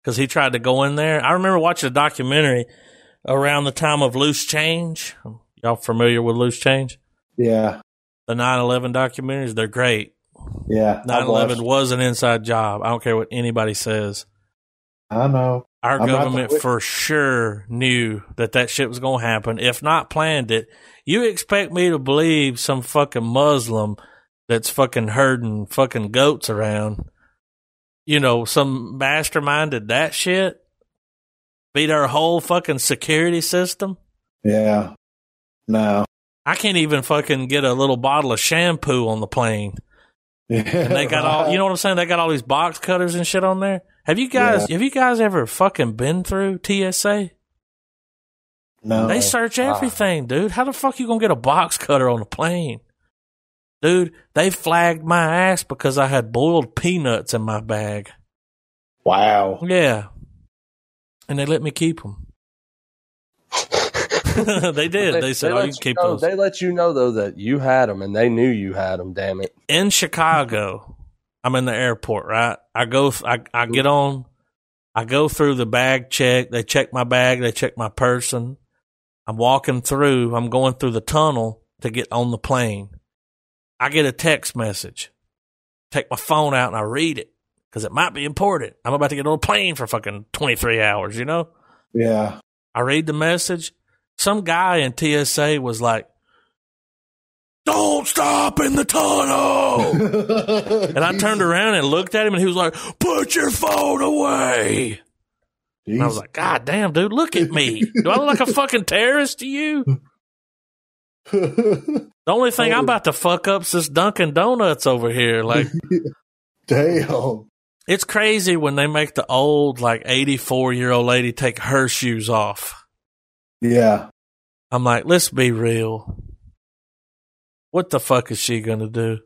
because he tried to go in there. I remember watching a documentary around the time of Loose Change. Y'all familiar with Loose Change?
Yeah,
The 9 11 documentaries, they're great.
yeah.
9
I've watched-
11 was an inside job. I don't care what anybody says.
I know.
Our
I'm not the
government
wit-
for sure knew that that shit was going to happen, if not planned it. You expect me to believe some fucking Muslim that's fucking herding fucking goats around, you know, some masterminded that shit? Beat our whole fucking security system?
Yeah. No.
I can't even fucking get a little bottle of shampoo on the plane.
Yeah.
And they got all, you know what I'm saying? They got all these box cutters and shit on there. Have you guys, have you guys ever fucking been through TSA?
No.
They search
wow.
everything, dude. How the fuck you gonna get a box cutter on a plane? Dude, they flagged my ass because I had boiled peanuts in my bag.
wow.
Yeah. And they let me keep them. they did. They, said, oh,
let
you can keep
know,
those.
They let you know though that you had them, and they knew you had them. Damn it!
in Chicago, I'm in the airport, right? I go, th- I, I get on, I go through the bag check. They check my bag, they check my person. I'm walking through, I'm going through the tunnel to get on the plane. I get a text message, take my phone out and I read it because it might be important. I'm about to get on a plane for fucking 23 hours, you know?
Yeah.
I read the message. Some guy in TSA was like, don't stop in the tunnel. Oh. And I turned around and looked at him, and he was like, "Put your phone away." And I was like, "God damn, dude, look at me. Do I look like a fucking terrorist to you?" The only thing I'm about to fuck up is this Dunkin' Donuts over here. Like,
damn.
it's crazy when they make the old, like, 84 year old lady take her shoes off.
Yeah.
I'm like, let's be real. What the fuck is she gonna do?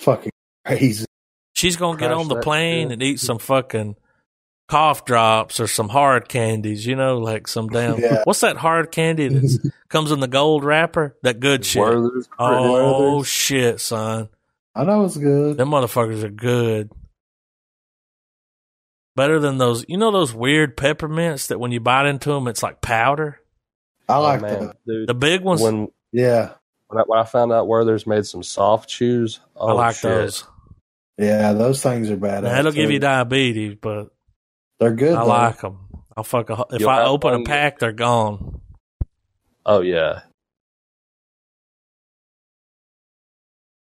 Fucking crazy.
She's gonna get
Crash
on the
that
plane
shit.
and eat some fucking cough drops or some hard candies, you know, like some damn
Yeah.
what's that hard candy that comes in the gold wrapper? That good shit.
Werther's
Oh
Werther's.
shit, son.
I know it's good.
Them motherfuckers are good. Better than those, you know, those weird peppermints that when you bite into them, it's like powder.
I like
oh, man,
that.
dude.
The big ones,
When
Yeah.
when I, when I found out Werther's made some soft shoes, oh,
I like
shit.
those.
Yeah. Those things are badass.
Now, that'll give
too.
you diabetes, but
They're good.
I
though.
like them. I'll fuck a, if
You'll
I
have
open a
fun.
pack, they're gone.
Oh yeah,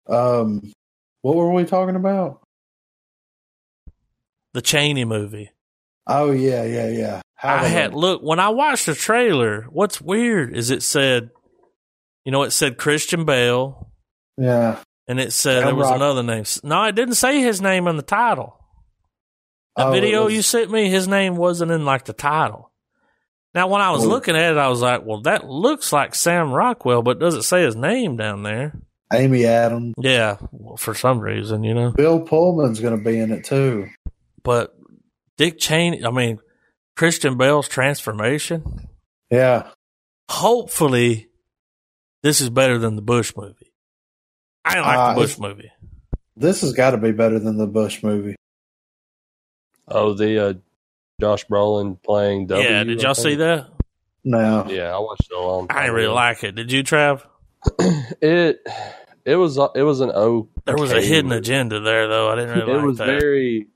Um, what were we talking about?
The Cheney movie.
Oh yeah, yeah, yeah. How
I
the-
had look when I watched the trailer. What's weird is it said, you know, it said Christian Bale,
yeah.
and it said there
And
was
Rock.
another name. No, it didn't say his name in the title. The
Oh, it
video
was-
you sent me, his name wasn't in like the title. Now, when I was
Oh.
looking at it, I was like, "Well, that looks like Sam Rockwell, but does it say his name down there?"
Amy Adams,
Yeah, well, for some reason, you know.
Bill Pullman's going to be in it too.
But Dick Cheney, I mean, Christian Bale's transformation.
Yeah,
hopefully this is better than the Bush movie. I didn't like
Uh,
the Bush movie.
this has got to be better than the Bush movie.
oh the uh, Josh Brolin playing. W,
yeah, did
I
y'all
think.
see that?
No,
Yeah, I watched it a long. Time
I didn't really
ago.
like it. Did you, Trav?
it. It was it was an O.
There was a hidden agenda there, though. I didn't really
it
like
was
that.
very.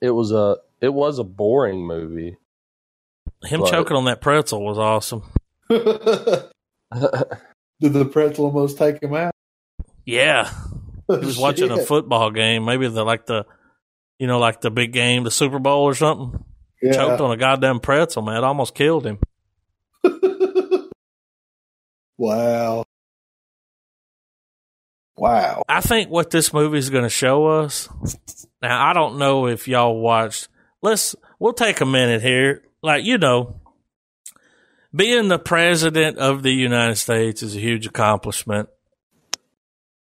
It was a it was a boring movie.
Him
but-
choking on that pretzel was awesome.
did the pretzel almost take him out?
Yeah, he was watching a
Shit.
football game, maybe the like the, you know, like the big game, the Super Bowl or something.
Yeah.
Choked on a goddamn pretzel, man. It almost killed him.
wow. Wow.
I think what this movie is going to show us. Now, I don't know if y'all watched. Let's we'll take a minute here. Like you know, being the president of the United States is a huge accomplishment.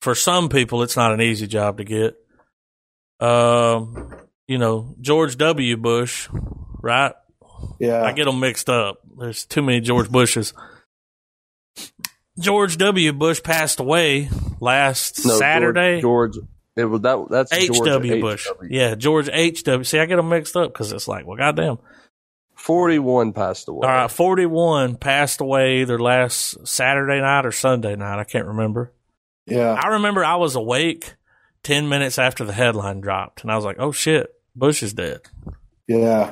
For some people, it's not an easy job to get. Um, you know, George W. Bush, right?
Yeah.
I get them mixed up. There's too many George Bushes. George W. Bush passed away last
No, George-
Saturday.
George. It was that. That's
H.W.
George
Bush.
H.W..
Yeah, George H.W. See, I get them mixed up because it's like, well, goddamn.
Forty-one passed away.
All right, 41 passed away either last Saturday night or Sunday night. I can't remember.
yeah.
I remember I was awake 10 minutes after the headline dropped, and I was like, oh shit, Bush is dead.
Yeah.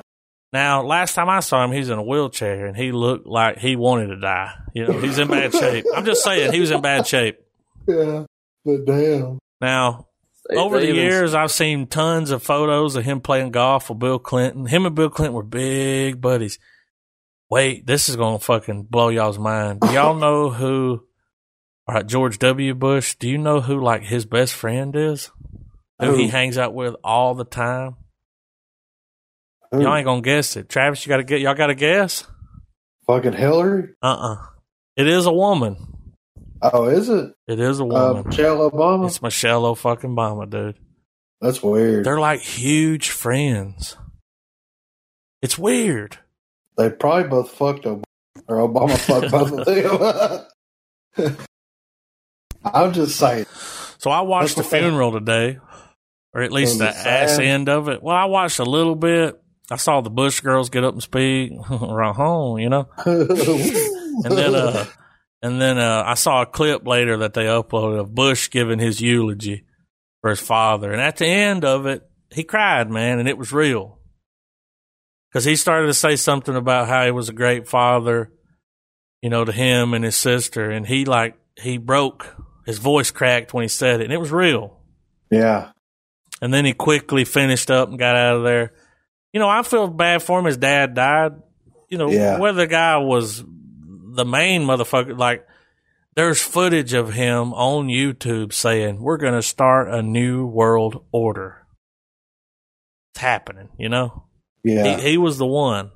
Now, last time I saw him, he's in a wheelchair and he looked like he wanted to die. You know, he's in bad shape. I'm just saying, he was in bad shape.
Yeah. But damn.
Now,
They-
over
they
the
even-
years, I've seen tons of photos of him playing golf with Bill Clinton. Him and Bill Clinton were big buddies. Wait, this is going to fucking blow y'all's mind. Do y'all know who, all right, George W. Bush, do you know who like his best friend is? Who he
Who?
hangs out with all the time? Y'all ain't going to guess it. Travis, you got to get, y'all got to guess?
Fucking Hillary?
Uh uh It is a woman.
Oh, is it?
It is a
Uh,
woman.
Michelle Obama?
it's Michelle Obama, dude.
That's weird.
They're like huge friends. It's weird.
They probably both fucked Obama, or Obama fucked both of them. I'm just saying.
So I watched the
That's what-
funeral today, or at least
Was
the
it sad?
ass end of it. Well, I watched a little bit. I saw the Bush girls get up and speak, run home, you know, and then uh, and then uh, I saw a clip later that they uploaded of Bush giving his eulogy for his father, and at the end of it, he cried, man, and it was real because he started to say something about how he was a great father, you know, to him and his sister, and he like he broke his voice cracked when he said it, and it was real.
yeah,
And then he quickly finished up and got out of there. You know, I feel bad for him. His dad died. You know,
Yeah.
whether the guy was the main motherfucker, like, there's footage of him on YouTube saying, We're going to start a new world order. It's happening, you know?
yeah,
He, he was the one.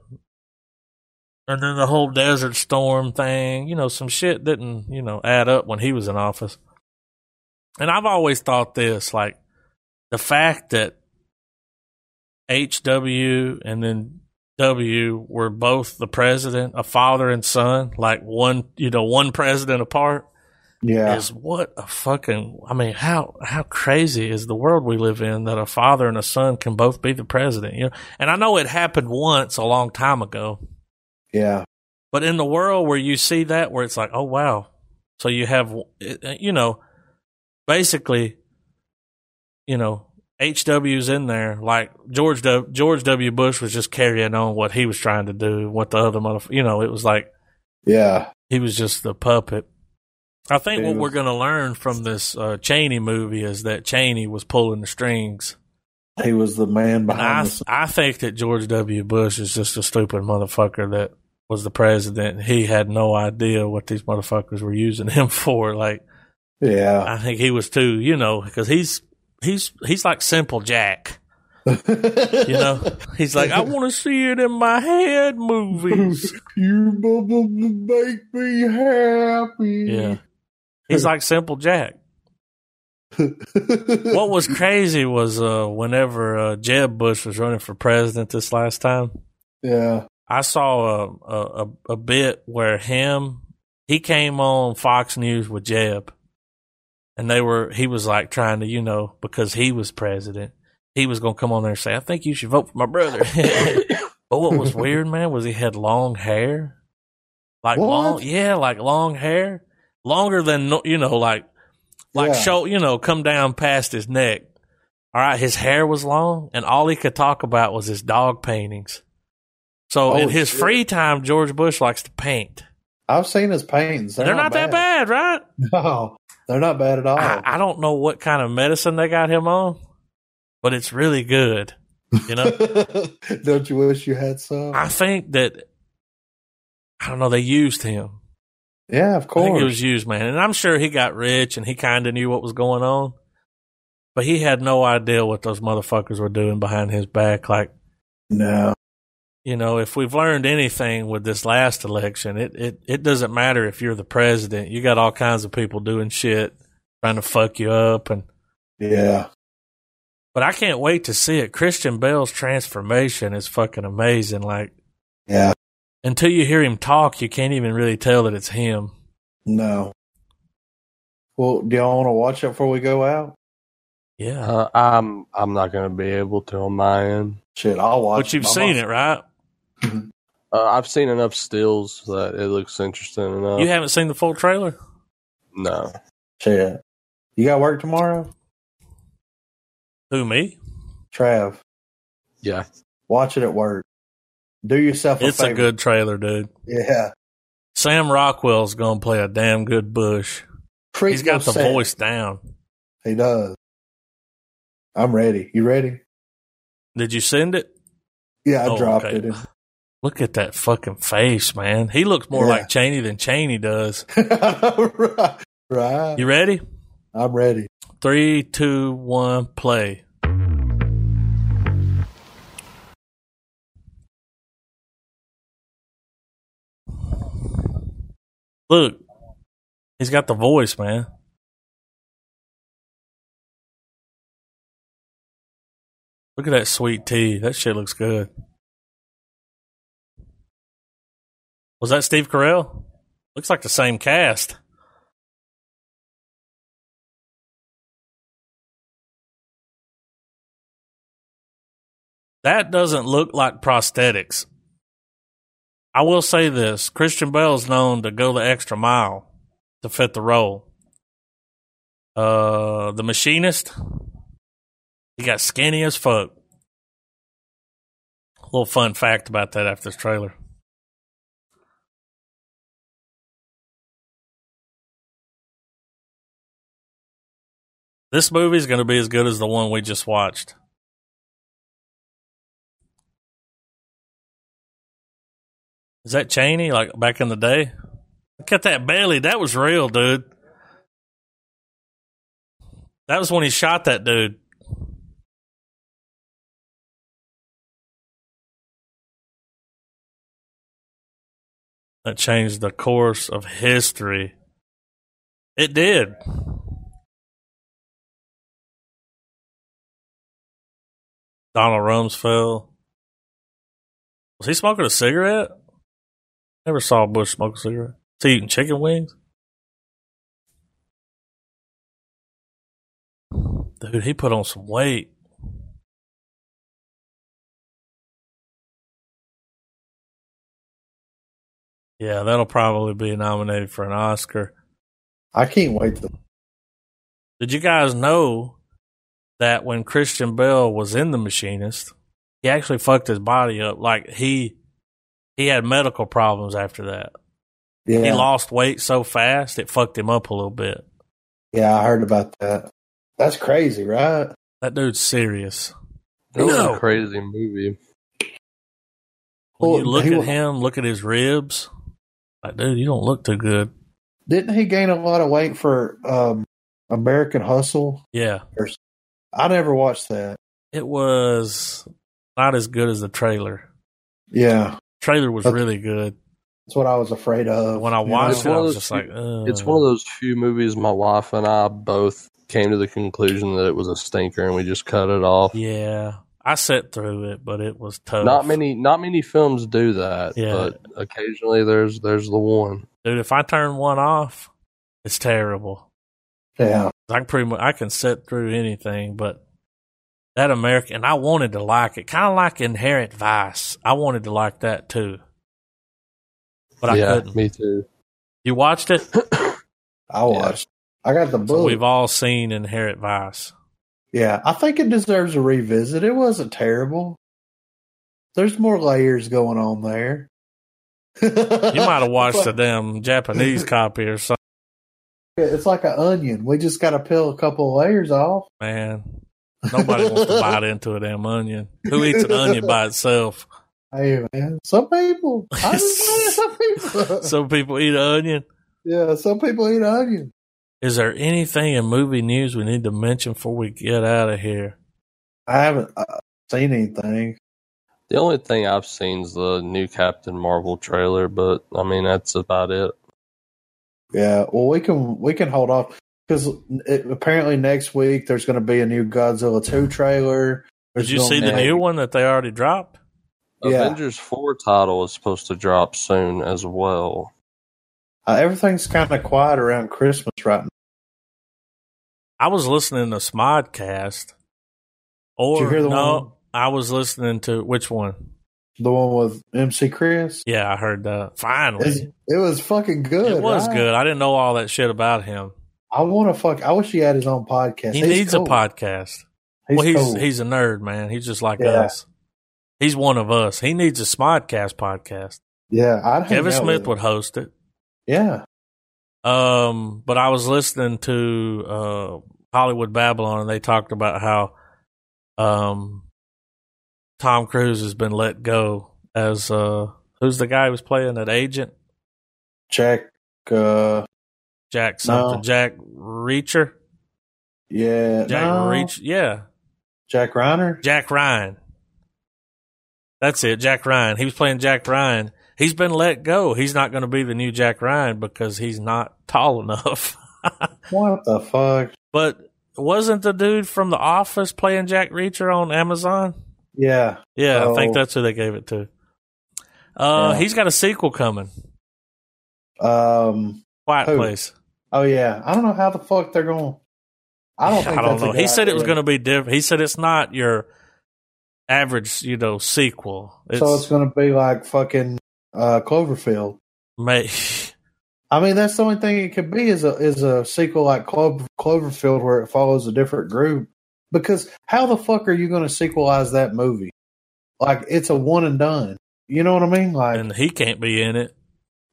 And then the whole Desert Storm thing, you know, some shit didn't, you know, add up when he was in office. And I've always thought this like the fact that HW and then W were both the president, a father and son, like one, you know, one president apart
yeah,
is what a fucking I mean, how how crazy is the world we live in that a father and a son can both be the president, you know? And I know it happened once a long time ago,
yeah,
but in the world where you see that where it's like, "Oh wow." So you have you know, basically you know, HW's in there like George w, George W Bush was just carrying on what he was trying to do, what the other motherfucker, you know, it was like
yeah,
he was just the puppet. I think
He
what
was-
we're going to learn from this uh, Cheney movie is that Cheney was pulling the strings.
He was the man
And I,
behind. the
I think that George W. Bush is just a stupid motherfucker that was the president. He had no idea what these motherfuckers were using him for. Like,
yeah,
I think he was too, you know, because he's he's he's like simple Jack. You know, he's like, I want to see it in my head movies.
you bu- bu- bu- make me happy.
Yeah. He's like Simple Jack. what was crazy was uh, whenever uh, Jeb Bush was running for president this last time,
yeah,
I saw a, a, a, a bit where him, he came on Fox News with Jeb. And they were, he was like trying to, you know, because he was president, he was going to come on there and say, I think you should vote for my brother. but what was weird, man, was he had long hair. Like
What?
long, yeah, like long hair. Longer than, no- you know, like like
Yeah.
show you know come down past his neck all right his hair was long and all he could talk about was his dog paintings so
Oh,
in his
shit.
free time george bush likes to paint
I've seen his paintings.
they're, not, that bad right
bad. Oh. No, they're not bad at all.
I, I don't know what kind of medicine they got him on but it's really good You know,
Don't you wish you had some?
I think that I don't know. They used him.
yeah, of
I think
course.
he was used, man. And I'm sure he got rich and he kind of knew what was going on, but he had no idea what those motherfuckers were doing behind his back. Like,
no.
you know, if we've learned anything with this last election, it, it, it doesn't matter if you're the president. You got all kinds of people doing shit, trying to fuck you up. And,
Yeah.
but I can't wait to see it. Christian Bell's transformation is fucking amazing. Like,
Yeah.
until you hear him talk, you can't even really tell that it's him.
No. Well, do y'all want to watch it before we go out?
Yeah.
Uh, I'm I'm not gonna be able to on my end.
Shit, I'll watch.
But you've seen it, right?
Uh, I've seen enough stills that it looks interesting enough.
You haven't seen the full trailer?
no,
Shit. You got work tomorrow,
Who, me?
Trav?
yeah,
Watch it at work. Do yourself a
It's
favor.
a good trailer, dude.
Yeah.
Sam Rockwell's gonna play a damn good Bush.
Preach
He's got the
yourself.
voice down.
He does. I'm ready. You ready?
Did you send it?
Yeah, I
Oh,
dropped
okay.
it. In.
Look at that fucking face, man. He looks more
Yeah.
like Cheney than Cheney does.
right. Right.
You ready?
I'm ready.
Three, two, one, play. Look, he's got the voice, man. Look at that sweet tea. That shit looks good. Was that Steve Carell? Looks like the same cast. That doesn't look like prosthetics. I will say this Christian Bell's known to go the extra mile to fit the role. Uh, the machinist, he got skinny as fuck. little fun fact about that after this trailer. This movie's going to be as good as the one we just watched. Is that Cheney like back in the day? Look at that belly. That was real, dude. That was when he shot that dude. That changed the course of history. It did. Donald Rumsfeld. Was he smoking a cigarette? Never saw Bush smoke a cigarette. Is he eating chicken wings? Dude, he put on some weight. Yeah, that'll probably be nominated for an Oscar.
I can't wait to.
Did you guys know that when Christian Bell was in The Machinist, he actually fucked his body up? Like he he had medical problems after that. He
Yeah.
lost weight so fast it fucked him up a little bit.
yeah, I heard about that. That's crazy, right?
That dude's serious.
that was
No.
a crazy movie.
When you
Well,
look
he
at
wa-
him, look at his ribs. Like, dude, you don't look too good.
Didn't he gain a lot of weight for um, American Hustle?
Yeah,
I never watched that.
it was not as good as the trailer.
Yeah,
Trailer was
Okay.
really good.
that's what I was afraid of.
When I
You know?
watched
it's
it, I
one of
was
those
just
few-
like, Ugh.
It's one of those few movies my wife and I both came to the conclusion that it was a stinker, and we just cut it off.
Yeah, I sat through it, but it was tough.
Not many, not many films do that,
Yeah.
but occasionally there's there's the one.
dude. If I turn one off, it's terrible.
Yeah,
I can pretty much I can sit through anything, but that American and I wanted to like it, kind of like Inherent Vice. I wanted to like that too, but
yeah,
I couldn't.
me too.
You watched it?
I watched. I got the
So
book.
we've all seen Inherent Vice.
yeah, I think it deserves a revisit. It wasn't terrible. There's more layers going on there. you
You might have watched the damn Japanese copy or something,
It's like an onion. We just got to peel a couple of layers off.
man. Nobody wants to bite into a damn onion. Who eats an onion by itself?
Hey man, some people. I just some people.
Some people eat an onion.
yeah, some people eat onion.
Is there anything in movie news we need to mention before we get out of here?
I haven't uh, seen anything.
The only thing I've seen is the new Captain Marvel trailer, but I mean that's about it.
Yeah, well we can we can hold off because apparently next week there's going to be a new Godzilla two trailer.
Did
There's
you
gonna
see the
be-
new one that they already dropped?
Yeah.
Avengers four title is supposed to drop soon as well.
Uh, everything's kind of quiet around Christmas right now.
I was listening to Smodcast. Or
Did you hear the
no,
one?
I was listening to which one?
The one with MC Chris.
Yeah, I heard that. Finally,
It's- it was fucking good.
it was
right?
good. I didn't know all that shit about him.
I want to fuck. I wish he had his own podcast.
He
He's
needs
cool.
a podcast.
He's
well, he's
cool.
he's a nerd, man. He's just like
Yeah.
us. He's one of us. He needs a Smodcast podcast.
yeah. I'd hang
Kevin
out
Smith
with him.
would host it.
Yeah.
Um, but I was listening to uh, Hollywood Babylon, and they talked about how um, Tom Cruise has been let go as uh, who's the guy who was playing that agent
Jack. Uh,
Jack something
No.
Jack Reacher
yeah.
Jack
no.
Reach yeah
Jack Reiner.
Jack Ryan. That's it, Jack Ryan. He was playing Jack Ryan. He's been let go. He's not going to be the new Jack Ryan because he's not tall enough.
What the fuck?
But wasn't the dude from The Office playing Jack Reacher on Amazon?
Yeah.
Yeah, I think
Oh.
that's who they gave it to. Uh,
Yeah.
He's got a sequel coming,
Um.
Quiet
Who?
Place.
Oh yeah. I don't know how the fuck they're going. I don't. Think that's a
know.
good
He said it was
idea.
going to be different. He said it's not your average, you know, sequel. It's,
so it's going to be like fucking uh, Cloverfield.
ma-
I mean, that's the only thing it could be is a is a sequel like Clover, Cloverfield where it follows a different group. Because how the fuck are you going to sequelize that movie? Like it's a one and done. You know what I mean? Like
and he can't be in it.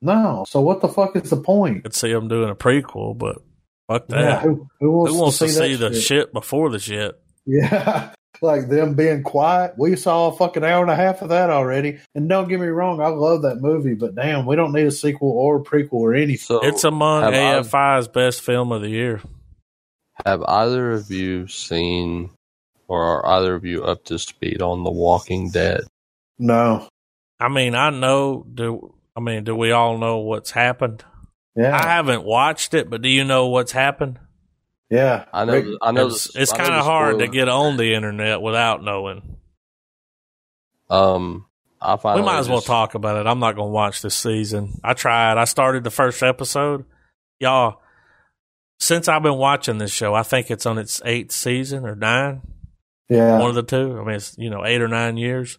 no. So what the fuck is the point?
Could see him doing a prequel, but fuck that.
Yeah, who, who wants,
who wants to see,
that
the shit?
shit?
before the shit?
Yeah. Like them being quiet. We saw a fucking hour and a half of that already. And don't get me wrong, I love that movie, but damn, we don't need a sequel or a prequel or anything.
So
it's among
have I-
AFI's best film of the year.
Have either of you seen, or are either of you up to speed on The Walking Dead?
No.
I mean, I know. Do I mean? Do we all know what's happened?
Yeah.
I haven't watched it, but do you know what's happened?
yeah.
I know.
Rick-
the- I know.
it's
the- I know
kind
the
of hard to
spoiler.
get on the internet without knowing.
Um, I finally
we might as well
just-
talk about it. I'm not going to watch this season. I tried. I started the first episode. Y'all, since I've been watching this show, I think it's on its eighth season or nine.
yeah.
one of the two. I mean, it's you know eight or nine years.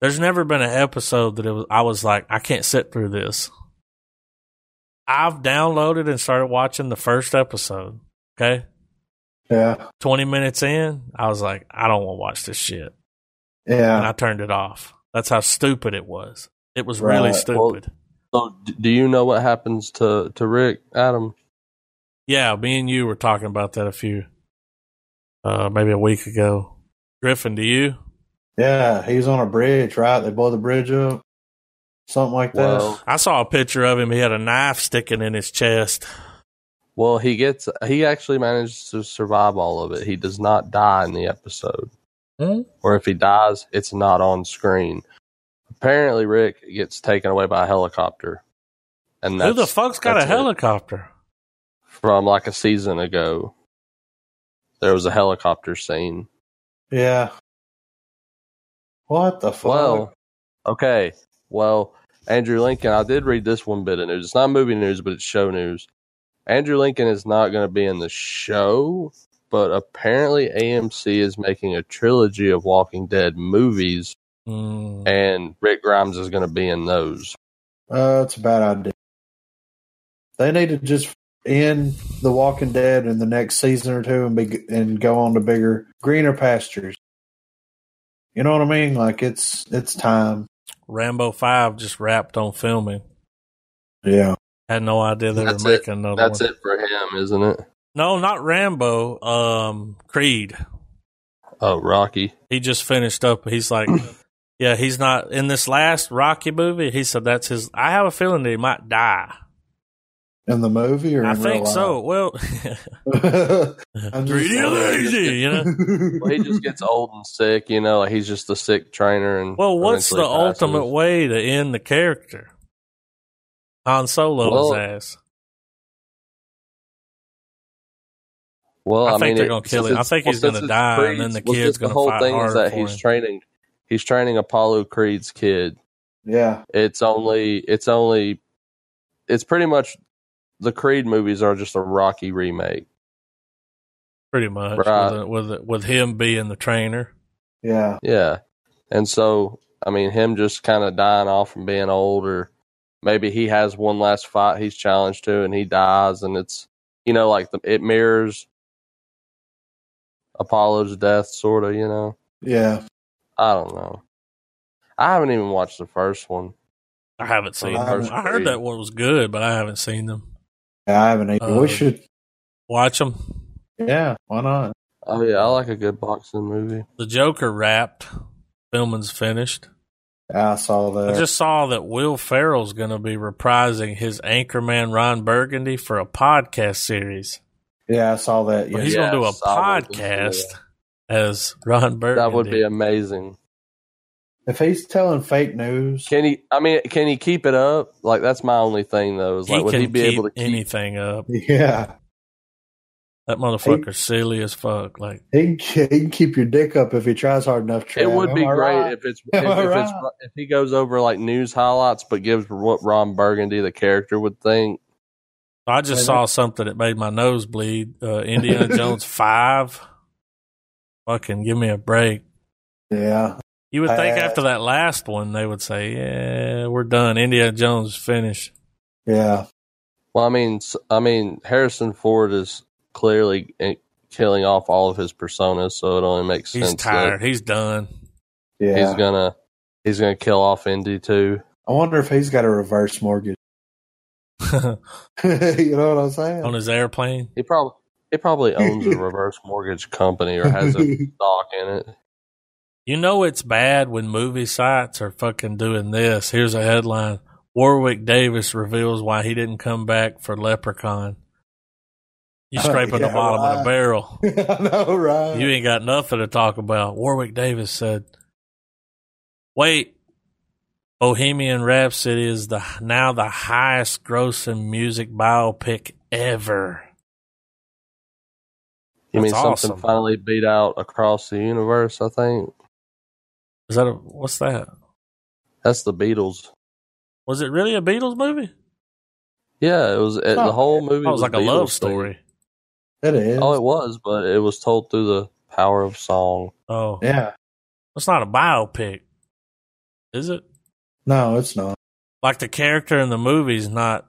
There's never been an episode that it was. I was like, I can't sit through this. I've downloaded and started watching the first episode. Okay,
Yeah.
twenty minutes in, I was like, I don't want to watch this shit,
Yeah.
and I turned it off. That's how stupid it was. It was really
Right.
stupid.
So, d- do you know what happens to to Rick Adam?
yeah, me and you were talking about that a few, uh, maybe a week ago. Griffin, do you?
Yeah, he's on a bridge, right? They blow the bridge up, something like that.
Well,
I saw a picture of him. He had a knife sticking in his chest.
well, he gets. He actually manages to survive all of it. He does not die in the episode.
Hmm?
Or if he dies, it's not on screen. Apparently, Rick gets taken away by a helicopter, and that's
Who the fuck's got a
that's it.
helicopter?
from like a season ago. There was a helicopter scene.
yeah. What the fuck?
Well, okay. Well, Andrew Lincoln, I did read this one bit of news. It's not movie news, but it's show news. Andrew Lincoln is not going to be in the show, but apparently AMC is making a trilogy of Walking Dead movies,
Mm.
and Rick Grimes is going to be in those.
uh, it's a bad idea. They need to just end The Walking Dead in the next season or two and be and go on to bigger, greener pastures. You know what I mean? Like it's it's time.
Rambo Five just wrapped on filming.
Yeah.
Had no idea they
That's
were
it.
making another
That's
one.
it for him, isn't it?
No, not Rambo. Um, Creed.
Oh, Rocky.
He just finished up. He's like, yeah, he's not in this last Rocky movie. He said that's his. I have a feeling that he might die.
in the movie or
I
in
think
real
so. Well,
life? I'm just
greedy and
saying.
lazy, you know.
Well, he just gets old and sick, you know. Like he's just a sick trainer. And
Well, what's the
eventually passes.
ultimate way to end the character? Han Solo's
Well,
ass.
Well,
I
I,
think
mean,
they're
it-
gonna kill
since
him. I
it's-
think
well,
he's gonna
since it's
die, and then the
well, since
kid's gonna
the whole
fight
thing
harder
is that
for
he's
him.
training. He's training Apollo Creed's kid.
Yeah.
It's only. It's only. It's pretty much. The Creed movies are just a Rocky remake.
Pretty much,
Right.
with, with with him being the trainer.
Yeah.
Yeah. And so, I mean, him just kind of dying off from being old, or maybe he has one last fight he's challenged to and he dies, and it's, you know, like the, it mirrors Apollo's death, sort of, you know?
Yeah.
I don't know. I haven't even watched the first one.
I haven't seen
I
them.
haven't
I heard
either.
that one was good, but I haven't seen them.
Yeah, I haven't either.
Uh,
we should.
Watch them.
Yeah. Why not?
Oh, yeah. I like a good boxing movie.
The Joker wrapped. Filming's finished.
I saw that.
I
Uh,
just saw that Will Ferrell's going to be reprising his Anchorman Ron Burgundy for a podcast series.
yeah, I saw that.
But
Yeah.
he's going to do a
Yes, I would listen to
podcast as Ron Burgundy.
That would be amazing.
If he's telling fake news,
Can he, I mean, can he keep it up? Like, that's my only thing, though, is
He
like, would
can
he be
keep
able to keep
anything up.
yeah,
That motherfucker's silly as fuck. Like
he can, he can keep your dick up if he tries hard enough. Trav.
It would be
Am I
great
right?
if it's if,
Am I
if it's
right?
if he goes over like news highlights, but gives what Ron Burgundy the character would think.
I just
Wait,
saw something that made my nose bleed. Uh, Indiana Jones five. Fucking give me a break.
Yeah,
You would think
Uh,
after that last one they would say, "Yeah, we're done. Indiana Jones is finished."
yeah,
Well, I mean, s- I mean, Harrison Ford is clearly eh, killing off all of his personas, so it only makes
He's
sense. that
tired. He's done.
yeah.
He's gonna he's gonna kill off Indy too.
I wonder if he's got a reverse mortgage.
on
you know what I'm saying?
his airplane.
He probably he probably owns a reverse mortgage company or has a stock in it.
You know it's bad when movie sites are fucking doing this. Here's a headline. Warwick Davis reveals why he didn't come back for Leprechaun. You
Uh,
scraping the
yeah,
bottom of
why?
the barrel.
I know, right?
You ain't got nothing to talk about. Warwick Davis said, "Wait, Bohemian Rhapsody is the now the highest grossing music biopic ever."
You mean
That's
something
awesome.
finally beat out across the universe? I think
Is that a what's that?
that's the Beatles.
Was it really a Beatles movie?
Yeah, it was it,
Huh.
the whole movie.
That was like a
Beatles
love
thing.
story.
it is.
Oh, it was, but it was told through the power of song.
Oh,
yeah.
it's not a biopic, is it?
No, it's not.
Like the character in the movie's not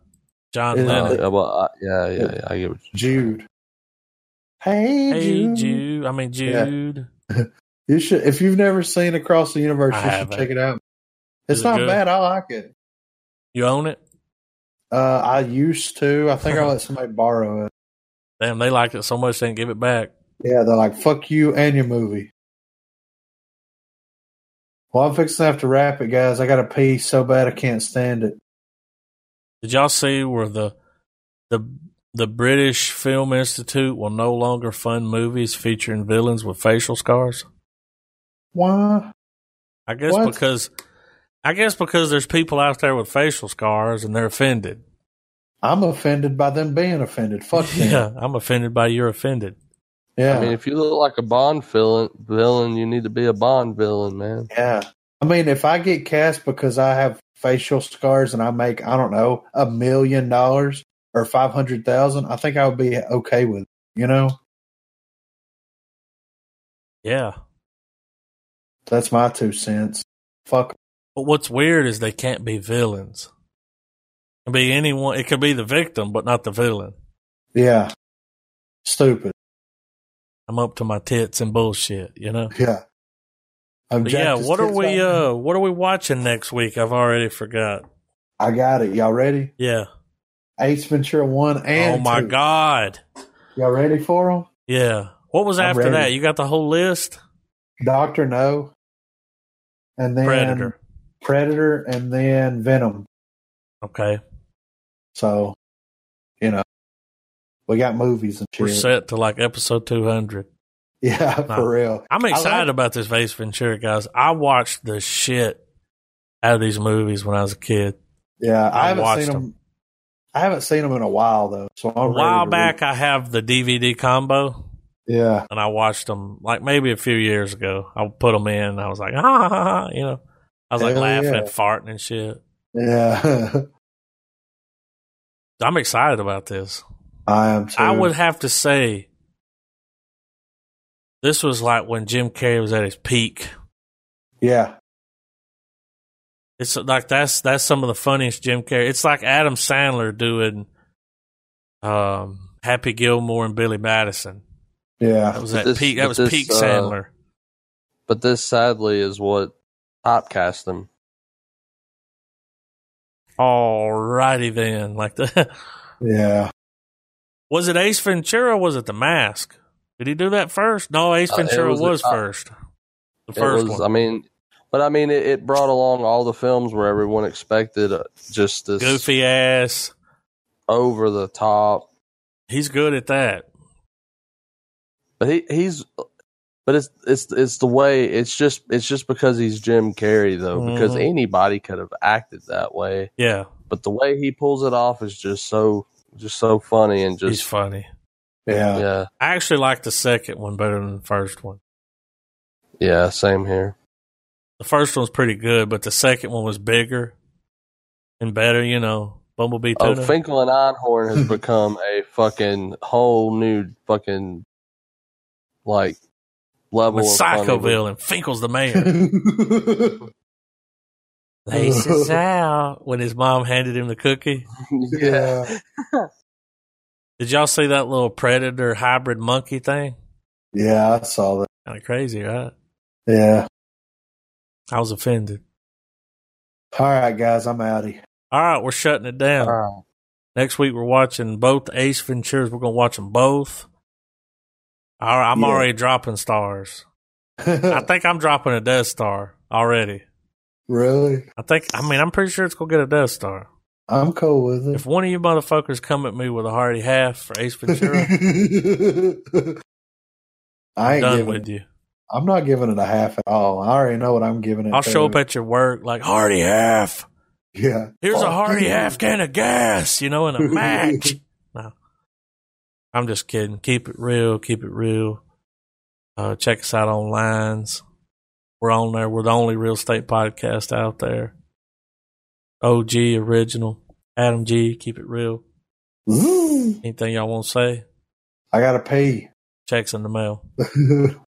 John
It's
Lennon.
not.
Uh, well, I, yeah, yeah, yeah, I get what you
Jude. Hey,
Hey
Jude.
Jude, I mean
Yeah.
Jude.
You should, if you've never seen Across the Universe,
I
you should
haven't.
check it out.
Is
It's
it
not
good?
bad. I like it.
You own it?
Uh, I used to. I think I let somebody borrow it.
Damn, they liked it so much they didn't give it back.
Yeah, they're like, fuck you and your movie. Well, I'm fixing to have to wrap it, guys. I got to pee so bad I can't stand it.
Did y'all see where the the the British Film Institute will no longer fund movies featuring villains with facial scars?
Why?
I guess
What?
because I guess because there's people out there with facial scars and they're offended.
I'm offended by them being offended. Fuck them. Yeah.
Yeah, I'm offended by you're offended.
Yeah.
I mean, if you look like a Bond villain, villain, you need to be a Bond villain, man.
if I get cast because I have facial scars and I make, I don't know, a million dollars or 500,000, I think I would be okay with it, you know?
Yeah.
That's my two cents. Fuck.
But what's weird is they can't be villains. It can be anyone it could be the victim, but not the villain.
Yeah. Stupid.
I'm up to my tits and bullshit, you know?
Yeah. I'm
But
jacked
yeah,
as
what are
tits
we
out.
uh what are we watching next week? I've already forgot.
I got it. Y'all ready?
Yeah.
Ace Ventura 1 and
oh my
two.
god.
Y'all ready for them?
Yeah. What was
I'm
after
ready.
that? You got the whole list?
Doctor No, and then
Predator.
Predator, and then Venom.
Okay.
So, you know, we got movies and
We're
shit.
set to like episode 200.
Yeah,
Nah.
for real.
I'm
I
excited
like-
about this Ace Ventura, guys. I watched the shit out of these movies when I was a kid.
Yeah, I,
I
haven't
watched
seen them.
'em.
I haven't seen them in a while though. So I'm
A
ready
while
to
back, I have the DVD combo,
re- yeah,
and I watched them like maybe a few years ago. I put them in, and I was like, ah, ha, ha, ha," you know, I was like
Hell
laughing
yeah.
and farting and shit.
yeah.
I'm excited about this.
I am. Too.
I would have to say this was like when Jim Carrey was at his peak.
Yeah,
It's like that's that's some of the funniest Jim Carrey. It's like Adam Sandler doing um, Happy Gilmore and Billy Madison. That
yeah,
was that
This-
peak. That was
this,
peak
uh,
Sandler.
But this sadly is what typecast him.
Alrighty then. Like the
yeah.
was it Ace Ventura? Or was it The Mask? Did he do that first? No, Ace
Uh, it
Ventura
was
was,
the top.
first. The
It
first
was, uh,
one.
I mean, but I mean, it, it brought along all the films where everyone expected uh, just this
Goofy ass.
over the top
He's good at that.
But he he's but it's it's it's the way it's just it's just because he's Jim Carrey though because
Mhm.
anybody could have acted that way
Yeah,
but the way he pulls it off is just so just so funny and
he's
just
funny.
Yeah.
yeah
I actually like the second one better than the first one.
yeah same here
The first one's pretty good, but the second one was bigger and better. You know, Bumblebee
oh
Tuna.
Finkel and Einhorn has become a fucking whole new fucking like level
with
of funny.
Psychoville and Finkel's the mayor.
yeah,
Ace is out when his mom handed him the cookie.
yeah
Did y'all see that little predator hybrid monkey thing?
yeah. I saw that.
Kind of crazy, right?
Yeah.
I was offended.
All right, guys, I'm outie.
All right, we're shutting it down.
Alright.
Next week, we're watching both Ace Venturas. We're going to watch them both. All right, I'm
Yeah.
already dropping stars. I think I'm dropping a Death Star already.
really,
I think, I mean, I'm pretty sure it's going to get a Death Star.
I'm cool with
If one of you motherfuckers come at me with a hearty half for Ace Ventura,
it. I
I'm
ain't
done
giving it.
with you.
I'm not giving it a half at all. I already know what I'm giving it.
I'll show up
to.
at your work like, hearty half.
Yeah.
Here's a
Fuck
hearty
you.
half can of gas, you know, and a match. no. I'm just kidding. Keep it real. Keep it real. Uh, check us out on Lines. We're on there. We're the only real estate podcast out there. OG original. Adam G. Keep it real.
Ooh,
Anything y'all want to say?
I gotta pee.
Checks in the mail.